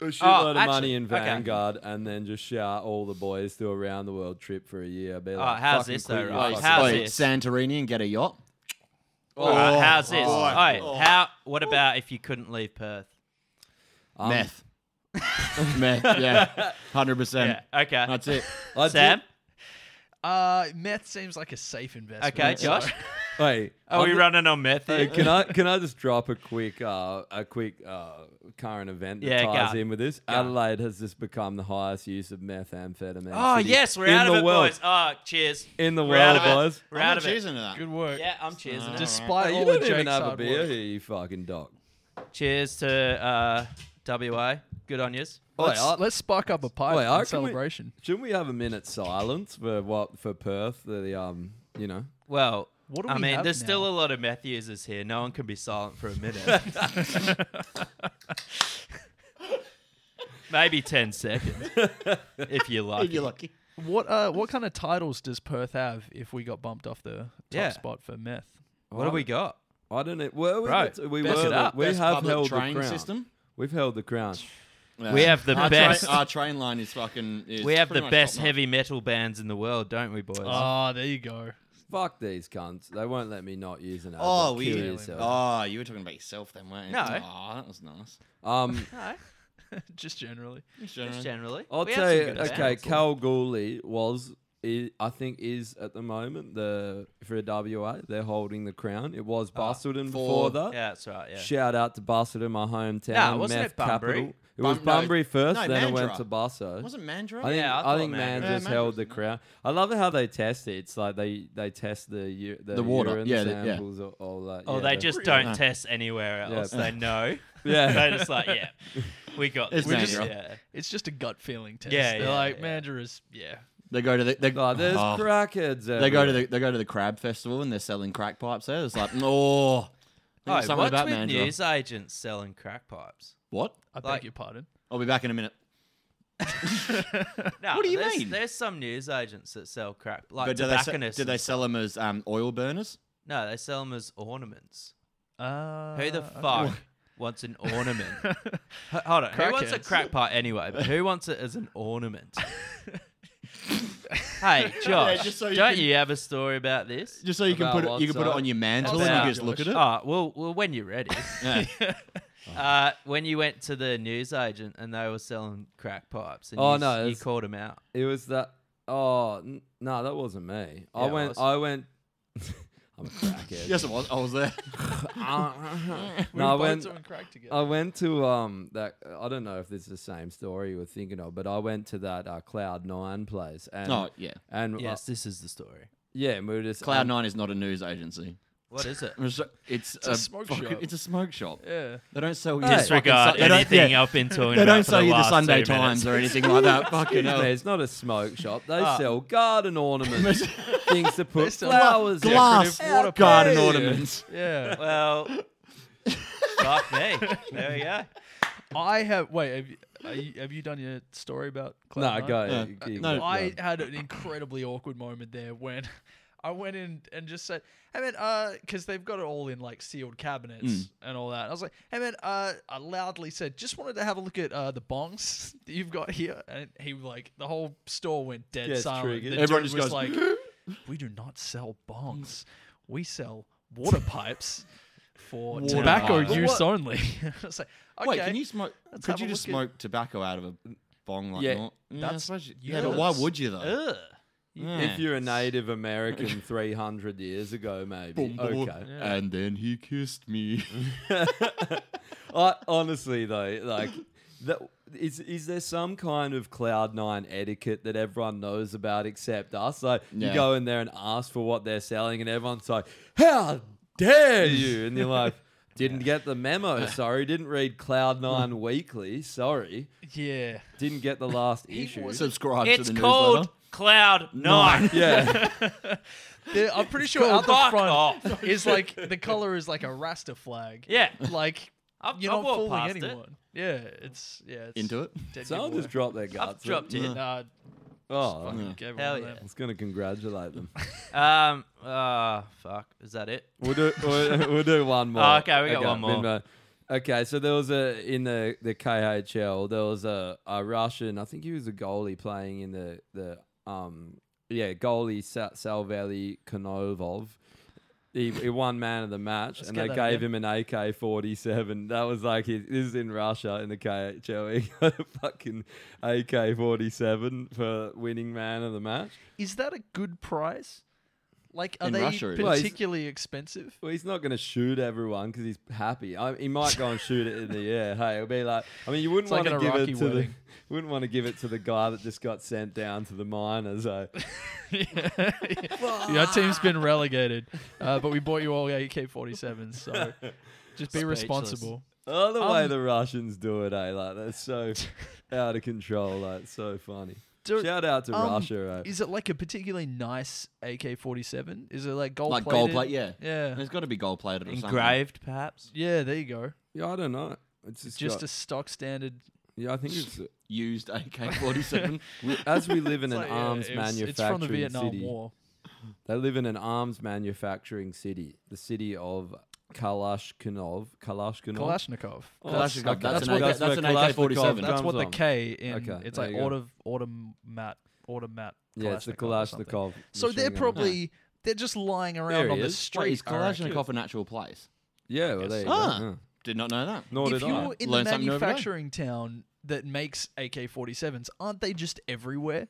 S1: a shitload of
S4: Oh, actually,
S1: money in
S4: okay.
S1: Vanguard, and then just shout all the boys to a round the world trip for a year. Be like,
S4: Oh, how's
S1: "Fucking
S4: this
S1: quit
S4: though,
S1: your
S4: right?
S1: fucking
S4: How's
S1: job."
S2: Wait,
S4: this?
S2: Santorini and get a yacht.
S4: All right,
S2: Oh,
S4: how's this?
S2: boy.
S4: Alright,
S2: Oh.
S4: how? What about if you couldn't leave Perth?
S1: Um,
S2: Meth. Meth. Yeah. Hundred percent.
S4: Yeah. Okay.
S2: Um, That's it.
S1: I did-
S4: Sam.
S3: Uh, meth seems like a safe investment.
S4: Okay,
S3: so-
S4: Josh.
S1: Wait,
S4: Are
S1: I'm
S4: we
S1: ju-
S4: running on meth?
S1: Hey,
S4: here?
S1: can I can I just drop a quick uh, a quick uh, current event that
S4: Yeah, go.
S1: ties in with this? Adelaide has just become the highest use of methamphetamine.
S4: Oh
S1: city
S4: yes, we're
S1: in
S4: out of
S1: the
S4: it,
S1: world.
S4: boys. Oh, cheers.
S1: In the
S4: We're
S1: world,
S4: out of it.
S1: boys.
S4: We're out of
S2: cheers
S4: it.
S2: into that.
S3: Good work.
S4: Yeah, I'm cheersing.
S3: Uh,
S4: it.
S3: Despite
S1: Hey, you
S3: all of
S1: don't
S3: Jake's
S1: even have a
S3: hard
S1: beer
S3: work.
S1: here, you fucking dog.
S4: Cheers to uh, WA. Good on yous.
S3: Let's,
S1: Oi, I-
S3: uh, let's spark up a pipe
S1: Wait, I
S3: in
S1: reckon we-
S3: celebration.
S1: Shouldn't we have a minute silence for what for Perth? The, um, you know,
S4: Well,
S3: What do
S4: I
S3: we
S4: mean,
S3: have
S4: Ah, there's still
S3: now?
S4: a lot of meth users here. No one can be silent for a minute. Maybe 10 seconds, if you like.
S2: If you're lucky.
S3: What uh, what kind of titles does Perth have if we got bumped off the top
S4: Yeah.
S3: spot for meth?
S4: What do we got?
S1: I don't know. Well, we,
S4: Bro,
S1: got to- we
S4: best
S1: were
S4: it
S1: the-
S4: up.
S1: we
S2: Best
S1: have
S2: public
S1: held the
S2: train
S1: crown.
S2: system.
S1: We've held the crown.
S4: We have the
S2: our
S4: best-
S2: Train, our train line is fucking. Is
S4: we have
S2: pretty
S4: the
S2: much
S4: best
S2: top-notch.
S4: heavy metal bands in the world, don't we, boys?
S1: Oh.
S3: Ah, there you go.
S1: Fuck these cunts. They won't let me not use an. ad,
S2: Oh,
S1: but
S2: we.
S1: kill yourself.
S2: Oh, you were talking about yourself then, weren't you?
S4: No.
S2: Oh, that was nice.
S1: Um,
S4: no,
S3: Just generally.
S4: just
S2: Generally.
S4: generally.
S1: I'll
S4: We have
S1: tell
S4: some
S1: you.
S4: good
S1: Okay,
S4: bands.
S1: Cal Gooley was. i- I think is at the moment the for WA they're holding the crown. It was Bustleton before
S2: for-
S1: that.
S4: Yeah, that's right. Yeah.
S1: Shout out to Bustleton, my hometown.
S4: Nah, wasn't
S1: meth
S4: it Bunbury?
S1: capital. It was
S2: Bum- no,
S1: Bunbury first,
S2: no,
S1: then it went
S2: Mandurah.
S1: to Basso.
S2: Was it Mandra?
S1: I think,
S4: Yeah, I
S1: I
S4: thought
S1: think man
S4: Mandurah.
S1: just
S2: Yeah,
S1: held
S2: Mandurah's
S1: the
S2: in
S1: crown. I love how they test it. It's like they they test the u- the,
S2: The water.
S1: urine
S2: Yeah, the- yeah.
S1: samples or, or like,
S4: Oh,
S1: yeah,
S4: they
S1: the-
S4: just don't
S2: Really?
S4: test anywhere
S1: Yeah.
S4: else. They know.
S1: Yeah.
S4: They're just like, yeah, we got
S2: It's
S4: this. We're just-
S2: dangerous.
S4: yeah.
S3: It's just a gut feeling test.
S4: Yeah,
S3: They're
S4: yeah,
S3: like,
S4: yeah.
S3: manager is yeah.
S2: They go to the. They,
S1: Oh, there's
S2: Oh.
S1: crackheads.
S2: They go to the they go to the crab festival and they're selling crack pipes there. It's like, oh, think it was
S4: Oi,
S2: something
S4: what's
S2: about
S4: with
S2: Mandra.
S4: news agents selling crack pipes?
S2: What?
S3: I
S4: Like-
S3: beg your pardon.
S2: I'll be back in a minute.
S4: No,
S2: What do you
S4: there's,
S2: mean?
S4: There's some news agents that sell crack, like
S2: but do they, se-
S4: tobacconists.
S2: do they
S4: and-
S2: sell them as um, oil burners?
S4: no, they sell them as ornaments.
S3: Uh,
S4: Who the
S3: okay.
S4: fuck wants an ornament? H- Hold on. Who wants a
S3: Crackheads.
S4: crack pipe anyway? But who wants it as an ornament? hey, Josh,
S2: just so you
S4: don't
S2: can-
S4: you have a story about this?
S2: Just so you can
S1: About
S2: put it, you
S1: what,
S2: can put it
S1: sorry?
S2: on your mantle
S3: About-
S2: and you can just look at it.
S4: Oh, well, well when you're ready.
S2: Yeah.
S4: uh, when you went to the newsagent and they were selling crack pipes and
S1: Oh,
S4: you, s-
S1: no,
S4: you
S1: it's-
S4: called them out.
S1: It was that. Oh n- no, that wasn't me.
S4: Yeah,
S1: I
S4: it
S1: went.
S4: was.
S1: I went. I'm a crackhead.
S2: yes, it was. I was there.
S3: We
S1: no, I
S3: were both
S1: went.
S3: doing crack together.
S1: I went to um that. I don't know if this is the same story you were thinking of, but I went to that uh, Cloud Nine place and
S2: oh yeah.
S1: and uh,
S4: Yes, this is the story.
S1: yeah, and we were just
S2: Cloud
S1: and-
S2: Nine is not a news agency.
S4: What is it?
S2: It's, it's
S3: a smoke
S2: fucking-
S3: shop.
S2: It's a smoke shop.
S3: yeah.
S2: They don't sell you
S4: Disregard
S2: fucking su- they don't-
S4: anything
S2: yeah,
S4: I've been talking
S2: They
S4: about.
S2: don't
S4: for
S2: sell
S4: the
S2: you the
S4: last two
S2: Sunday
S4: minutes.
S2: Times or anything like that. Fucking
S1: Excuse me,
S2: hell.
S1: it's not a smoke shop. They
S4: Ah.
S1: sell garden ornaments, things to put
S3: sell
S1: flowers in.
S2: Glass
S3: Decorative water
S2: garden
S1: plants.
S2: ornaments.
S3: Yeah.
S4: Well, fuck me. There we go.
S3: I have. Wait, have you, are you, have you done your story about Cloud
S1: No,
S3: Nine?
S1: go.
S2: Yeah.
S1: you- you-
S2: No.
S1: go.
S3: I had an incredibly awkward moment there when I went in and just said, "Hey man, uh, because they've got it all in like sealed cabinets
S2: Mm.
S3: and all that." I was like, "Hey man," uh, I loudly said, "Just wanted to have a look at uh the bongs that you've got here," and he like the whole store went dead
S1: Gets
S3: silent.
S1: triggered.
S3: The
S2: Everyone
S3: dude
S2: just
S3: was
S2: goes,
S3: like, "We do not sell bongs. We sell water pipes." For
S2: Water
S3: tobacco
S2: pipes.
S3: use
S1: What-
S3: only. I was like, okay.
S2: Wait, can you smoke?
S3: Let's have
S2: Could
S3: a
S2: you just
S3: look at-
S2: smoke tobacco out of a bong like
S1: Yeah,
S2: that?
S3: that's-
S2: yeah, but why
S3: yes. Uh,
S2: would you though?
S4: Ugh.
S2: Yeah.
S1: If you're a Native American 300 years ago, maybe.
S2: Boom, boom.
S1: okay.
S2: And then he kissed me.
S1: I, honestly, though, like, that, is, is there some kind of Cloud Nine etiquette that everyone knows about except us? Like,
S2: Yeah.
S1: you go in there and ask for what they're selling, and everyone's like, how dare you? And you're like, didn't get the memo, sorry. Didn't read Cloud Nine Weekly, sorry.
S3: Yeah.
S1: Didn't get the last
S3: He
S1: issue.
S3: wasn't-
S2: Subscribe
S4: It's
S2: to the
S4: called
S2: newsletter.
S4: Cloud Nine.
S1: yeah.
S3: There- I'm pretty sure out the
S4: Fuck
S3: front
S4: off.
S3: is like the color is like a rasta flag.
S4: Yeah.
S3: Like
S4: I've,
S3: you're not
S4: I've walked
S3: fooling
S4: past it.
S3: anyone. Yeah, it's yeah. It's
S2: Into it.
S3: Dead
S1: Someone
S3: giveaway.
S1: just dropped their
S4: I've
S1: guts.
S4: dropped it.
S3: Nah,
S1: Oh,
S3: fucking
S1: I
S3: gave
S4: Hell
S3: one
S4: yeah.
S3: that.
S1: was going to congratulate them.
S4: Um. Ah. fuck. Is that it?
S1: We'll do we'll, we'll do one more.
S4: Oh, okay, we got one more.
S1: Minmo. Okay, so there was a in the the KHL there was a, a Russian. I think he was a goalie playing in the the um yeah goalie Sa- Salveli Konovov. He, he won man of the match,
S3: Let's
S1: and
S3: get
S1: they
S3: that
S1: gave
S3: again.
S1: him an AK forty seven. That was like his, this is in Russia in the KHL. He got a fucking AK forty seven for winning man of the match.
S3: Is that a good price? Like, are
S2: In
S3: they
S2: Russia, it is.
S1: Well, he's-
S3: particularly expensive?
S1: Well, he's not going to shoot everyone because he's happy. I, he might go and shoot it in the air. Hey, it'll be like I mean, you wouldn't
S3: It's like
S1: want to
S3: an
S1: give
S3: Iraqi
S1: it to the
S3: wedding.
S1: wouldn't want to give it to the guy that just got sent down to the eh? minors. So
S3: yeah, our team's been relegated, uh, but we bought you all AK-47s, so just be
S4: Speechless.
S3: responsible.
S1: oh, the way
S3: Um,
S1: the Russians do it, eh? Like that's so out of control. Like it's so funny.
S3: Dude,
S1: Shout out to
S3: um,
S1: Russia. Eh?
S3: Is it like a particularly nice AK-47? Is it like gold?
S2: Like
S3: plated?
S2: gold plate, yeah.
S3: Yeah.
S2: There's got to be gold plated or something.
S4: Engraved, perhaps.
S3: Yeah, there you go.
S1: Yeah, I don't know. It's just,
S3: Just
S1: got-
S3: a stock standard.
S1: yeah. I think it's
S2: Used AK-47.
S1: as we live in an
S3: It's like, yeah,
S1: arms
S3: it was-
S1: manufacturing
S3: It's from the Vietnam
S1: city.
S3: War.
S1: They live in an arms manufacturing city, the city of Kalashnikov. Kalashnikov.
S3: Kalashnikov.
S1: Oh, Kalashnikov.
S2: That's-
S1: That's
S2: that's an
S1: what
S2: AK
S1: that's
S2: that's
S1: where
S2: an
S1: Kalashnikov
S2: AK-47.
S1: comes
S3: That's what the
S1: from.
S3: K in.
S1: Okay,
S3: it's
S1: there
S3: like
S1: you go.
S3: auto automat automat.
S1: Yeah, it's the
S3: or something.
S1: Kalashnikov.
S3: So
S1: machine
S3: they're
S1: gun.
S3: probably they're just lying around
S1: There
S3: on
S1: he
S3: the
S1: is.
S3: street.
S2: Wait, is
S3: I reckon.
S2: Kalashnikov an actual place?
S1: Yeah, well,
S3: guess.
S1: there you
S2: Ah.
S1: go. yeah.
S2: Did not know that.
S1: Nor
S3: if
S1: did
S3: you're
S1: I.
S3: in
S2: Learn
S3: the
S2: something new every day.
S3: manufacturing town that makes AK-47s, aren't they just everywhere?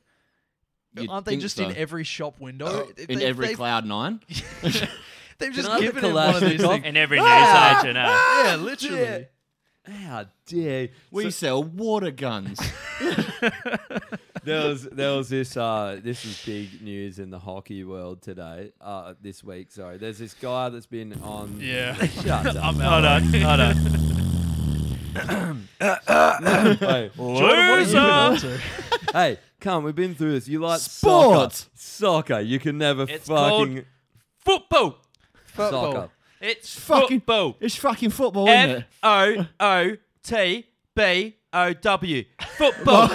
S2: You'd
S3: aren't they
S2: think
S3: just
S2: so. Oh,
S3: in every shop window?
S2: in
S3: They-
S2: every
S3: they've-
S2: cloud nine?
S3: They've just
S1: I have a
S3: given him one of these
S1: Kalashnikov?
S3: things. Ah!
S4: And every newsagent. uh,
S3: Yeah, literally.
S1: How dare you.
S2: We sell water guns.
S1: there was there was this uh this is big news in the hockey world today uh this week sorry there's this guy that's been on
S3: Yeah.
S1: Shut up.
S4: Hold on. Hold on.
S1: Hey,
S3: Jordan, what have you been up
S4: Loser.
S3: to?
S1: hey come we've been through this you like
S2: Sports.
S1: soccer, soccer. you can never
S4: It's
S1: fucking
S4: called Football.
S1: soccer
S4: It's
S2: fucking-
S4: football.
S2: It's fucking football,
S4: F O O T B O W. Football.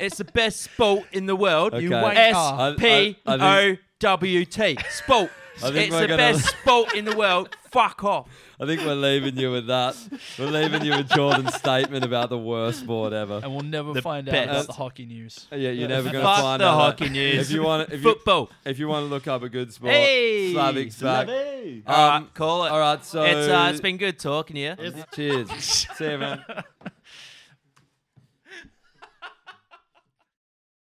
S4: it's the best sport in the world.
S1: Okay.
S4: You
S1: I-
S4: won't
S1: I- I
S4: S
S1: think-
S4: P O W T. Sport.
S1: I think
S4: It's
S1: we're
S4: the
S1: gonna-
S4: best sport in the world. Fuck off.
S1: I think we're leaving you with that. We're leaving you with Jordan's statement about the worst sport ever.
S3: and we'll never
S4: The
S3: find out
S4: best.
S3: about the hockey news.
S1: Yeah, you're never gonna
S4: Fuck
S1: find
S4: the
S1: out.
S4: hockey news.
S1: If you want, if you,
S4: Football.
S1: if you want to look up a good sport,
S4: Hey!
S1: Slavic's back.
S4: All right,
S1: Um,
S4: call it.
S1: all right, so
S4: it's, uh, it's uh, been good talking to you.
S1: cheers. See you, man.